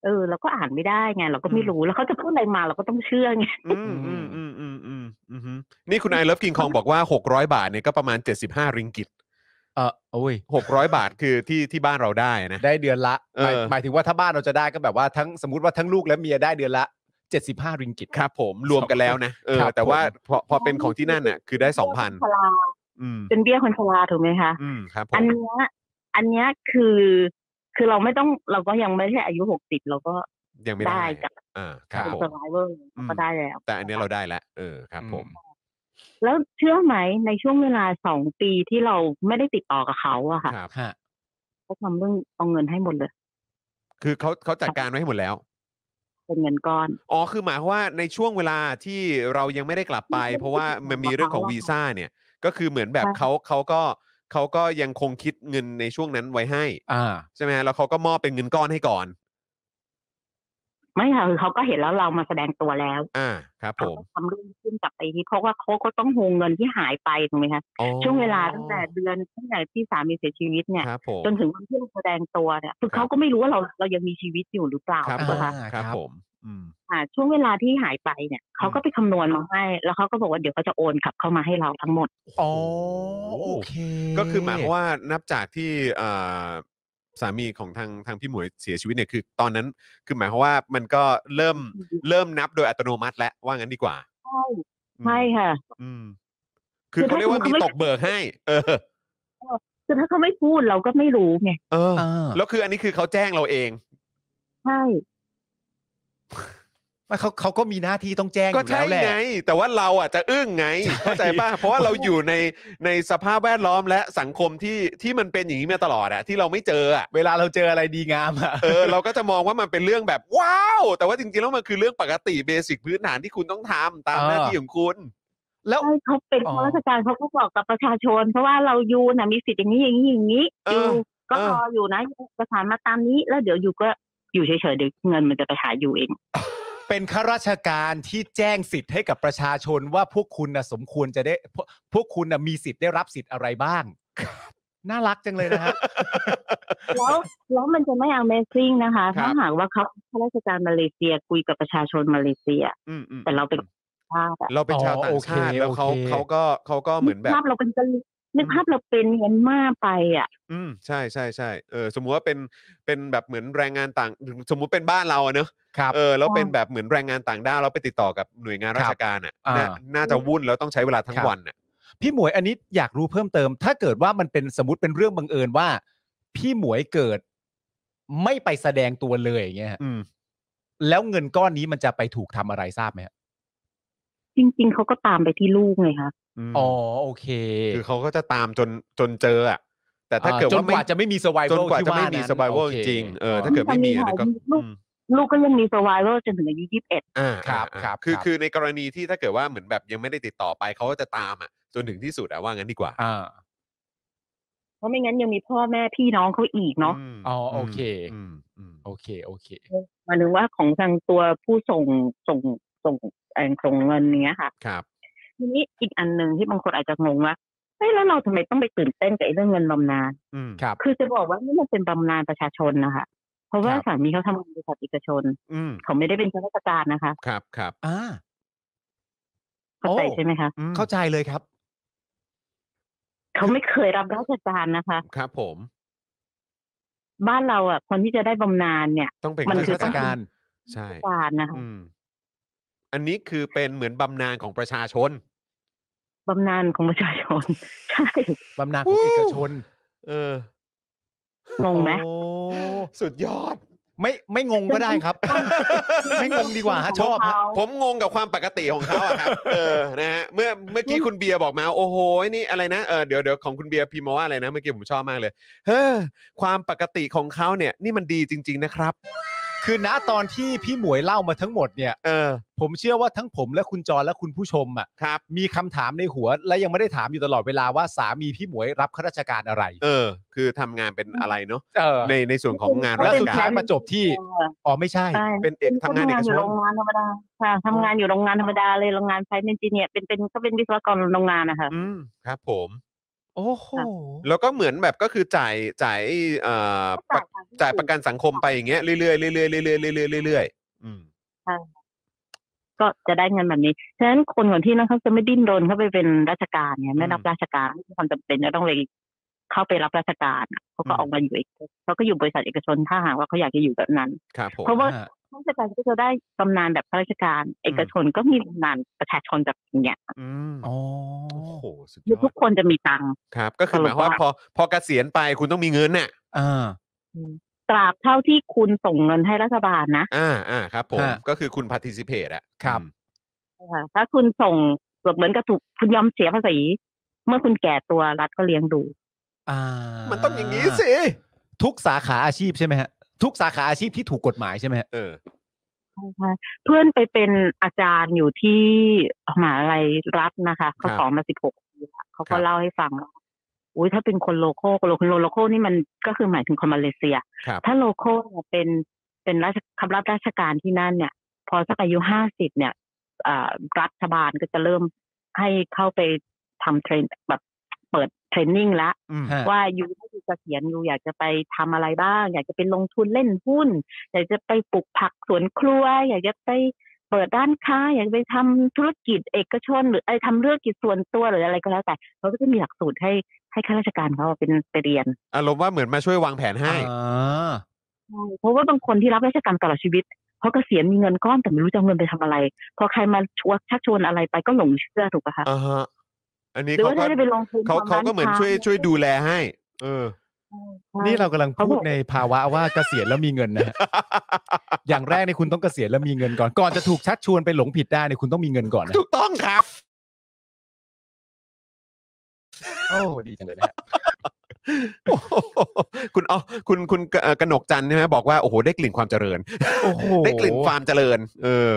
Speaker 3: เออเราก็อ่านไม่ได้ไงเราก็ไม่
Speaker 1: อืม
Speaker 3: รู้แล้วเขาจะพูดอะไรมาเราก็ต้องเชื่อไง
Speaker 1: อืมอืมอืมอืมอืมอืมฮึนี่คุณไอเลิฟกิงคองบอกว่า 600 บาทเนี่ยก็ประมาณ 75 ริงกิต
Speaker 2: เออโอ้ย
Speaker 1: 600 บาทคือที่ที่บ้านเราได้นะ
Speaker 2: ได้เดือนละหมาย
Speaker 1: เออ
Speaker 2: หมายถึงว่าถ้าบ้านเราจะได้ก็แบบว่าทั้งสมมติว่าทั้งลูกและเมียได้เดือนละ 75 ริงกิต
Speaker 1: ครับผมรวมกันแล้วนะเออ
Speaker 2: ครับ
Speaker 1: แต่ว่าพ
Speaker 2: ผม
Speaker 1: อพอเป็นของที่นั่นน่ะคือได้ 2,000
Speaker 3: ชรา
Speaker 1: อืม
Speaker 3: เป็นเบี้ยคนชราถูกไหมคะ
Speaker 1: อืมครับผ
Speaker 3: อั
Speaker 1: ม
Speaker 3: นเนี้ยอันเนี้ยคือ คือเราไม่ต้องเราก็ยังไม่ใช่อายุหกสิบเราก็
Speaker 1: ยังไม่
Speaker 3: ได้
Speaker 1: ได้
Speaker 3: กับ
Speaker 1: อ่าครับ
Speaker 3: เป็น
Speaker 1: ผ
Speaker 3: ส
Speaker 1: ม
Speaker 3: ไ i เวอร์
Speaker 1: อืม
Speaker 3: ก็ได้แล้ว
Speaker 1: แต่อันเนี้ยเราได้แล้วเออครับผม
Speaker 3: แล้วเชื่อไหมในช่วงเวลาสองปีที่เราไม่ได้ติดต่อกับเขาอะค่ะ
Speaker 1: ครับ
Speaker 2: ฮะ
Speaker 3: เขาทำเรื่องเอาเงินให้หมดเลย
Speaker 1: คือเขาเขาจัดการไว้ให้หมดแล้ว
Speaker 3: เป็นเงินก้อน
Speaker 1: อ๋อ คือหมายความว่าในช่วงเวลาที่เรายังไม่ได้กลับ
Speaker 3: [laughs]
Speaker 1: ไป
Speaker 3: ไม่ได้
Speaker 1: เพราะว่ามันมีเรื่องของ
Speaker 3: [laughs]
Speaker 1: วีซ่าเนี่ย ก็คือเหมือนแบบ
Speaker 3: ใช่
Speaker 1: เขาเขาก็เขาก็ยังคงคิดเงินในช่วงนั้นไว้ให้
Speaker 2: อ่า
Speaker 1: ใช่ไหมฮะแล้วเขาก็มอบเป็นเงินก้อนให้ก่อน
Speaker 3: ไม่ค่ะคือเขาก็เห็นแล้วเรามาแสดงตัวแล้ว
Speaker 1: อ่า ครับผม
Speaker 3: เขาก็ทำเรื่องขึ้นกลับไปที่เพราะว่าเขาก็ต้องโฮงเงินที่หายไปถูกไหมคะ
Speaker 1: อ๋อ
Speaker 3: ช่วงเวลาตั้งแต่เดือนตั้งแต่ที่สามีเสียชีวิตเนี่ย
Speaker 1: ครับผม
Speaker 3: จนถึงวันที่เราแสดงตัวเนี่ยคื
Speaker 1: ค
Speaker 3: อ
Speaker 1: รับ
Speaker 3: เขาก็ไม่รู้ว่าเราเรายังมีชีวิตอยู่หรือเปล่า
Speaker 1: ครับ
Speaker 3: ถูก
Speaker 1: ผม
Speaker 3: ปะคะ
Speaker 2: อ่า
Speaker 1: ครับ
Speaker 2: ครับ
Speaker 1: ผม อืม
Speaker 3: อ่า ช่วงเวลาที่หายไปเนี่ยเขาก็ไปคำนวณมาให้ แล้วเขาก็บอกว่าเดี๋ยวเขาจะโอนกลับเข้ามาให้เราทั้งหมด
Speaker 2: อ๋อ
Speaker 1: โอ้โห
Speaker 2: โอเค
Speaker 1: ก็คือหมายความว่านับจากที่เอ่อสามีของทางทางพี่หมวยเสียชีวิตเนี่ยคือ ตอนนั้นคือหมายความว่ามันก็เริ่มเริ่มนับโดยอัตโนมัติแล้วว่างั้นดีกว่า
Speaker 3: ใช่ค่ะ
Speaker 1: อืมคือเขาเรียกว่ามีตกเบิกให้ เออ
Speaker 3: คือถ้าเขาไม่พูดเราก็ไม่รู้ไง
Speaker 1: เออ
Speaker 2: อ่า
Speaker 1: แล้วคืออันนี้คือเขาแจ้งเราเอง
Speaker 3: ใช่
Speaker 2: ไม่เขาเขาก็มีหน้าที่ต้องแจ้งอ
Speaker 1: ก็
Speaker 2: ยู่
Speaker 1: ใช่
Speaker 2: แล้วแหละ
Speaker 1: ไง แต่ว่าเราอ่ะจะอึ้งไงเข้าใจป่ะเพราะว่าเราอยู่ในในสภาพแวดล้อมและสังคมที่ที่มันเป็นอย่างนี้มาตลอดอะที่เราไม่เจออะ
Speaker 2: เวลาเราเจออะไรดีงามอะ
Speaker 1: เอ [laughs] อ เราก็จะมองว่ามันเป็นเรื่องแบบว้าว แต่ว่าจริงๆแล้วมันคือเรื่องปกติเบสิกพื้นฐานที่คุณต้องทำตามหน้าที่ของคุณ
Speaker 2: แล้ว
Speaker 3: ใช่เขาเป็น
Speaker 2: อ๋อ
Speaker 3: ข้าราชการเขาก็บอกกับประชาชน เพราะว่าเรายูนะมีสิทธิ์อย่างนี้อย่างนี้อย่างนี้
Speaker 1: เออ
Speaker 3: ยูก็
Speaker 1: เออ
Speaker 3: รออยู่นะเอกสารมาตามนี้ แล้วเดี๋ยวยูก็อยู่เฉยๆเดี๋ยวเงินมันจะไปหายูเอง
Speaker 2: เป็นข้าราชการที่แจ้งสิทธิ์ให้กับประชาชนว่าพวกคุณนะสมควรจะได้พวกพวกคุณนะมีสิทธิ์ได้รับสิทธิ์อะไร
Speaker 1: [laughs]
Speaker 2: บ้าง น่ารักจังเลยนะฮะ
Speaker 3: แล้วแล้วมันจะไม่ Amazing นะคะ
Speaker 1: ครับ
Speaker 3: ถ้าหากว่าเขาข้าราชการมาเลเซียคุยกับประชาชนมาเลเซีย
Speaker 1: อืมอืม
Speaker 3: แต่เราเป็นภาพอะ
Speaker 1: เราเป็นชาว
Speaker 2: อ๋อ
Speaker 1: ต่า
Speaker 2: โอง เค
Speaker 1: ชาติแล้วเขา
Speaker 2: โอเค
Speaker 1: เขาก็เขาก็เหมือนแบบ
Speaker 3: ภาพเราเป็นกะลีนึกภาพเราเป็นเมียนมาไปอ่ะ
Speaker 1: อืมใช่ใช่ใช่เออสมมุติว่าเป็นเป็นแบบเหมือนแรงงานต่าง สมมุติเป็นบ้านเราอะเนอะ
Speaker 2: [laughs] ครับ
Speaker 1: เออแล้ว
Speaker 3: อ่า
Speaker 1: เป็นแบบเหมือนแรงงานต่างด้าวแล้วไปติดต่อกับหน่วยงานราชการอ่ะ
Speaker 2: อ่า
Speaker 1: น่าน่าจะวุ่นแล้วต้องใช้เวลาทั้ง
Speaker 2: ครับ
Speaker 1: วันอ่ะ
Speaker 2: พี่หมวยอันนี้อยากรู้เพิ่มเติม ถ้าเกิดว่ามันเป็นสมมติเป็นเรื่องบังเอิญว่า พี่หมวยเกิด ไม่ไปแสดงตัวเลยอย่างเงี้ยฮะ
Speaker 1: อืม
Speaker 2: แล้วเงินก้อนนี้มันจะไปถูกทำอะไรทราบไหมฮะ
Speaker 3: จริง ๆเขาก็ตามไปที่ลูกไงคะ
Speaker 1: อืม
Speaker 2: อ๋อโอเค
Speaker 1: คือเขาก็จะตามจนจนเจออ่ะแต่ถ้าเกิด
Speaker 2: อ่จ
Speaker 1: ว่าน
Speaker 2: กว่าจะไม่มีสวาย
Speaker 1: จนกว่าจะไม่มีสบายเวจริงๆเออถ้าเกิดไม่มีอันนั้นก็อืม
Speaker 3: ลูกก็ยังมีสวายว่าจนถึงอายุยี่สิบเอ็ด
Speaker 1: อ่า
Speaker 2: ครับ
Speaker 1: อ่า
Speaker 2: ครับ
Speaker 1: คือ
Speaker 2: ครับ
Speaker 1: คือในกรณีที่ถ้าเกิดว่าเหมือนแบบยังไม่ได้ติดต่อไปเขาก็จะตามอ่ะจนถึงที่สุดอ่ะว่างั้นดีกว่า
Speaker 2: อ่า
Speaker 3: เพราะไม่งั้นยังมีพ่อแม่พี่น้องเขาอีกเนาะ
Speaker 1: ม
Speaker 2: อ๋อโอเค
Speaker 1: มอืม
Speaker 2: โอเคโอเค
Speaker 3: หมายถึงว่าของทางตัวผู้ส่งส่งส่งเอ่อส่งเงินอย่างเงี้ยค่ะ
Speaker 1: ครับ
Speaker 3: ทีนี้อีกอันหนึ่งที่บางคนอาจจะงงว่าเฮ้ยแล้วเราทำไมต้องไปตื่นเต้นกับไอ้เรื่องเงินบำนาญ
Speaker 1: อืม
Speaker 2: ครับ
Speaker 3: คือจะบอกว่านี่มันเป็นบำนาญประชาชนนะคะ เพราะว่า
Speaker 2: ครับ
Speaker 3: สามีเขาทำงานบริษัทเอกชน
Speaker 1: อืม
Speaker 3: เขาไม่ได้เป็นข้าราชการนะคะ
Speaker 1: ครับครับ
Speaker 2: อ่า
Speaker 3: เข้าใจ
Speaker 2: โอ้
Speaker 3: ใช่ไหมคะ
Speaker 1: อืม
Speaker 2: เข้าใจเลยครับ
Speaker 3: เขาไม่เคยรับราชการนะคะ
Speaker 1: ครับผม
Speaker 3: บ้านเราอ่ะคนที่จะได้บำนาญเนี่ย
Speaker 1: ต้องเป็น
Speaker 3: มั
Speaker 2: มัน
Speaker 3: นคื
Speaker 2: คือ อการ
Speaker 1: ใช่
Speaker 3: การนะคะ
Speaker 1: อืม อันนี้คือเป็นเหมือนบำนาญของประชาชน
Speaker 3: บำนาญของประชาชน ใช่
Speaker 2: บำนาญของเอกชน
Speaker 1: เออ
Speaker 3: งงไหม
Speaker 2: โอ้
Speaker 1: สุดยอด
Speaker 2: ไม่ไม่งงก็ได้ครับ ไม่งงดีก
Speaker 3: [laughs]
Speaker 2: ว่าฮะชอบฮะ
Speaker 3: เขา
Speaker 1: ผมงงกับความปกติของเขาอะครับ เออ นะฮะ เมื่อ เมื่อกี้คุณเบียร์บอกมา โอ้โห นี่อะไรนะ เออ เดี๋ยวเดี๋ยวของคุณเบียร์พิมพ์มาว่าอะไรนะ เมื่อกี้ผมชอบมากเลย เฮ้อ ความปกติของเขาเนี่ย นี่มันดีจริง ๆ นะครับ
Speaker 2: คือณตอนที่พี่หมวยเล่ามาทั้งหมดเนี่ย
Speaker 1: เออ
Speaker 2: ผมเชื่อว่าทั้งผมและคุณจรและคุณผู้ชมอ่ะ
Speaker 1: ครับ
Speaker 2: มีคำถามในหัว และยังไม่ได้ถามอยู่ตลอดเวลาว่าสามีพี่หมวยรับข้าราชการอะไร
Speaker 1: เออ คือทำงานเป็นอะไรเนาะ
Speaker 2: เออ
Speaker 1: ใน ในส่วนของงาน
Speaker 2: แล้
Speaker 1: ราว ช
Speaker 2: สุด
Speaker 1: การ
Speaker 2: ท้ายมาจบที่
Speaker 3: เออ
Speaker 2: อ๋อไม่ใช่
Speaker 3: ใช่
Speaker 1: เป็นเอกทำงานเอก
Speaker 3: อ
Speaker 1: ช
Speaker 3: ยู่
Speaker 1: น
Speaker 3: โรงงานธรรมดาค่ะทำงานอยู่โรงงานธรรมดาเลยโรงงานไฟเอนจิเนียร์เป็นเป็นก็เป็นวิศวกรโรงงานนะคะ
Speaker 1: อืม ครับผม
Speaker 2: โอ้โห
Speaker 1: แล้วก็เหมือนแบบก็คือจ่าย จ่ายเอ่อประจ่ายประกันสังคมไปอย่างเงี้ย เรื่อยๆเรื่อยๆเรื่อยๆเรื่อยๆเรื่อยๆอืม
Speaker 3: ก็จะได้เงินแบบนี้ ฉะนั้นคนก่อนที่นั่นเขาจะไม่ดิ้นรนเข้าไปเป็นราชการไงไม่รับ
Speaker 1: อืม
Speaker 3: ราชการไม่มีความจำเป็นจะต้องเลยเข้าไปรับราชการอะเขาก็
Speaker 1: อืม
Speaker 3: ออกมาอยู่เอกเขาก็อยู่บริษัทเอกชนถ้าหากว่าเขาอยากจะอยู่แบบนั้น
Speaker 1: ครับผม
Speaker 3: เพราะว่า
Speaker 2: อ่า
Speaker 3: ข้าราชการก็จะได้บำนาญแบบข้าราชการ เอกชนก็มีบำนาญประชาชนแบบอย่างเงี้ย
Speaker 1: อืม
Speaker 2: อ๋อ
Speaker 1: โอ้โห สุดย
Speaker 3: คือ
Speaker 1: อ
Speaker 3: ทุ
Speaker 1: ด
Speaker 3: กคนจะมีตังค์
Speaker 1: ครับ ก็คือ
Speaker 3: ส
Speaker 1: ห
Speaker 3: รุป
Speaker 1: มายความว่า
Speaker 3: ว่า
Speaker 1: พอพอเกษียณไปคุณต้องมีเงินน่ะ
Speaker 2: อ่า
Speaker 3: ตราบเท่าที่คุณส่งเงินให้รัฐบาลนะ
Speaker 1: อ่าอ่าครับผม
Speaker 2: ฮะ
Speaker 1: ก็คือคุณ participate อะ
Speaker 2: ครับ
Speaker 1: อืม
Speaker 3: ค่ะถ้าคุณส่งเหมือนกับถูกคุณยอมเสียภาษีเมื่อคุณแก่ตัวรัฐก็เลี้ยงดู
Speaker 2: อ่า มั
Speaker 1: มันต้องอย่างนี้สิ
Speaker 2: ทุกสาขาอาชีพใช่ไหมฮะ ทุกสาขาอาชีพที่ถูกกฎหมายใช่ไหมฮะ
Speaker 1: เออ
Speaker 3: ใช่เพื่อนไปเป็นอาจารย์อยู่ที่มหาลัยรัฐนะคะ
Speaker 1: ค
Speaker 3: เขา
Speaker 1: รับ
Speaker 3: สอนมาสิบหกปีละเขา
Speaker 1: ครั
Speaker 3: ก็
Speaker 1: บ
Speaker 3: เล่าให้ฟังว่าอุ้ยถ้าเป็นคนโลโก้คนโลคนโลโลโก้นี่มันก็คือหมายถึงคนมาเลเซีย
Speaker 1: ครับ
Speaker 3: ถ้าโลโก้เนี่ยเป็นเป็นราชคำรับราชการที่นั่นเนี่ย พอสักอายุห้าสิบเนี่ยอ่ารัฐบาลก็จะเริ่มให้เข้าไปทำเทรนแบบเปิดเทรนนิ่งละ
Speaker 1: อืม
Speaker 2: ฮะ
Speaker 3: ว่ายูถ้ายูเกษียณยูอยากจะไปทำอะไรบ้าง อยากจะไปลงทุนเล่นหุ้น อยากจะไปปลูกผักสวนครัว อยากจะไปเปิดร้านค้า อยากจะไปทำธุรกิจเอกชน หรือไอ้ยทำธุรกิจส่วนตัวหรืออะไรก็แล้วแต่เขาก็จะมีหลักสูตรให้ให้ข้าราชการเขาเป็นไปเรียน
Speaker 1: อารมณ์ว่าเหมือนมาช่วยวางแผนให้
Speaker 2: อ่า
Speaker 3: เพราะว่าบางคนที่รับราชการตลอดชีวิต พ อเกษียณมีเงินก้อนแต่ไม่รู้จะเอาเงินไปทำอะไร พอใครมาชวนชักชวนอะไรไปก็หลงเชื่อถูกปะคะ
Speaker 1: อ่าฮะอันนี้
Speaker 3: หรือ
Speaker 1: เขาก็
Speaker 3: ว่าถ้าจะไปลงทุน
Speaker 1: เขา
Speaker 3: ทำ
Speaker 1: เขา
Speaker 3: ร้
Speaker 1: ก็เหมือน
Speaker 3: ค้า
Speaker 1: ช่วยช่วยดูแลให้ เออ
Speaker 3: ใช่
Speaker 2: นี่เรากำลัง
Speaker 3: เขา
Speaker 2: พู
Speaker 3: บ
Speaker 2: ด
Speaker 3: อก
Speaker 2: ในภาวะว่าเกษียณแล้วมีเงินนะฮะ [laughs] อย่างแรกในยคุณต้องเกษียณแล้วมีเงินก่อน ก่อนจะถูกชักชวนไปหลงผิดได้เนี่ยคุณต้องมีเงินก่อนนะ
Speaker 1: ถูกต้องครับ [laughs]
Speaker 2: โอ้ดีจังเลยนะฮะ
Speaker 1: โอ้โหคุณอ๋อคุณคุณเอ่อกนกจันทร์ใช่ไหมบอกว่าโอ้โหได้กลิ่นความเจริญ
Speaker 2: โอ้โห
Speaker 1: ได้กลิ่นความเจริญ เออ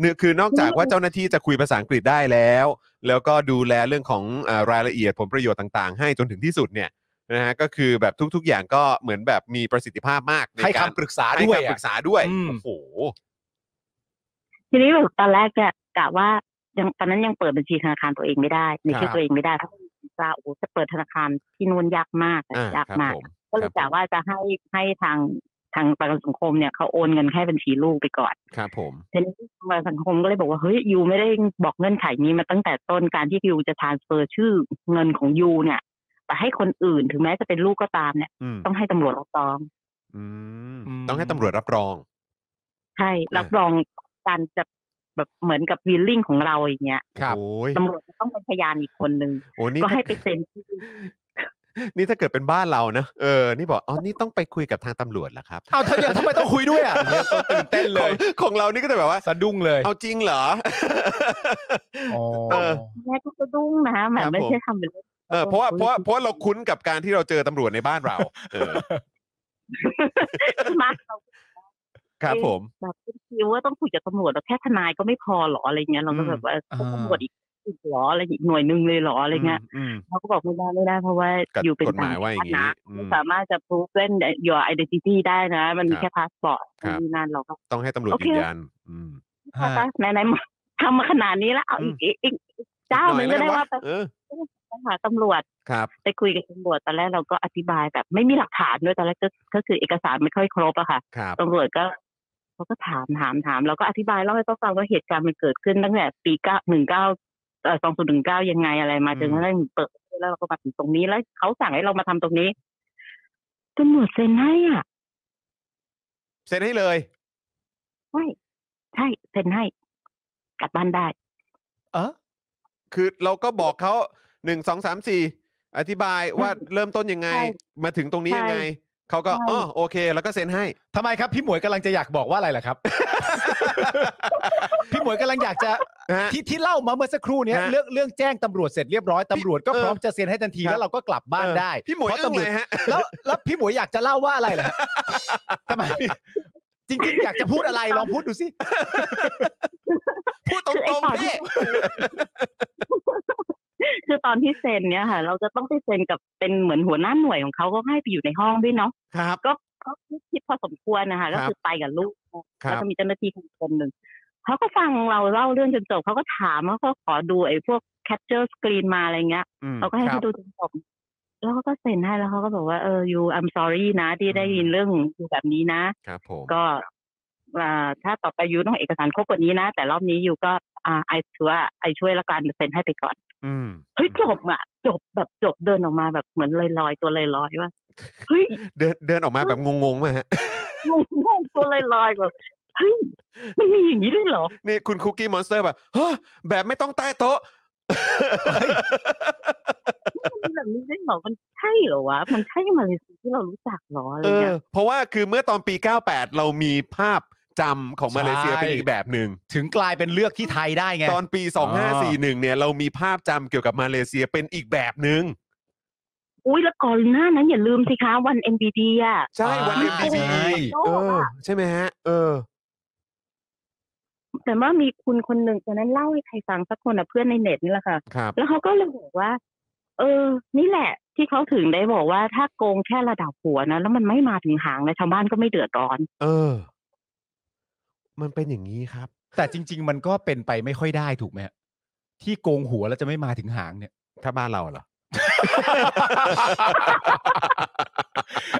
Speaker 1: เนี่ยคือนอกจากว่าเจ้าหน้าที่จะคุยภาษาอังกฤษได้แล้ว แล้วก็ดูแลเรื่องของเอ่อรายละเอียดผลประโยชน์ต่าง ๆ ให้จนถึงที่สุดเนี่ยนะฮะก็คือแบบทุก ๆ อย่างก็เหมือนแบบมีประสิทธิภาพมากใน
Speaker 2: ให้
Speaker 1: การ
Speaker 2: คำปรึกษา
Speaker 1: ให้
Speaker 2: ด้วย
Speaker 1: คำป
Speaker 2: อ่ะ
Speaker 1: รึกษาด้วย
Speaker 2: อืม
Speaker 1: โอ้โห
Speaker 3: ทีนี้แบบตอนแรกเนี่ยกะว่ายังตอนนั้นยังเปิดบัญชีธนาคารตัวเองไม่ได้ในชื่
Speaker 2: ค
Speaker 3: อ
Speaker 2: รับ
Speaker 3: ตัวเองไม่ได้เพราะว่าโอ้โหจะเปิดธนาคารที่นู่นยากมาก
Speaker 1: อ่ะ
Speaker 3: ยาก
Speaker 1: ครับ
Speaker 3: มาก
Speaker 1: ผม
Speaker 3: ก็เล
Speaker 1: ค
Speaker 3: ย
Speaker 1: รับ
Speaker 3: กะ
Speaker 1: ผม
Speaker 3: ว่าจะให้ให้ทางทางประกันสังคมเนี่ยเขาโอนเงินให้บัญชีลูกไปก่อน
Speaker 1: ครับผม
Speaker 3: ทีนี้ประกันสังคมก็เลยบอกว่าเฮ้ยยูไม่ได้บอกเงื่อนไขนี้มาตั้งแต่ต้นการที่ยูจะทานเฟอร์ชื่อเงินของยูเนี่ยไปให้คนอื่นถึงแม้จะเป็นลูกก็ตามเนี่ย
Speaker 1: อืม
Speaker 3: ต้องให้ตำรวจรับรอง
Speaker 1: อืม
Speaker 2: อืม
Speaker 1: ต้องให้ตำรวจรับรอง
Speaker 3: ใช่รับรองการจะแบบเหมือนกับวีลลิ่งของเราอย่างเงี้ย
Speaker 2: ครับ
Speaker 1: โอ้ย
Speaker 3: ตำรวจจะต้องเป็นพยานอีกคนนึง
Speaker 1: โอ้นี่
Speaker 3: ก็ให้ไปเซ็นที่
Speaker 1: นี่ถ้าเกิดเป็นบ้านเรานะ เออ นี่บอก อ๋อ นี่ต้องไปคุยกับทางตำรวจเหรอครับ
Speaker 2: เอาทำไมทำไมต้องคุยด้วยอ่ะเนี่ยตื่นเต้นเลย
Speaker 1: ของของเรานี่ก็จะแบบว่า
Speaker 2: สะดุ้งเลย
Speaker 1: เอาจริง
Speaker 2: [laughs]
Speaker 1: เหรอ
Speaker 2: อ๋อ
Speaker 1: เออ
Speaker 3: แม่ก็สะดุ้งนะแหม
Speaker 1: ครับ
Speaker 3: ไม่
Speaker 1: ผม
Speaker 3: ใช่ทำเป็นเล่น
Speaker 1: เออเพราะว่าเพ
Speaker 3: เออ
Speaker 1: ราะว่าเพราะว่าเราคุ้นกับการที่เราเจอตำรวจในบ้านเรา เออ
Speaker 3: ใช่ไหมเรา
Speaker 1: ครับผม
Speaker 3: แบบคิดว่าต้องคุยกับตำรวจเราแค่ทนายก็ไม่พอหรออะไรเงี้ยเราก็แบบว่า
Speaker 2: อืมอ่า
Speaker 3: ตำรวจอีกอีกหรออะไรอีกหน่วยหนึ่งเลยหรออะไรเงี้ย
Speaker 1: อืม
Speaker 3: เขาก็บอกไม่ได้ไม่ได้เพราะว่า
Speaker 1: กับ
Speaker 3: อยู่เป็น
Speaker 1: กฎหมายว่าอย่างงี้
Speaker 3: นี้
Speaker 1: อืม
Speaker 3: สามารถจะพูดเล่น your identity ได้นะ มันมี
Speaker 1: ครับ
Speaker 3: แค่พาสปอร์ต
Speaker 1: ครับ
Speaker 3: นี่นั่นเราก็
Speaker 1: ต้องให้ตำรวจ
Speaker 3: โอเค
Speaker 1: ยืนยัน อืม
Speaker 2: ฮะ
Speaker 3: ไหนไหนๆมาทำมาขนาดนี้แล้วเอาอีกอีกอีกอีกเจ้า
Speaker 1: ห
Speaker 3: มั
Speaker 1: อนย
Speaker 3: ก็
Speaker 1: แล้
Speaker 3: ได้
Speaker 1: ว
Speaker 3: ว่า
Speaker 1: ะเออ
Speaker 3: ไปหาตำรวจ
Speaker 1: ครับ
Speaker 3: ไปคุยกับตำรวจตอนแรกเราก็อธิบายแบบไม่มีหลักฐานด้วยตอนแรกก็ก็คือเอกสารไม่ค่อยครบอะค่ะ
Speaker 1: ครับ
Speaker 3: ตำรวจก็เขาก็ถามถามถามเราก็อธิบายเล่าให้เขาฟังว่าเหตุการณ์มันเกิดขึ้นตั้งแต่ปีเก้าหนึ่งเก้าสองศูนย์หนึ่งเก้ายังไงอะไรมา
Speaker 1: อืม
Speaker 3: จนกระทั่งเปิดแล้วเราก็มาถึงตรงนี้แล้วเขาสั่งให้เรามาทำตรงนี้ตำรวจเซ็นให้อ่ะ
Speaker 1: เซ็นให้เลย
Speaker 3: ใช่ใช่เซ็นให้ กลับบ้านได้
Speaker 2: เออ
Speaker 1: คือเราก็บอกเขาหนึ่งสองสามสี่อธิบายว่าเริ่มต้นยังไง
Speaker 3: ใช่
Speaker 1: มาถึงตรงนี้ยังไง
Speaker 3: ใช่
Speaker 1: เขาก็
Speaker 3: ใช่
Speaker 1: อ๋อโอเค แล้วก็เซ็นให้
Speaker 2: ทำไมครับพี่หมวยกำลังจะอยากบอกว่าอะไรล่ะครับ [laughs] พี่หมวยกำลังอยากจะ
Speaker 1: นะฮะ
Speaker 2: ที่ที่เล่ามาเมื่อสักครู่เนี้ย
Speaker 1: ฮะ
Speaker 2: เรื่องเรื่องแจ้งตำรวจเสร็จเรียบร้อยตำรวจก็
Speaker 1: เออ
Speaker 2: พร้อมจะเซ็นให้ทันที
Speaker 1: ครับ
Speaker 2: แล้วเราก็กลับบ้านได้
Speaker 1: พี่หมวย
Speaker 2: เพราะ
Speaker 1: อึ้ง
Speaker 2: ตำรว
Speaker 1: เล
Speaker 2: จ
Speaker 1: ยฮะ
Speaker 2: แล้วแล้วพี่หมวยอยากจะเล่าว่าอะไรล่ะฮะทำไมจริงๆ อยากจะพูดอะไรลองพูดดูสิ
Speaker 1: พูดตร
Speaker 3: คือไอ้
Speaker 1: ง
Speaker 3: ตอน
Speaker 1: ๆ
Speaker 3: ที่
Speaker 1: พี่
Speaker 3: คือตอนที่เซ็นเนี่ยค่ะ เราจะต้องไปเซ็นกับเป็นเหมือนหัวหน้าหน่วยของเขาก็ให้ไปอยู่ในห้องด้วยเนาะ
Speaker 1: ครับ
Speaker 3: ก็ก็คิดพอสมควรนะคะก็คือไปกับลูก
Speaker 1: ครั
Speaker 3: แล้ว
Speaker 1: บ
Speaker 3: ก็มีเจ้าหน้าที่คนหนึ่งเขาก็ฟังเราเล่าเรื่องจนจบเขาก็ถามว่าเขาขอดูไอ้พวกแคปเจอร์สกรีนมาอะไรเงี้ย
Speaker 1: อืม
Speaker 3: เขาก็ให้
Speaker 2: ครับ
Speaker 3: เขาดูจนจบแล้วเขาก็เซ็นให้แล้วเขาก็บอกว่าเออ you I'm sorry นะ ที่ได้ยินเรื่องอยู่แบบนี้นะ
Speaker 1: ครับผม
Speaker 3: ก็อ่าถ้าต่อไปยูต้องเอกสารครบกว่านี้นะ แต่รอบนี้ยูก็อ่าไอถือว่าไอช่วยละกันเซ็นให้ไปก่อน
Speaker 1: อืม
Speaker 3: เฮ้ยจบอ่ะจบแบบจบเดินออกมาแบบเหมือนลอยลอยๆตัวลอยลอยๆว่าเฮ้ย
Speaker 1: เดินเดินออกมาแบบงงๆมาฮะ
Speaker 3: งงงงตัวลอยลอยๆแบบเฮ้ยมันมีอย่างนี้ด้วยเหรอ
Speaker 1: นี่คุณคุกกี้มอนสเตอร์แบบฮะแบบไม่ต้องใต้โต๊ะ
Speaker 3: มันมีแบบนี้ด้วยเหรอมันใช่เหรอวะมันใช่มาเลเซียที่เรารู้จักเหรออะไร
Speaker 1: เออ
Speaker 3: เงี้ย
Speaker 1: เพราะว่าคือเมื่อตอนปี 98 เรามีภาพจำของมาเลเซีย
Speaker 2: ใช่
Speaker 1: เป็นอีกแบบหนึ่ง
Speaker 2: ถึงกลายเป็นเลือกที่ไทยได้ไง
Speaker 1: ตอนปี 2541 เนี่ย เรามีภาพจำเกี่ยวกับมาเลเซียเป็นอีกแบบหนึ่ง
Speaker 3: อุ้ยแล้วก่อนหน้านั้นอย่าลืมสิคะวัน NBD อ่ะ
Speaker 1: ใช่ วัน
Speaker 2: อ่า
Speaker 1: MBB
Speaker 2: ใช่
Speaker 1: เออ ใช่ไหมฮะ เออ
Speaker 3: แต่ว่ามีคุณคนหนึ่งตอนนั้นเล่าให้ใครฟังสักคนอ่ะเพื่อนในเน็ตนี่แหละค่ะ
Speaker 1: ครับ
Speaker 3: แล้วเขาก็เลยบอกว่า เออ นี่แหละ ที่เขาถึงได้บอกว่าถ้าโกงแค่ระดับหัวนะแล้วมันไม่มาถึงหางเลยชาวบ้านก็ไม่เดือดร้
Speaker 2: [laughs]
Speaker 3: อน
Speaker 1: เออ มันเป็นอย่างนี้ครับ
Speaker 2: แต่จริง ๆ มันก็เป็นไปไม่ค่อยได้ถูกไหมฮะที่โกงหัวแล้วจะไม่มาถึงหางเนี่ย
Speaker 1: ถ้าบ้านเราเหรอ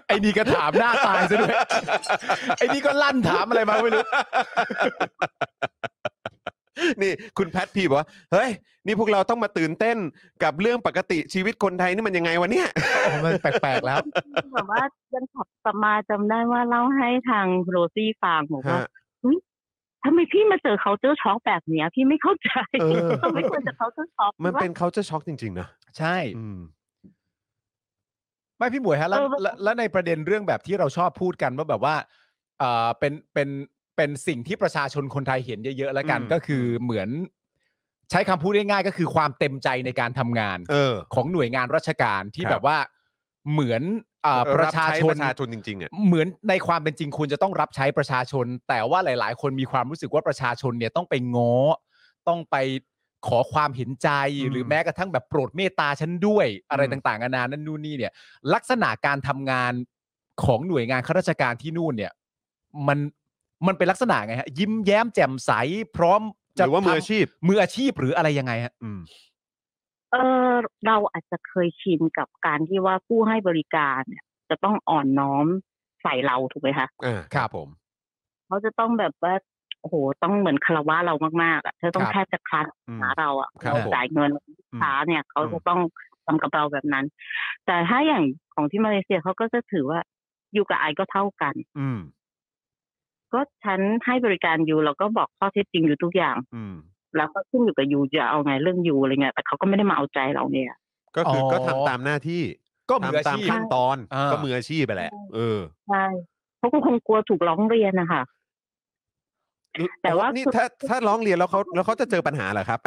Speaker 2: ไอ้นี่ก็ถามหน้าตายซะ
Speaker 1: [laughs]
Speaker 2: ด้วย ไอ้นี่ก็ลั่นถามอะไรมาไม่รู้
Speaker 1: นี่คุณแพทพี่บอกว่า เฮ้ย นี่พวกเราต้องมาตื่นเต้นกับเรื่องปกติชีวิตคนไทยนี่มันยังไงวะเนี่ย
Speaker 2: โอ้มันแปลกๆแล้ว
Speaker 3: แบบว่ายังขับกลับมาจำได้ว่าเล่าให้ทางโรซี่ฟังบอกว่า
Speaker 1: ฮะ
Speaker 3: เฮ้ย ไมพี่มาเจอ culture shock แบบเนี้ย พี่ไม่เข้าใจ
Speaker 1: เออ
Speaker 3: ทำไมควรจะ culture shock
Speaker 1: มันเป็น
Speaker 3: วะ
Speaker 1: เขาจะช็อกจริงๆนะ
Speaker 2: ใช่
Speaker 1: อืม
Speaker 2: ไม่พี่หมวยฮะแล้ว
Speaker 3: เออมัน
Speaker 2: แล้วแล้วในประเด็นเรื่องแบบที่เราชอบพูดกันว่าแบบว่าเออเป็นเป็นเป็นสิ่งที่ประชาชนคนไทยเห็นเยอะๆแล้วกัน
Speaker 1: อืม
Speaker 2: ก็คือเหมือน ใช้คำพูดง่ายๆก็คือความเต็มใจในการทำงาน
Speaker 1: เออ
Speaker 2: ของหน่วยงานราชการที่
Speaker 1: ครับ
Speaker 2: แบบว่าเหมือนเอ่อประชา
Speaker 1: บ
Speaker 2: ชน
Speaker 1: ใช้ประชาชนจริงๆอ่ะ
Speaker 2: เหมือนในความเป็นจริงควรจะต้องรับใช้ประชาชน แต่ว่าหลาย ๆ คนมีความรู้สึกว่าประชาชนเนี่ยต้องไปง้อต้องไปขอความเห็นใจ
Speaker 1: อืม
Speaker 2: หรือแม้กระทั่งแบบโปรดเมตตาฉันด้วยอะไร
Speaker 1: อืม
Speaker 2: ต่างๆนานานั่นนู่นนี่เนี่ย ลักษณะการทำงานของหน่วยงานข้าราชการที่นู่นเนี่ย มันมันเป็นลักษณะไงฮะยิ้มแย้มแจ่มใสพร้อม
Speaker 1: ห
Speaker 2: จะ
Speaker 1: รือว่ามือ
Speaker 2: ทำ
Speaker 1: อาชีพ
Speaker 2: มืออาชีพหรืออะไรยังไงฮะ
Speaker 1: อืม
Speaker 3: เออเราอาจจะเคยชินกับการที่ว่าผู้ให้บริการเนี่ย จะต้องอ่อนน้อมใส่เราถูกไหมคะ
Speaker 1: อ่า
Speaker 2: ครับผม
Speaker 3: เขาจะต้องแบบว่าโอ้โหต้องเหมือนคารวะเรามากๆอ่ะเธอต้อ
Speaker 2: ค
Speaker 3: ง
Speaker 2: รับ
Speaker 3: แทบจะคลาน
Speaker 1: อืม
Speaker 3: หาเราอ่ะ
Speaker 1: ครับ
Speaker 3: เรา
Speaker 1: ผม
Speaker 3: จ่ายเงิน
Speaker 1: อืม
Speaker 3: ค้าเนี่ยเขา
Speaker 1: อื
Speaker 3: จะ
Speaker 1: ม
Speaker 3: ต้องทำกับเราแบบนั้น แต่ถ้าอย่างของที่มาเลเซียเขาก็จะถือว่าอยู่กับไอก็เท่ากัน
Speaker 1: อืม
Speaker 3: ก็ฉันให้บริการอยู่เราก็บอกข้อเท็จจริงอยู่ทุกอย่าง
Speaker 1: อืม
Speaker 3: แล้วก็ขึ้นอยู่กับยูจะเอาไงเรื่องยูอะไรเงี้ยแต่เขาก็ไม่ได้มาเอาใจเราเนี่ย
Speaker 1: ก็คืออ
Speaker 2: อ
Speaker 1: ก็ทำตามหน้าที่
Speaker 2: ก็มืออา
Speaker 1: ทำตาม
Speaker 2: ชีพ
Speaker 1: ขั้นตอน
Speaker 2: อ่า
Speaker 1: ก็มืออาชีพไปแหละ เออ
Speaker 3: ใช่เขาก็คงกลัวถูกร้องเรียนนะคะแต่ว่า
Speaker 1: นี่
Speaker 3: สุด
Speaker 1: ถ้าถ้าร้องเรียนแล้วเขาแล้วเขาจะเจอปัญหาเหรอครับ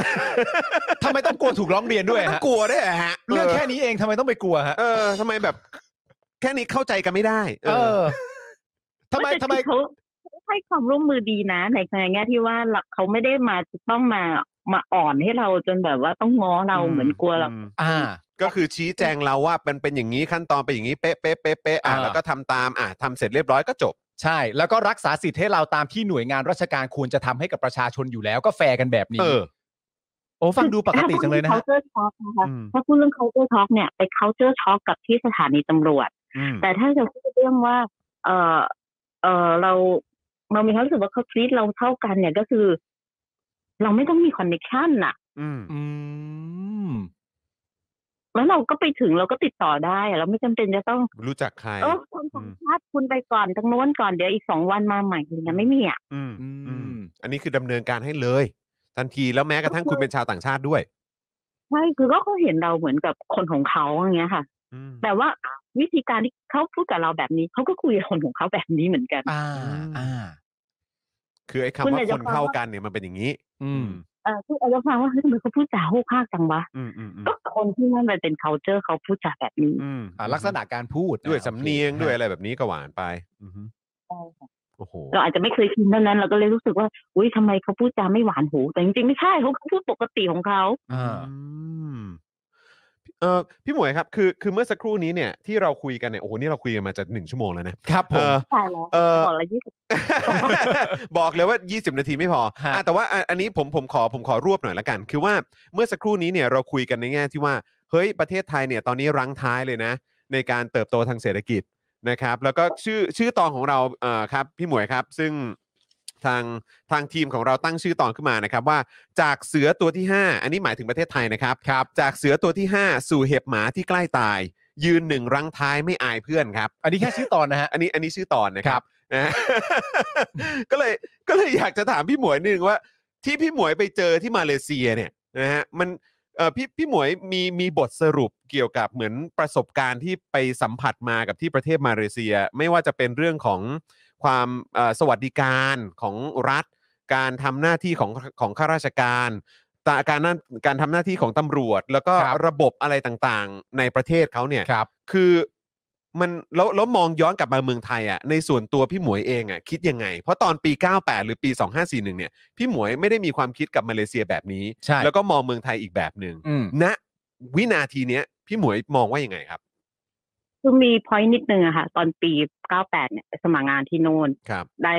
Speaker 2: ทำไมต้องกลัวถูกร้องเรียนด้วย
Speaker 1: ทำไมต้อ
Speaker 2: ฮะ
Speaker 1: งกลัวด้วยอะฮะ
Speaker 2: เรื่องแค่นี้เองทำไมต้องไปกลัวฮะ
Speaker 1: เออทำไมแบบ แค่นี้เข้าใจกันไม่ได้ เอ
Speaker 2: เอ
Speaker 1: อ
Speaker 2: อทำไม
Speaker 3: ว่าจะ
Speaker 2: ทำไม
Speaker 3: เขาให้ความร่วมมือดีนะ ในแง่ที่ว่าเราเขาไม่ได้มาต้องมามาอ่อนให้เราจนแบบว่าต้องง้อเรา
Speaker 1: อืม
Speaker 3: เหมือนกลัวเรา
Speaker 2: อ่า
Speaker 1: ก็คือชี้แจงเราว่ามันเป็นอย่างนี้ขั้นตอนเป็นอย่างนี้เป๊ะเป๊ะเป๊ะเป๊ะอ่ะ
Speaker 2: อ่า
Speaker 1: แล้วก็ทำตามอ่ะทำเสร็จเรียบร้อยก็จบ
Speaker 2: ใช่ แล้วก็รักษาสิทธิ์ให้เราตามที่หน่วยงานราชการควรจะทำให้กับประชาชนอยู่แล้วก็แฟร์กันแบบนี้
Speaker 1: เออ
Speaker 2: โอ้ฟังดูปกติจังเลยนะ
Speaker 3: ถ้า
Speaker 2: ฮะ
Speaker 3: พูดเรื่อง culture shock นะคะ
Speaker 1: อืม
Speaker 3: ถ้าพูดเรื่อง culture shock เนี่ยไป culture shock กับที่สถานีตำรวจ
Speaker 1: อืม
Speaker 3: แต่ถ้าจะพูดเรื่องว่า เออเออเราเรามีความรู้สึกว่าเขาคิดเราเท่ากันเนี่ยก็คือ เราไม่ต้องมี connection น่ะ
Speaker 1: อืม
Speaker 2: อืม
Speaker 3: แล้วเราก็ไปถึงเราก็ติดต่อได้อะเราไม่จำเป็นจะต้อง
Speaker 1: รู้จักใคร
Speaker 3: เออคนสัมภาษณ์คุณไปก่อนทางโน้นก่อนเดี๋ยวอีกสองวันมาใหม่อะไรเงี้ยไม่มีอ่ะ
Speaker 1: อืม
Speaker 2: อื
Speaker 1: อืม
Speaker 2: ม
Speaker 1: อันนี้คือดำเนินการให้เลย ทันทีแล้วแม้กระทั่งคุณเป็นชาวต่างชาติด้วย
Speaker 3: ใช่คือก็เขาเห็นเราเหมือนกับคนของเขาอย่างเงี้ยค่ะ
Speaker 1: อืม
Speaker 3: แต่ว่าวิธีการที่เขาพูดกับเราแบบนี้เขาก็คุยกับคนของเขาแบบนี้เหมือนกัน
Speaker 2: อ่า
Speaker 1: อืม
Speaker 2: อ่า
Speaker 1: คือไอ้
Speaker 3: คุ
Speaker 1: คำ
Speaker 3: ณ
Speaker 1: ว่า
Speaker 3: อา
Speaker 1: ค
Speaker 3: จจะ
Speaker 1: น
Speaker 3: ฟัง
Speaker 1: เท่ากันเนี่ยมันเป็นอย่างนี้
Speaker 2: อืม
Speaker 3: เออคือเอาจจะฟังว่าเฮ้ยทำไมเขาพูดจาโหกห้ากจังวะ
Speaker 1: อืมอืมอืม
Speaker 3: ก็คนที่นั่นมันเป็น culture เขาพูดจาแบบนี้
Speaker 1: อืม
Speaker 2: อ่าลักษณะการพูด
Speaker 1: ด้วย
Speaker 2: อ่า
Speaker 1: สำเนียง
Speaker 2: โอค
Speaker 1: ด้วยอะไรแบบนี้ก็หวานไปอือฮึโอ้โห
Speaker 3: เราอาจจะไม่เคยชินเท่านั้นเราก็เลยรู้สึกว่าอุ้ยทำไมเขาพูดจาไม่หวานหู แต่จริงๆไม่ใช่เขาพูดปกติของเขา
Speaker 2: อ่า
Speaker 1: อืมเออพี่หมวยครับ คือคือเมื่อสักครู่นี้เนี่ยที่เราคุยกันเนี่ยโอ้โหนี่เราคุยกันมาจะหนึ่งชั่วโมงแล้วนะครับ
Speaker 2: ผ
Speaker 1: เอ
Speaker 2: ม
Speaker 1: อ
Speaker 3: ใช่แล้ว
Speaker 1: เอ่อ
Speaker 3: ก่อนละยี่สิบ
Speaker 1: [laughs] บอกเลยว่า 20 นาทีไม่พอ
Speaker 2: ฮะ
Speaker 1: อ่ะแต่ว่าอ่ะอันนี้ผมผมขอผมขอรวบหน่อยละกัน คือว่าเมื่อสักครู่นี้เนี่ยเราคุยกันในแง่ที่ว่า เฮ้ยประเทศไทยเนี่ยตอนนี้รั้งท้ายเลยนะ ในการเติบโตทางเศรษฐกิจนะครับ แล้วก็ชื่อชื่อตอนของเราเอ่อครับพี่หมวยครับ ซึ่งทางทางทีมของเราตั้งชื่อตอนขึ้นมานะครับว่าจากเสือตัวที่ 5 อันนี้หมายถึงประเทศไทยนะครับครับ จากเสือตัวที่ 5 สู่เห็บหมาที่ใกล้ตาย ยืนหนึ่งรั้งท้ายไม่อายเพื่อนครับ
Speaker 2: อันนี้แค่ชื่อตอนนะฮะ
Speaker 1: อันนี้อันนี้ชื่อตอนนะค
Speaker 2: ค
Speaker 1: รั
Speaker 2: รั
Speaker 1: บบ นะฮ [laughs] ะ ก็เลยก็เลยอยากจะถามพี่หมวยนิดนึงว่า ที่พี่หมวยไปเจอที่มาเลเซียเนี่ยนะฮะมันเอ่อพี่พี่หมวยมีมีบทสรุปเกี่ยวกับเหมือนประสบการณ์ที่ไปสัมผัสมากับที่ประเทศมาเลเซีย ไม่ว่าจะเป็นเรื่องของความเอ่อสวัสดิการของรัฐ การทำหน้าที่ของของข้าราชการตาการนั่นการทำหน้าที่ของตำรวจ แล้วก็
Speaker 2: ครับ
Speaker 1: ระบบอะไรต่างๆ ในประเทศเขาเนี่ย
Speaker 2: ครับ
Speaker 1: คือมันแล้วแล้วมองย้อนกลับมาเมืองไทยอ่ะในส่วนตัวพี่หมวยเองอ่ะคิดยังไง เพราะตอนปี 98 หรือปี 2541 เนี่ย พี่หมวยไม่ได้มีความคิดกับมาเลเซียแบบนี้
Speaker 2: ใช่
Speaker 1: แล้วก็มองเมืองไทยอีกแบบหนึ่ง
Speaker 2: อืม
Speaker 1: ณวินาทีเนี้ยพี่หมวยมองว่ายังไงครับ
Speaker 3: คือมี point นิดนึงอะค่ะ ตอนปี 98 เนี่ยไปสมัครงานที่โน่น
Speaker 1: ครับ
Speaker 3: ได้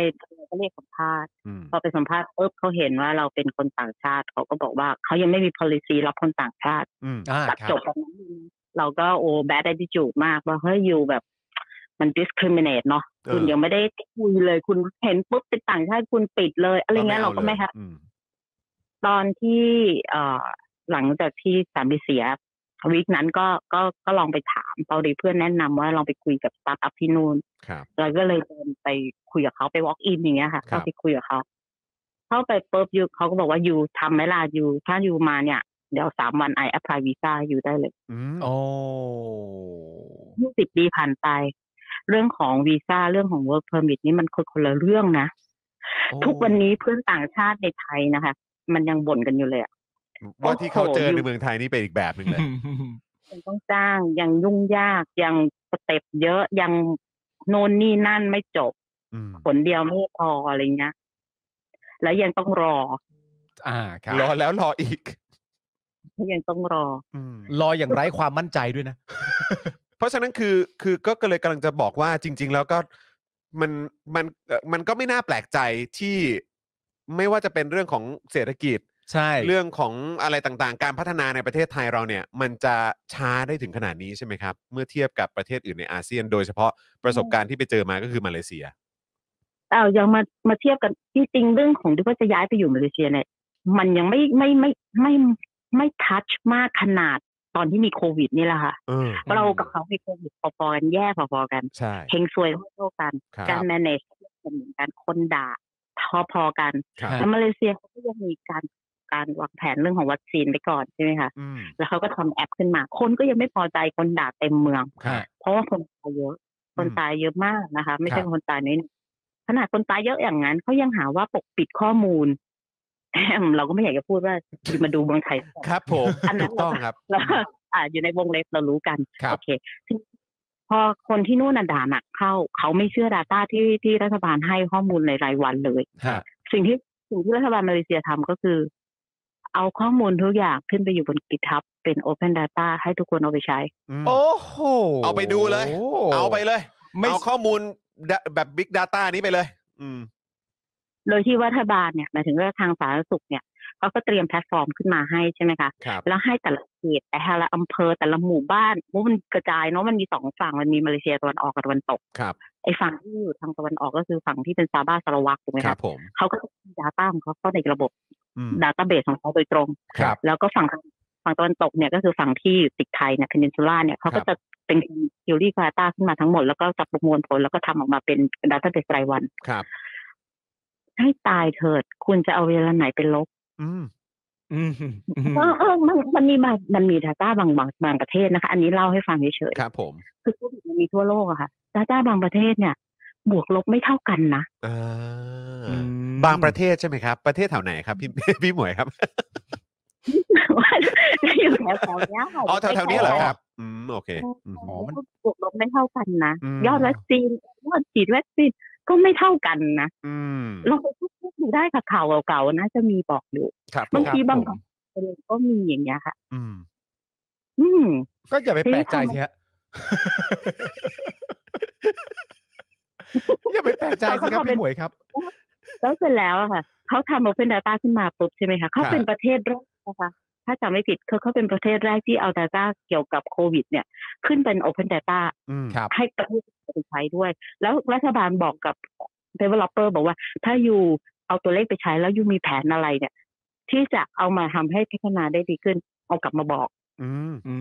Speaker 3: ก็เรียกสัมภาษณ์
Speaker 1: อืม
Speaker 3: พอไปสัมภาษณ์ปุ๊บเขาเห็นว่าเราเป็นคนต่างชาติเขาก็บอกว่าเขายังไม่มี policy รับคนต่างชาติ
Speaker 1: อืม
Speaker 2: อ่า
Speaker 3: ตัด
Speaker 2: ครับ
Speaker 3: จบแบบนั้นเลยนะเราก็โอ้ bad attitude มากว่าเฮ้ยอยู่แบบมัน discriminate เนาะ
Speaker 1: เออ
Speaker 3: คุณยังไม่ได้คุยเลยคุณเห็นปุ๊บเป็นต่างชาติคุณปิดเลยอะไรเงี้ยเราก็ไม่
Speaker 1: อลย
Speaker 3: ค่ะ
Speaker 1: อืม
Speaker 3: ตอนที่เอ่อหลังจากที่สามบิเสียวีคนั้นก็ก็ก็ลองไปถามเปาดีเพื่อนแนะนำว่าลองไปคุยกับสตาร์ทอัพที่นู่น
Speaker 1: ครับ
Speaker 3: เราก็เลยเดินไปคุยกับเขาไป walk in อย่างเงี้ยค่ะ
Speaker 1: ครั
Speaker 3: ก็
Speaker 1: บ
Speaker 3: ไปคุยกับเขา เข้าไปปุ๊บอยู่เขาก็บอกว่าอยู่ทำไหมล่ะอยู่ถ้าอยู่มาเนี่ย เดี๋ยวสามวันไอแอพพลายวีซ่าอยู่ได้เลย
Speaker 1: อืม
Speaker 2: โอ้
Speaker 3: ยี่สิบปีผ่านไป เรื่องของวีซ่าเรื่องของ work permit นี่มันคนคนละเรื่องนะ ทุกวันนี้เพื่อนต่างชาติในไทยนะคะ มันยังบ่นกันอยู่เลยอะ
Speaker 1: ว่าที่เขาเจอในเมืองไทยนี่เป็นอีกแบบหนึ่งเลย
Speaker 3: ยังต้องจ้างยังยุ่งยากยังสเต็ปเยอะยังโน่นนี่นั่นไม่จบ
Speaker 1: อืม
Speaker 3: ผลเดียวไม่พออะไรเงี้ยแล้วยังต้องรอ
Speaker 2: อ่าครับ
Speaker 1: รอแล้วรออีก
Speaker 3: ยังต้องรอ
Speaker 1: อืม
Speaker 2: รออย่างไร้ความมั่นใจด้วยนะ
Speaker 1: เพราะฉะนั้นคือคือก็ก็เลยกำลังจะบอกว่าจริง ๆ แล้วก็มันมันเอ่อมันก็ไม่น่าแปลกใจที่ไม่ว่าจะเป็นเรื่องของเศรษฐกิจ
Speaker 2: ใช่
Speaker 1: เรื่องของอะไรต่างๆ การพัฒนาในประเทศไทยเราเนี่ย มันจะช้าได้ถึงขนาดนี้ใช่ไหมครับ เมื่อเทียบกับประเทศอื่นในอาเซียน โดยเฉพาะประสบการณ์ที่ไปเจอมาก็คือมาเลเซีย
Speaker 3: แต่เอายังมามาเทียบกันที่จริงเรื่องของที่ว่าจะย้ายไปอยู่มาเลเซียเนี่ยมันยังไม่ไม่ไม่ไม่ไม่ไม่ทัชมากขนาดตอนที่มีโควิดนี่แหละค่ะ
Speaker 1: เออ
Speaker 3: เรากับเขามีโควิดพอๆกันแย่พอๆกัน
Speaker 1: ใช่
Speaker 3: เฮงซวยเท่าๆกัน
Speaker 1: ครั
Speaker 3: การ
Speaker 1: บ
Speaker 3: manage เหมือนกันคนด่าพอๆกัน
Speaker 1: ครับ
Speaker 3: แล้วมาเลเซียเขาก็ยังมีการการวางแผนเรื่องของวัคซีนไปก่อนใช่ไหมคะ
Speaker 1: อืม
Speaker 3: แล้วเขาก็ทำแอปขึ้นมา คนก็ยังไม่พอใจคนด่าเต็มเมือง
Speaker 1: ครับ
Speaker 3: เพราะว่าคนตายเยอะ คน
Speaker 1: อืม
Speaker 3: ตายเยอะมากนะคะ ไม่ใช่
Speaker 2: ครับ
Speaker 3: คนตายน้อยๆขนาดคนตายเยอะอย่างนั้นเขายังหาว่าปกปิดข้อมูล เราก็ไม่อยากจะพูดว่ามาดูเมืองไทย
Speaker 1: ครับผม
Speaker 3: อันนั้น
Speaker 1: ถูกต้องครับ
Speaker 3: แล้วอ่าอยู่ในวงเล็บเรารู้กัน
Speaker 1: ครับ
Speaker 3: โอเคทีนี้พอคนที่นู่นน่ะด่าหนักเข้า เขาไม่เชื่อ Data ที่ที่รัฐบาลให้ข้อมูลในรายวันเลย
Speaker 2: ฮะ
Speaker 3: สิ่งที่สิ่งที่รัฐบาลมาเลเซียทำก็คือ เอาข้อมูลทุกอย่างขึ้นไปอยู่บน GitHub เป็น Open Data ให้ทุกคนเอาไปใช้
Speaker 1: อืม
Speaker 2: โอ้โห
Speaker 1: เอาไปดูเลย เอาไปเลย
Speaker 2: ไม่
Speaker 1: เอาข้อมูลดะแบบ Big Data นี้ไปเลย อืม
Speaker 3: โดยที่รัฐบาลเนี่ยหมายถึงว่าทางสาธารณสุขเนี่ยเขาก็เตรียมแพลตฟอร์มขึ้นมาให้ใช่ไหมคะ
Speaker 1: ครับ
Speaker 3: แล้วให้แต่ละเขตแต่ละอำเภอแต่ละหมู่บ้านเพราะมันกระจายเนาะมันมีสองฝั่งมันมีมาเลเซียตะวันออกกับตะวันตก
Speaker 1: ครับ
Speaker 3: ไอ้ฝั่งที่อยู่ทางตะวันออกก็คือฝั่งที่เป็นซาบาสารวักถูกไหม
Speaker 1: ครั
Speaker 3: คะ
Speaker 1: บผม
Speaker 3: เขาก็มีดาต้าของเขาเข้าในระบบ
Speaker 1: อืม
Speaker 3: ดาต้าเบสของเขาโดยตรง
Speaker 2: ครับ
Speaker 3: แล้วก็ฝั่งฝั่งตะวันตกเนี่ยก็คือฝั่งที่อยู่ติดไทยเนี่ย peninsula เนี่ยเขาก็จะเป็นคิวรี่คาตาขึ้นมาทั้งหมด แล้วก็จะประมวลผลแล้วก็ทำออกมาเป็นดัตเตอร์เบสรายวัน
Speaker 1: ครับ
Speaker 3: ให้ตายเถิด คุณจะเอาเวลาไหนเป็นลบ
Speaker 1: อืม
Speaker 2: อืมอืม
Speaker 3: เออเออมันมันมีบางมันมีดัต้าบางบางบางประเทศนะคะ อันนี้เล่าให้ฟังเฉย
Speaker 1: ครับผม
Speaker 3: ๆคือโควิดมันมีทั่วโลกอะค่ะดัต้าบางประเทศเนี่ย บวกลบไม่เท่ากันนะ [laughs]
Speaker 1: อ่า
Speaker 2: อืม
Speaker 1: บางประเทศใช่ไหมครับ ประเทศแถวไหนครับ พี่ [laughs] พี่หมวยครับ
Speaker 3: ว่าอยู่แถวๆเนี้ยค่ะ
Speaker 1: อ๋อแถวแถวๆนี้เหรอครับ อืม โอเคอืม
Speaker 3: อ๋อมันบวกลบไม่เท่ากันนะ
Speaker 1: อืม
Speaker 3: ยอดวัคซีนยอดฉีดวัคซีนก็ไม่เท่ากันนะ
Speaker 1: อืม
Speaker 3: ลองไปพูดดูได้ค่ะข่าวเก่าๆนะจะมีบอกอยู่
Speaker 1: ครับ
Speaker 3: บาง
Speaker 1: ครับ
Speaker 3: ทีาง
Speaker 1: ผม
Speaker 3: ประเด็นก็มีอย่างเงี้ยค่ะ
Speaker 1: อืม
Speaker 3: อืม
Speaker 2: ก็อย่าไปแปลกใจสิฮะ อย่าไปแปลกใจสิครับพี่หมวยครับ
Speaker 3: แล้วเสร็จแล้วอะค่ะ เขาทำ Open Data ขึ้นมาปุ๊บใช่ไหมคะเขา
Speaker 1: ครับ
Speaker 3: เป็นประเทศแรกนะคะ ถ้าจำไม่ผิดเขาเขาเป็นประเทศแรกที่เอา Data เกี่ยวกับโควิด เนี่ย ขึ้นเป็น Open Data
Speaker 1: อืม
Speaker 2: ครับ
Speaker 3: ให้ประเทศอื่นไปใช้ด้วย แล้วรัฐบาลบอกกับ developer บอกว่า ถ้าอยู่เอาตัวเลขไปใช้แล้วอยู่มีแผนอะไรเนี่ย ที่จะเอามาทำให้พัฒนาได้ดีขึ้น เอากลับมาบอก
Speaker 1: อืม
Speaker 2: อื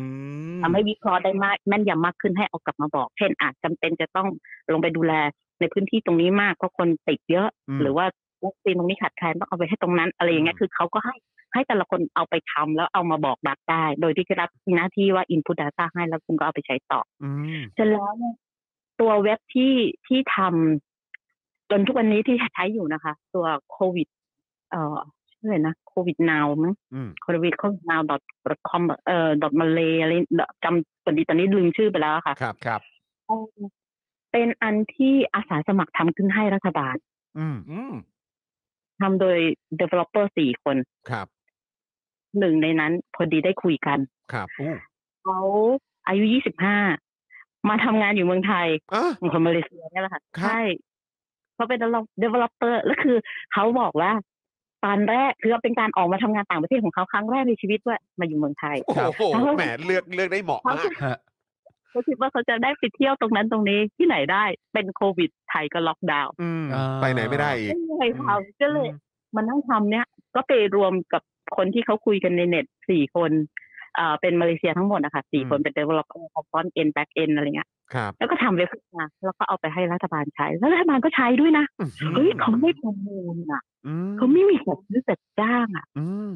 Speaker 2: ม
Speaker 3: ทำให้วิเคราะห์ได้มากแม่นยำมากขึ้นให้เอากลับมาบอก เช่นอาจจำเป็นจะต้องลงไปดูแลในพื้นที่ตรงนี้มากเพราะคนติดเยอะ
Speaker 1: อืม
Speaker 3: หรือว่าวัคซีนตรงนี้ขาดแคลนต้องเอาไปให้ตรงนั้น อะไรอย่างเงี้ยคือเขาก็ให้ให้แต่ละคนเอาไปทำแล้วเอามาบอกบัตรได้ โดยที่ได้รับหน้าที่ว่า input data ให้แล้วคุณก็เอาไปใช้ต่อ
Speaker 1: อืม
Speaker 3: เสร็จแล้วเนี่ยตัวเว็บที่ที่ทำจนทุกวันนี้ที่ใช้อยู่นะคะ ตัวโควิด เอ่อชื่ออะไรนะโควิดนาวมั้ง
Speaker 1: อืม
Speaker 3: โควิดโควิดนาว .com เอ่อ .dot malay อะไรจำตอนนี้ตอนนี้ลืมชื่อไปแล้วอะค่ะ
Speaker 1: ครับครับ
Speaker 3: เออเป็นอันที่อาสาสมัครทำขึ้นให้รัฐบาล
Speaker 1: อืม
Speaker 2: อืม
Speaker 3: ทำโดย developer สี่คน
Speaker 1: ครับ
Speaker 3: หนึ่งในนั้นพอดีได้คุยกัน
Speaker 1: ครับ
Speaker 2: อู้
Speaker 3: เขาอายุยี่สิบห้ามาทำงานอยู่เมืองไทย
Speaker 1: อ่ะ
Speaker 3: คนมาเลเซียเนี่ยแหละค่ะ
Speaker 1: ครับ
Speaker 3: ใช่เขาเป็น developer แล้วคือเขาบอกว่าตอนแรกคือเป็นการออกมาทำงานต่างประเทศของเขาครั้งแรกในชีวิตว่ามาอยู่เมืองไทย
Speaker 1: โอ้โหแหมเลือกเลือกได้เหมาะมาก
Speaker 2: ฮะ
Speaker 3: เขาคิดว่าเขาจะได้ไปเที่ยวตรงนั้นตรงนี้ที่ไหนได้เป็นโควิดไทยก็ล็อกดาวน์
Speaker 1: อืม
Speaker 2: อ่า
Speaker 1: ไปไหนไม่ได้อีก
Speaker 3: ไม่มีใครทำก็เลย
Speaker 1: อืม
Speaker 3: มานั่งทำเนี่ย ก็ไปรวมกับคนที่เขาคุยกันในเน็ตสี่คนอ่าเป็นมาเลเซียทั้งหมดนะคะสี่คนเป็น developer พร้อม end back end อะไรเงี้ย
Speaker 1: ครับ
Speaker 3: แล้วก็ทำเว็บขึ้นมาแล้วก็เอาไปให้รัฐบาลใช้ แล้วรัฐบาลก็ใช้ด้วยนะเฮ้ยเขาไม่ประมูลอ่ะ
Speaker 1: อืม
Speaker 3: เขาไม่มีจัดซื้อจัดจ้างอ่ะ
Speaker 1: อืม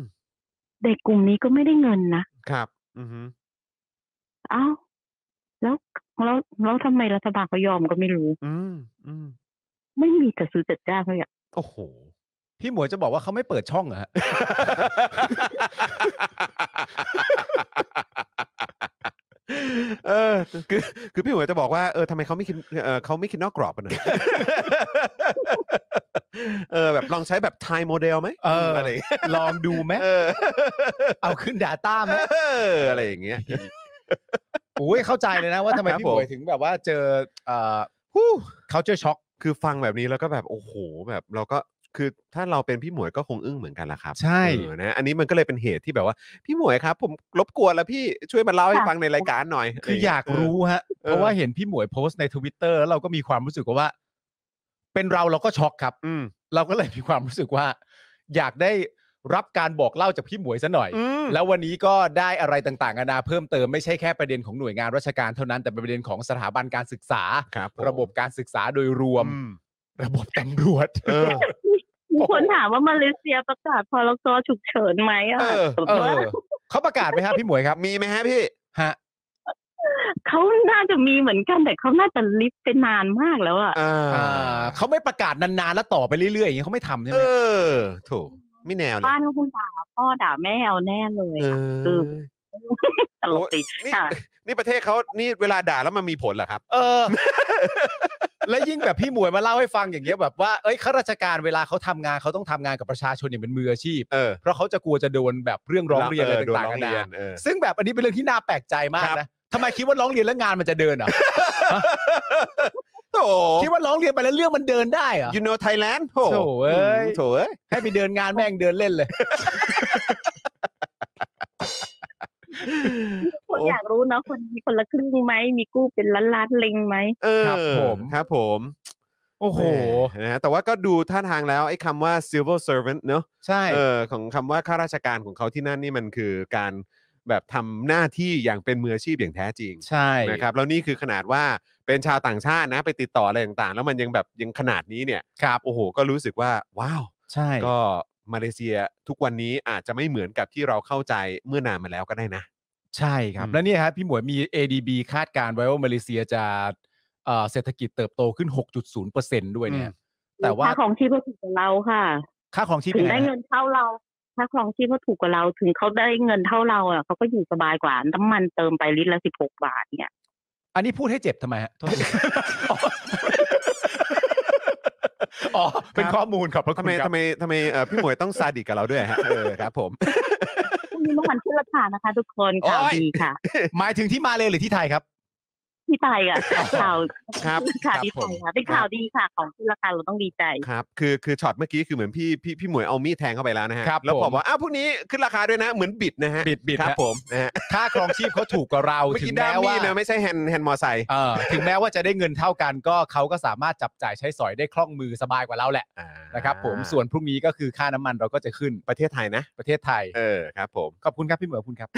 Speaker 3: เด็กกลุ่มนี้ก็ไม่ได้เงินนะ
Speaker 1: ครับ อือฮึ
Speaker 3: เอ้าแล้วแล้วแล้วทำไมรัฐบาลเขายอมก็ไม่รู้
Speaker 1: อืมอืม
Speaker 3: ไม่มีจัดซื้อจัดจ้างเลยอ่ะ
Speaker 1: โอ้โห
Speaker 2: พี่หมวยจะบอกว่าเขาไม่เปิดช่องเหรอฮะ
Speaker 1: เออคือคือพี่หมวยจะบอกว่าเออทำไมเขาไม่คิดเออเขาไม่คิดนอกกรอบกันเลย [laughs] เออแบบลองใช้แบบไทยโมเดลไหม
Speaker 2: เอออ
Speaker 1: อะไรอย่างเงี้ย
Speaker 2: ลองดูไหม
Speaker 1: เออ
Speaker 2: เอาขึ้น Data ไหม
Speaker 1: เอออะไรอย่างเงี้ย
Speaker 2: โอ้ยเข้าใจเลยนะว่าทำไม
Speaker 1: ครับ
Speaker 2: พี่หมว
Speaker 1: ผ
Speaker 2: ย
Speaker 1: ม
Speaker 2: ถึงแบบว่าเจอเอ่อ
Speaker 1: ฮู้
Speaker 2: culture shock
Speaker 1: คือฟังแบบนี้แล้วก็แบบโอ้โหแบบเราก็คือถ้าเราเป็นพี่หมวยก็คงอึ้งเหมือนกันละครับ
Speaker 2: ใช่
Speaker 1: เออนะอันนี้มันก็เลยเป็นเหตุที่แบบว่า พี่หมวยครับ ผมรบกวนแล้วพี่ช่วยมาเล่าให้ฟังในรายการหน่อย
Speaker 2: คืออยากรู้ฮะ
Speaker 1: เออ
Speaker 2: เพราะว่าเห็นพี่หมวยโพสต์ในทวิตเตอร์แล้วเราก็มีความรู้สึกว่า เป็นเราเราก็ช็อกครับ
Speaker 1: อืม
Speaker 2: เราก็เลยมีความรู้สึกว่า อยากได้รับการบอกเล่าจากพี่หมวยซะหน่อย
Speaker 1: อืม
Speaker 2: แล้ววันนี้ก็ได้อะไรต่างๆนานาเพิ่มเติมไม่ใช่แค่ประเด็นของหน่วยงานราชการเท่านั้นแต่เป็นประเด็นของสถาบันการศึกษา
Speaker 1: ครับผม
Speaker 2: ระบบการศึกษาโดยรวม
Speaker 1: อื
Speaker 2: ระบบตำรวจ
Speaker 1: เออ
Speaker 3: มีคนถามว่ามาเลเซียประกาศพรกฉุกเฉินไหมอ่ะ
Speaker 1: เออ
Speaker 2: เออเขาประกาศไหมครับพี่หมวยครับ
Speaker 1: มีไหมฮะพี่
Speaker 2: ฮะ
Speaker 3: เขาน่าจะมีเหมือนกันแต่เขาน่าจะลิฟต์ไปนานมากแล้วอ่ะ
Speaker 1: อ่า
Speaker 2: อ่าเขาไม่ประกาศนานๆแล้วต่อไปเรื่อยๆอย่างนี้ยเขาไม่ทำใช่ไห
Speaker 1: เอ
Speaker 2: ม
Speaker 1: อถูกไม่แนวเลย
Speaker 3: บ้านก็คงด่าพ่อด่าแม่เอาแน่เลย
Speaker 1: เออ
Speaker 3: ตลกติด
Speaker 1: นี่
Speaker 3: ค่ะ
Speaker 1: นี่ประเทศเขานี่เวลาด่าแล้วมันมีผลเหรอครับ
Speaker 2: เออ [laughs] และยิ่งแบบพี่หมวยมาเล่าให้ฟังอย่างเงี้ยแบบว่าเอ้ยข้าราชการเวลาเขาทำงานเขาต้องทำงานกับประชาชนอย่างเป็นมืออาชีพ
Speaker 1: เออ
Speaker 2: เพราะเขาจะกลัวจะโดนแบบเรื่องร้องเรียนอะไรต่า
Speaker 1: โดนร้อ
Speaker 2: งๆกั
Speaker 1: ง
Speaker 2: น
Speaker 1: เรีย
Speaker 2: นะ
Speaker 1: นเออ
Speaker 2: ซึ่งแบบอันนี้เป็นเรื่องที่น่าแปลกใจมาก
Speaker 1: ครับ
Speaker 2: นะทำไมคิดว่าร้องเรียนแล้วงานมันจะเดินเหรอ่ะ
Speaker 1: โถ
Speaker 2: คิดว่าร้องเรียนไปแล้วเรื่องมันเดินได้เหรอ่ะ
Speaker 1: you know Thailand โถ
Speaker 2: โถ่เอ้ย
Speaker 1: โถเอ้ย
Speaker 2: ให้ไปเดินงานแม่งเดินเล่นเลย
Speaker 3: คนอยากรู้เนาะคนมีคนละครึ่งไหม มีกู้เป็นล้านล้านๆเล็งไหม
Speaker 1: เออ
Speaker 2: ครับผม
Speaker 1: ครับผม
Speaker 2: โอ้โห
Speaker 1: แหมนะฮะแต่ว่าก็ดูท่าทางแล้วไอ้คำว่า civil servant เนอะ
Speaker 2: ใช่
Speaker 1: เออของคำว่าข้าราชการของเขาที่นั่นนี่มันคือการแบบทำหน้าที่อย่างเป็นมืออาชีพอย่างแท้จริง
Speaker 2: ใช่
Speaker 1: นะครับแล้วนี่คือขนาดว่าเป็นชาวต่างชาตินะไปติดต่ออะไรต่างๆ แล้วมันยังแบบยังขนาดนี้เนี่ย
Speaker 2: ครับ
Speaker 1: โอ้โห ก็รู้สึกว่า ว้าว
Speaker 2: ใช่
Speaker 1: ก็มาเลเซียทุกวันนี้อาจจะไม่เหมือนกับที่เราเข้าใจเมื่อนานมาแล้วก็ได้นะ
Speaker 2: ใช่ครับ
Speaker 1: อืม
Speaker 2: แล้วเนี่ยครับพี่หมวยมี ADB คาดการณ์ไว้ว่ามาเลเซียจะเอ่อเศรษฐกิจเติบโตขึ้น 6.0%ด้วยเนี่ย แต่ว่า
Speaker 3: ค่าของชีพก็ถูกกว่าเราค่ะ
Speaker 2: ค่าของชีพ
Speaker 3: ถึง
Speaker 2: ป็
Speaker 3: ได้
Speaker 2: นไง
Speaker 3: เงินเท่าเรา ค่าของชีพก็ถูกกว่าเรา ถึงเขาได้เงินเท่าเราอ่ะเขาก็อยู่สบายกว่า น้ำมันเติมไปลิตรละสิบหกบาทเนี่ย
Speaker 2: อันนี้พูดให้เจ็บทำไม
Speaker 1: [laughs]
Speaker 2: ฮะโทษที อ๋อ [laughs] เป็นข้อมูลขอบพระคุ
Speaker 1: ทำ
Speaker 2: ณ
Speaker 1: ไม
Speaker 2: ครับ
Speaker 1: ทำไมทำไมเอ่อพี่หมวยต้องซาดิสกับเรา
Speaker 2: [laughs]
Speaker 1: ด้วยฮะเออครับผม
Speaker 3: พรุ่งนี้น้ำมันขึ้นราคานะคะ ทุกคนข่าว
Speaker 1: โอ้ย
Speaker 3: ดีค่ะ
Speaker 2: หมายถึงที่มาเลยหรือที่ไทยครับ
Speaker 3: ที่ไทยอ่ะ ข่าว
Speaker 1: ครับ
Speaker 3: ข่า
Speaker 2: ครั
Speaker 3: ว
Speaker 2: บ
Speaker 3: ที่ไทย
Speaker 2: ผม
Speaker 3: ค่ะ เป็นข่าวดีค่ะ ของขึ้นราคาเราต้องดีใจ
Speaker 1: ครับคือคือช็อตเมื่อกี้คือเหมือนพี่พี่พี่หมวยเอามีดแทงเข้าไปแล้วนะฮะ
Speaker 2: ครับ
Speaker 1: แล้วผ
Speaker 2: ผม ม
Speaker 1: บอกอ้าวพรุ่งนี้ขึ้นราคาด้วยนะเหมือนบิดนะฮะ
Speaker 2: บิดบิด
Speaker 1: ครับ
Speaker 2: ฮะ
Speaker 1: ผมนะฮะ
Speaker 2: ค่าครองชีพเขาถูกกว่าเรา
Speaker 1: เมื่อ
Speaker 2: ถึ
Speaker 1: กี้
Speaker 2: ง
Speaker 1: ด้า
Speaker 2: แม้
Speaker 1: มมี
Speaker 2: ว่า
Speaker 1: ดนะไม่ใช่แฮนด์แฮนด์มอไซค์
Speaker 2: เออถึงแม้ว่าจะได้เงินเท่ากันก็เขาก็สามารถจับจ่ายใช้สอยได้คล่องมือสบายกว่าเราแหละ
Speaker 1: อ่า
Speaker 2: นะครับผมส่วนพรุ่งนี้ก็คือค่าน้ำมันเราก็จะขึ้น
Speaker 1: ประเทศไทยนะ
Speaker 2: ประเทศไทย
Speaker 1: เออครับผม
Speaker 2: ขอบคุณครับพี่เหมือคุณครับ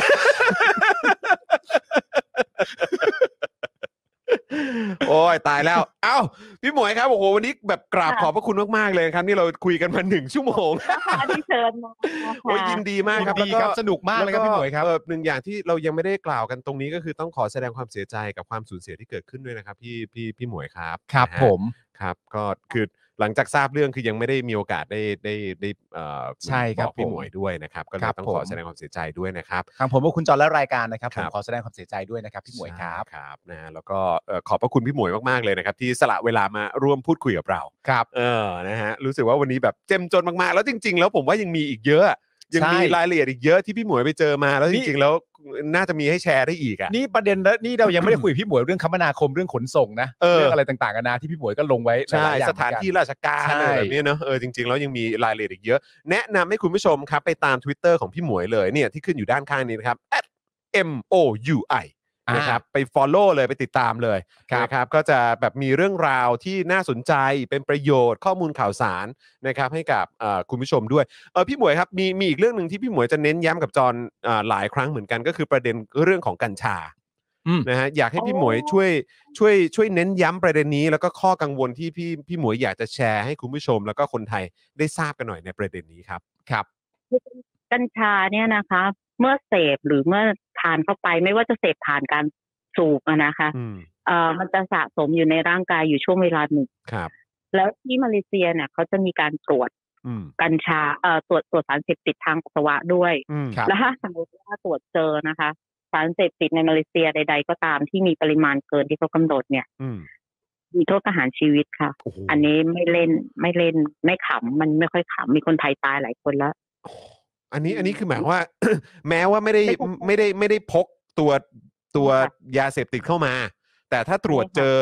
Speaker 1: โอ้ยตายแล้ว เอ้าพี่หมวยครับโอ้โหวันนี้แบบกราบข
Speaker 3: ค่ะ
Speaker 1: อบพระคุณมากๆเลยครับนี่เราคุยกันมาหนึ่งชั่วโมง
Speaker 3: ราคาที่เชิญมาค่ะ
Speaker 1: โอ้ยยินดีมากครับ
Speaker 2: ยินดีครับสนุกมากเลยครับพี่หมวยครับ
Speaker 1: เออหนึ่งอย่างที่เรายังไม่ได้กล่าวกันตรงนี้ก็คือต้องขอแสดงความเสียใจกับความสูญเสียที่เกิดขึ้นด้วยนะครับพี่พี่พี่หมวยครับ
Speaker 2: ครับ
Speaker 1: นะฮะ
Speaker 2: ผม
Speaker 1: ครับก็คือหลังจากทราบเรื่องคือยังไม่ได้มีโอกาสได้ได้ได้เอ่อ
Speaker 2: ใช่ครับ
Speaker 1: อกพี่
Speaker 2: ผ
Speaker 1: หมวยด้วยนะครับ ก็เล
Speaker 2: ครั
Speaker 1: ย
Speaker 2: บ
Speaker 1: ต้อง
Speaker 2: ผม
Speaker 1: ขอแสดงความเสียใจด้วยนะครับ
Speaker 2: ทางผมว่าคุณจอห์นและรายการนะครับผ
Speaker 1: ค
Speaker 2: ม
Speaker 1: รับ
Speaker 2: ขอแสดงความเสียใจด้วยนะครับพี่หมวยครับ
Speaker 1: ใช่ครับนะฮะแล้วก็เอ่อขอบพระคุณพี่หมวยมากๆเลยนะครับ ที่สละเวลามาร่วมพูดคุยกับเรา
Speaker 2: ครับ
Speaker 1: เออนะฮะรู้สึกว่าวันนี้แบบเจ้มจนมากๆ แล้วจริง ๆ แล้วผมว่ายังมีอีกเยอะ ยังมี
Speaker 2: ใช่
Speaker 1: รายละเอียดอีกเยอะที่พี่หมวยไปเจอมาแล้วจ
Speaker 2: นี่
Speaker 1: ริงๆแล้วน่าจะมีให้แชร์ได้อีกอ่ะ
Speaker 2: นี่ประเด็นแล้วนี่เรายังไม่ได้คุยกับพี่หมวยเรื่องคมนาคมเรื่องขนส่งนะ
Speaker 1: เออ
Speaker 2: องอะไรต่างๆนานาที่พี่หมวยก็ลงไว้ห
Speaker 1: ใช่
Speaker 2: ลยๆอย่
Speaker 1: ส
Speaker 2: งเหมือ
Speaker 1: ถาน
Speaker 2: กั
Speaker 1: ที่ราชการ
Speaker 2: ใช่
Speaker 1: อะไรแบบนี้เนอะเออจริงๆแล้วยังมีรายละเอียดอีกเยอะ แนะนำให้คุณผู้ชมครับ ไปตาม Twitter ของพี่หมวยเลยเนี่ยที่ขึ้นอยู่ด้านข้างนี้นะครับ m o u i
Speaker 2: อ่า
Speaker 1: นะครับไป Follow เลยไปติดตามเลย
Speaker 2: ครับ
Speaker 1: นะครับก็จะแบบมีเรื่องราวที่น่าสนใจเป็นประโยชน์ข้อมูลข่าวสารนะครับให้กับเอ่อคุณผู้ชมด้วยเออพี่หมวยครับมีมีอีกเรื่องหนึ่งที่พี่หมวยจะเน้นย้ำกับจอห์นเอ่อหลายครั้งเหมือนกันก็คือประเด็นเรื่องของกัญชา
Speaker 2: อืม
Speaker 1: นะฮะอยากให้พี่หมวย
Speaker 3: อ๋อ
Speaker 1: ช่วยช่วยช่วยเน้นย้ำประเด็นนี้ แล้วก็ข้อกังวลที่พี่พี่หมวยอยากจะแชร์ให้คุณผู้ชม แล้วก็คนไทยได้ทราบกันหน่อยในประเด็นนี้ครับ
Speaker 2: ครับ
Speaker 3: กัญชาเนี่ยนะคะ เมื่อเสพหรือเมื่อทานเข้าไปไม่ว่าจะเสพผ่านการสูบอะนะคะ
Speaker 1: อืม
Speaker 3: เอ่อมันจะสะสมอยู่ในร่างกายอยู่ช่วงเวลาหนึ่ง
Speaker 1: ครับ
Speaker 3: แล้วที่มาเลเซียเนี่ยเขาจะมีการตรวจ
Speaker 1: อืม
Speaker 3: กัญชาเอ่อตรวจตรวจสารเสพติดทางปัสสาวะด้วย
Speaker 1: อืม
Speaker 2: ครับ
Speaker 3: แล้วถ้าสมมติว่าตรวจเจอนะคะ สารเสพติดในมาเลเซียใด ๆ ก็ตามที่มีปริมาณเกินที่เขากำหนดเนี่ย
Speaker 1: อืม
Speaker 3: มีโทษประหารชีวิตค่ะ
Speaker 1: โอ้โห
Speaker 3: อันนี้ไม่เล่นไม่เล่นไม่ขำมันไม่ค่อยขำมีคนไทยตายหลายคนแล้ว
Speaker 1: อันนี้อันนี้คือหมายความว่า [coughs] แม้ว่าไม่ได้ไม่ได้ไม่ได้พกตัวตัว
Speaker 3: ค่ะ
Speaker 1: ยาเสพติดเข้ามา แต่ถ้าตรวจ
Speaker 3: ใช่ค่ะ
Speaker 1: เจอ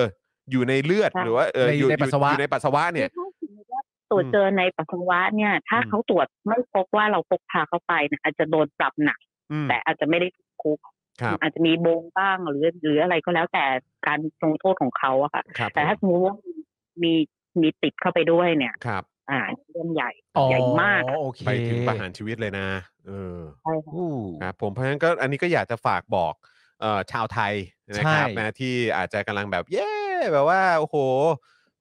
Speaker 1: อยู่ในเลือด
Speaker 3: ใช่
Speaker 1: หรือว่าเออ
Speaker 2: ใน
Speaker 1: อยู่
Speaker 2: ในปัสสาวะ
Speaker 1: อยู่ในปัสสาวะเนี่ย
Speaker 3: ถ้าสมมติว่าตรวจ
Speaker 1: อืม
Speaker 3: เจอในปัสสาวะเนี่ย ถ้า
Speaker 1: อืม
Speaker 3: เขาตรวจไม่พบว่าเราพกพาเข้าไปเนี่ยอาจจะโดนปรับหนัก
Speaker 1: อืม
Speaker 3: แต่อาจจะไม่ได้ติดคุก
Speaker 1: ครับ
Speaker 3: อาจจะมีโบงบ้างหรือหรืออะไรก็แล้วแต่การลงโทษของเขาอะค่ะ
Speaker 1: ครับ
Speaker 3: แต่ถ้าสมมติว่ามีมีติดเข้าไปด้วยเนี่ย
Speaker 1: ครับ
Speaker 3: อ่าเรื่องใหญ่ ใหญ่มาก
Speaker 2: อ๋อโอเค
Speaker 1: ไปถึงประหารชีวิตเลยนะเออ
Speaker 3: ใช่ค่ะ
Speaker 2: อู้
Speaker 1: ครับผมเพราะฉะนั้นก็อันนี้ก็อยากจะฝากบอกเอ่อชาวไทยนะครับ
Speaker 2: ใช่
Speaker 1: นะที่อาจจะกำลังแบบเย้แบบว่าโอ้โห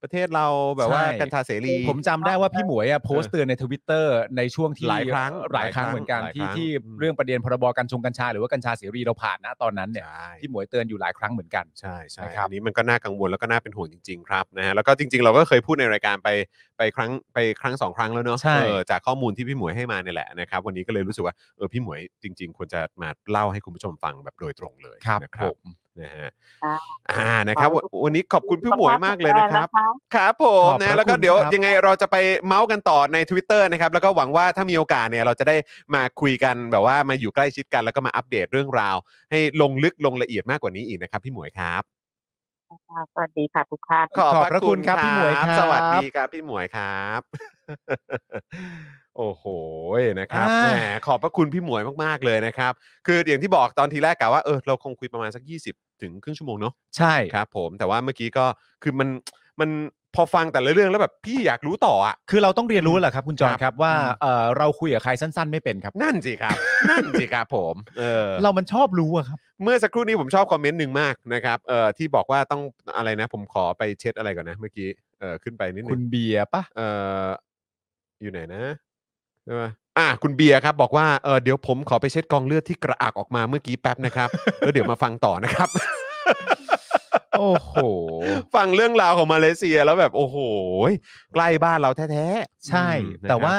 Speaker 1: ประเทศเราแบบว่า
Speaker 2: ใช่
Speaker 1: กัญชาเสรี
Speaker 2: ผมจำได้ว่าพี่หมวยอะโพสต์เตือนในทวิตเตอร์ในช่วงที่
Speaker 1: หลายครั้ง
Speaker 2: หลายค
Speaker 1: หลายครั้
Speaker 2: รั้ง
Speaker 1: ง
Speaker 2: เหมือนกัน
Speaker 1: หลายครั้
Speaker 2: ที่
Speaker 1: ง
Speaker 2: ที่
Speaker 1: อืม
Speaker 2: เรื่องประเด็นพรบกัญชงกัญชาหรือว่ากัญชาเสรีเราผ่านนะตอนนั้นเนี่ย
Speaker 1: ใช่
Speaker 2: พี่หมวยเตือนอยู่หลายครั้งเหมือนกัน
Speaker 1: ใช่ใช่
Speaker 2: นะครับ
Speaker 1: อันนี้มันก็น่ากังวลแล้วก็น่าเป็นห่วงจริง ๆ ครับนะฮะแล้วก็จริง ๆ เราก็เคยพูดในรายการไปไปครั้งไปครั้งสองครั้งแล้วเนอะ
Speaker 2: ใช่
Speaker 1: เออจากข้อมูลที่พี่หมวยให้มาเนี่ยแหละนะครับวันนี้ก็เลยรู้สึกว่าเออพี่หมวยจริง ๆ ควรจะมาเล่าให้คุณผู้ชมฟังแบบโดยตรงเลยนะค
Speaker 2: ผ
Speaker 1: รับ
Speaker 2: ม
Speaker 1: นะฮะ
Speaker 3: ค่ะ
Speaker 1: อ่านะครับวันวันนี้ขอบคุณพี่หมวยมากเลยนะครับ ครับผ
Speaker 2: ข
Speaker 1: ม
Speaker 2: อบพ
Speaker 1: นะ
Speaker 2: ระ
Speaker 1: แล้วก็
Speaker 2: คุณ
Speaker 1: เดี๋ยว
Speaker 2: ครับ
Speaker 1: ยังไงเราจะไปเมาส์กันต่อใน Twitter นะครับแล้วก็หวังว่าถ้ามีโอกาสเนี่ยเราจะได้มาคุยกันแบบว่ามาอยู่ใกล้ชิดกัน แล้วก็มาอัปเดตเรื่องราว ให้ลงลึกลงละเอียดมากกว่านี้อีกนะครับพี่หมวยครับ
Speaker 3: ค่ะสวัสดีค่ะทุกท่าน
Speaker 2: ขอบพระคุณครับพี่หมวยครับ
Speaker 1: สวัสดีครับพี่หมวยครับ [laughs] โอ้โหนะครับแหมขอบพระคุณพี่หมวยมากๆเลยนะครับ คืออย่างที่บอกตอนทีแรกกะว่าเออเราคงคุยประมาณสัก 20 ถึงครึ่งชั่วโมงเนาะ
Speaker 2: ใช่
Speaker 1: ครับผมแต่ว่าเมื่อกี้ก็คือมันมันพอฟังแต่ละเรื่องแล้วแบบพี่อยากรู้ต่ออ่ะ
Speaker 2: คือเราต้องเรียนรู้แหละครับคุณจอห์
Speaker 1: ครับ
Speaker 2: นครับว่า
Speaker 1: อืม
Speaker 2: เอ่อเราคุยกับใครสั้น ๆ ไม่เป็นครับ
Speaker 1: นั่นสิครับ [laughs] นั่นสิครับผมเออ
Speaker 2: เรามันชอบรู้อะครับ
Speaker 1: เมื่อสักครู่นี้ผมชอบคอมเมนต์หนึ่งมากนะครับเอ่อที่บอกว่าต้องอะไรนะ ผมขอไปเช็ดอะไรก่อนนะเมื่อกี้เอ่อขึ้นไปนิดนึ
Speaker 2: คุ
Speaker 1: ง
Speaker 2: ณเบียร์ปะ
Speaker 1: เอ่ออยู่ไหนนะใช่ไหมอ่ะคุณเบียร์ครับ บอกว่าเออเดี๋ยวผมขอไปเช็ดกองเลือดที่กระอักออกมาเมื่อกี้แป๊บนะครับ แล้วเดี๋ยวมาฟังต่อนะครับ
Speaker 2: โอ้โห
Speaker 1: ฟังเรื่องราวของมาเลเซียแล้วแบบโอ้โหใกล้บ้านเราแท้ๆ
Speaker 2: ใช่
Speaker 1: อืมนะครับ
Speaker 2: แต่ว่า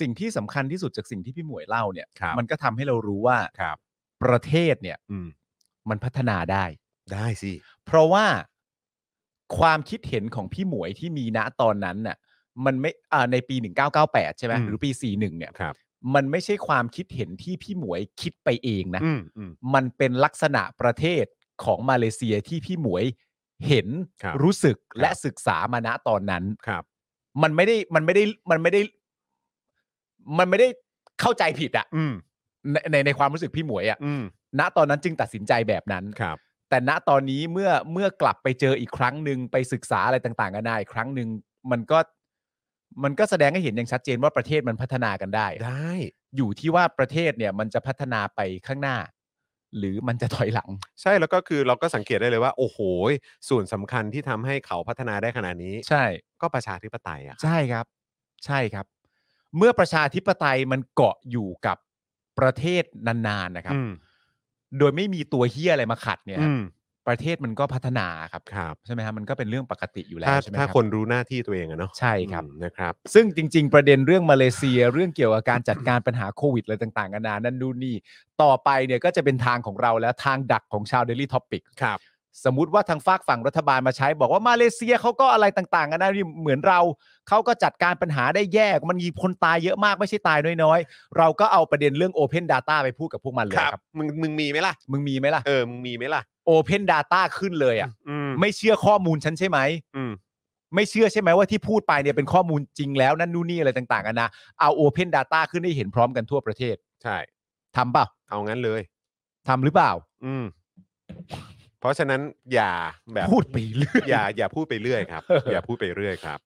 Speaker 2: สิ่งที่สำคัญที่สุดจากสิ่งที่พี่หมวยเล่าเนี่ย
Speaker 1: ครับ
Speaker 2: มันก็ทำให้เรารู้ว่า
Speaker 1: ครับ
Speaker 2: ประเทศเนี่ย
Speaker 1: อืม
Speaker 2: มันพัฒนาได้
Speaker 1: ได้สิ
Speaker 2: เพราะว่าความคิดเห็นของพี่หมวยที่มีณตอนนั้นน่ะมันไม่อ่าในปี 1998 ใช่ไหม
Speaker 1: อืม
Speaker 2: หรือปี 41 เนี่ย
Speaker 1: ครับ
Speaker 2: มันไม่ใช่ความคิดเห็นที่พี่หมวยคิดไปเองนะ
Speaker 1: อืมอืม
Speaker 2: มันเป็นลักษณะประเทศของมาเลเซียที่พี่หมวยเห็น
Speaker 1: ครับ
Speaker 2: รู้สึก
Speaker 1: ครับ
Speaker 2: และศึกษามาณตอนนั้น
Speaker 1: ครับ
Speaker 2: มันไม่ได้มันไม่ได้มันไม่ได้ มันไม่ได้เข้าใจผิดอะ
Speaker 1: อืม
Speaker 2: ในในในความรู้สึกพี่หมวยอะ
Speaker 1: อืม
Speaker 2: ณตอนนั้นจึงตัดสินใจแบบนั้น
Speaker 1: ครับ
Speaker 2: แต่ณตอนนี้เมื่อเมื่อกลับไปเจออีกครั้งหนึ่งไปศึกษาอะไรต่างๆกันได้อีกครั้งหนึ่งมันก็มันก็แสดงให้เห็นอย่างชัดเจนว่าประเทศมันพัฒนากันได้
Speaker 1: ได้
Speaker 2: อยู่ที่ว่าประเทศเนี่ยมันจะพัฒนาไปข้างหน้า หรือมันจะถอยหลัง
Speaker 1: ใช่แล้วก็คือเราก็สังเกตได้เลยว่า โอ้โห ส่วนสำคัญที่ทำให้เขาพัฒนาได้ขนาดนี้
Speaker 2: ใช่
Speaker 1: ก็ประชาธิปไตยอ่ะ
Speaker 2: ใช่ครับ ใช่ครับ เมื่อประชาธิปไตยมันเกาะอยู่กับประเทศนานๆนะครับ
Speaker 1: อืม
Speaker 2: โดยไม่มีตัวเฮียอะไรมาขัดเนี่ย
Speaker 1: อืม
Speaker 2: ประเทศมันก็พัฒนาครับ
Speaker 1: ครับ
Speaker 2: ใช่ไหมฮะมันก็เป็นเรื่องปกติอยู่แล้ว
Speaker 1: ถ้า
Speaker 2: ใช่ไหม
Speaker 1: ถ้า
Speaker 2: รับ
Speaker 1: คนรู้หน้าที่ตัวเองอะเนาะ
Speaker 2: ใช่ครับ
Speaker 1: อืมนะครับ
Speaker 2: ซึ่งจริง ๆ ประเด็นเรื่องมาเลเซีย เรื่องเกี่ยวกับการจัดการปัญหาโควิดอะไรต่างๆกันานานั่นดูนนี่ ต่อไปเนี่ยก็จะเป็นทางของเราแล้วทางดักของชาว Daily Topic
Speaker 1: ครับ
Speaker 2: สมมติว่าทางฝากฝั่งรัฐบาลมาใช้ บอกว่ามาเลเซียเขาก็อะไรต่างๆกันานานี่เหมือนเราเขาก็จัดการปัญหาได้แย่มันมีคนตายเยอะมากไม่ใช่ตายน้อยๆ เราก็เอาประเด็นเรื่อง Open Data ไปพูดกับพวกมันเลย
Speaker 1: ครับ
Speaker 2: ครับ
Speaker 1: มึงมึงมีไหมล่ะ
Speaker 2: มึงมีไหมล่ะ
Speaker 1: เออ มึงมีไหมล่ะ
Speaker 2: Open Data ขึ้นเลยอ่ะ
Speaker 1: อืม
Speaker 2: [laughs] ไม่เชื่อข้อมูลฉันใช่ไหม
Speaker 1: อืม
Speaker 2: ไม่เชื่อใช่ไหมว่าที่พูดไปเนี่ยเป็นข้อมูลจริงแล้วนั่นนู่นนี่อะไรต่างๆกันนะเอา Open Data ขึ้นให้เห็นพร้อมกันทั่วประเทศ
Speaker 1: ใช่
Speaker 2: ทำเปล่า
Speaker 1: เอางั้นเลย
Speaker 2: ทำหรือเปล่า
Speaker 1: อืม เพราะฉะนั้นอย่าแบบ
Speaker 2: พูดไปเรื่อย
Speaker 1: อย่าอย่าพูดไปเรื่อยครับ
Speaker 2: เออ
Speaker 1: อ
Speaker 2: อ
Speaker 1: ย่าพูดไปเรื่อยครับ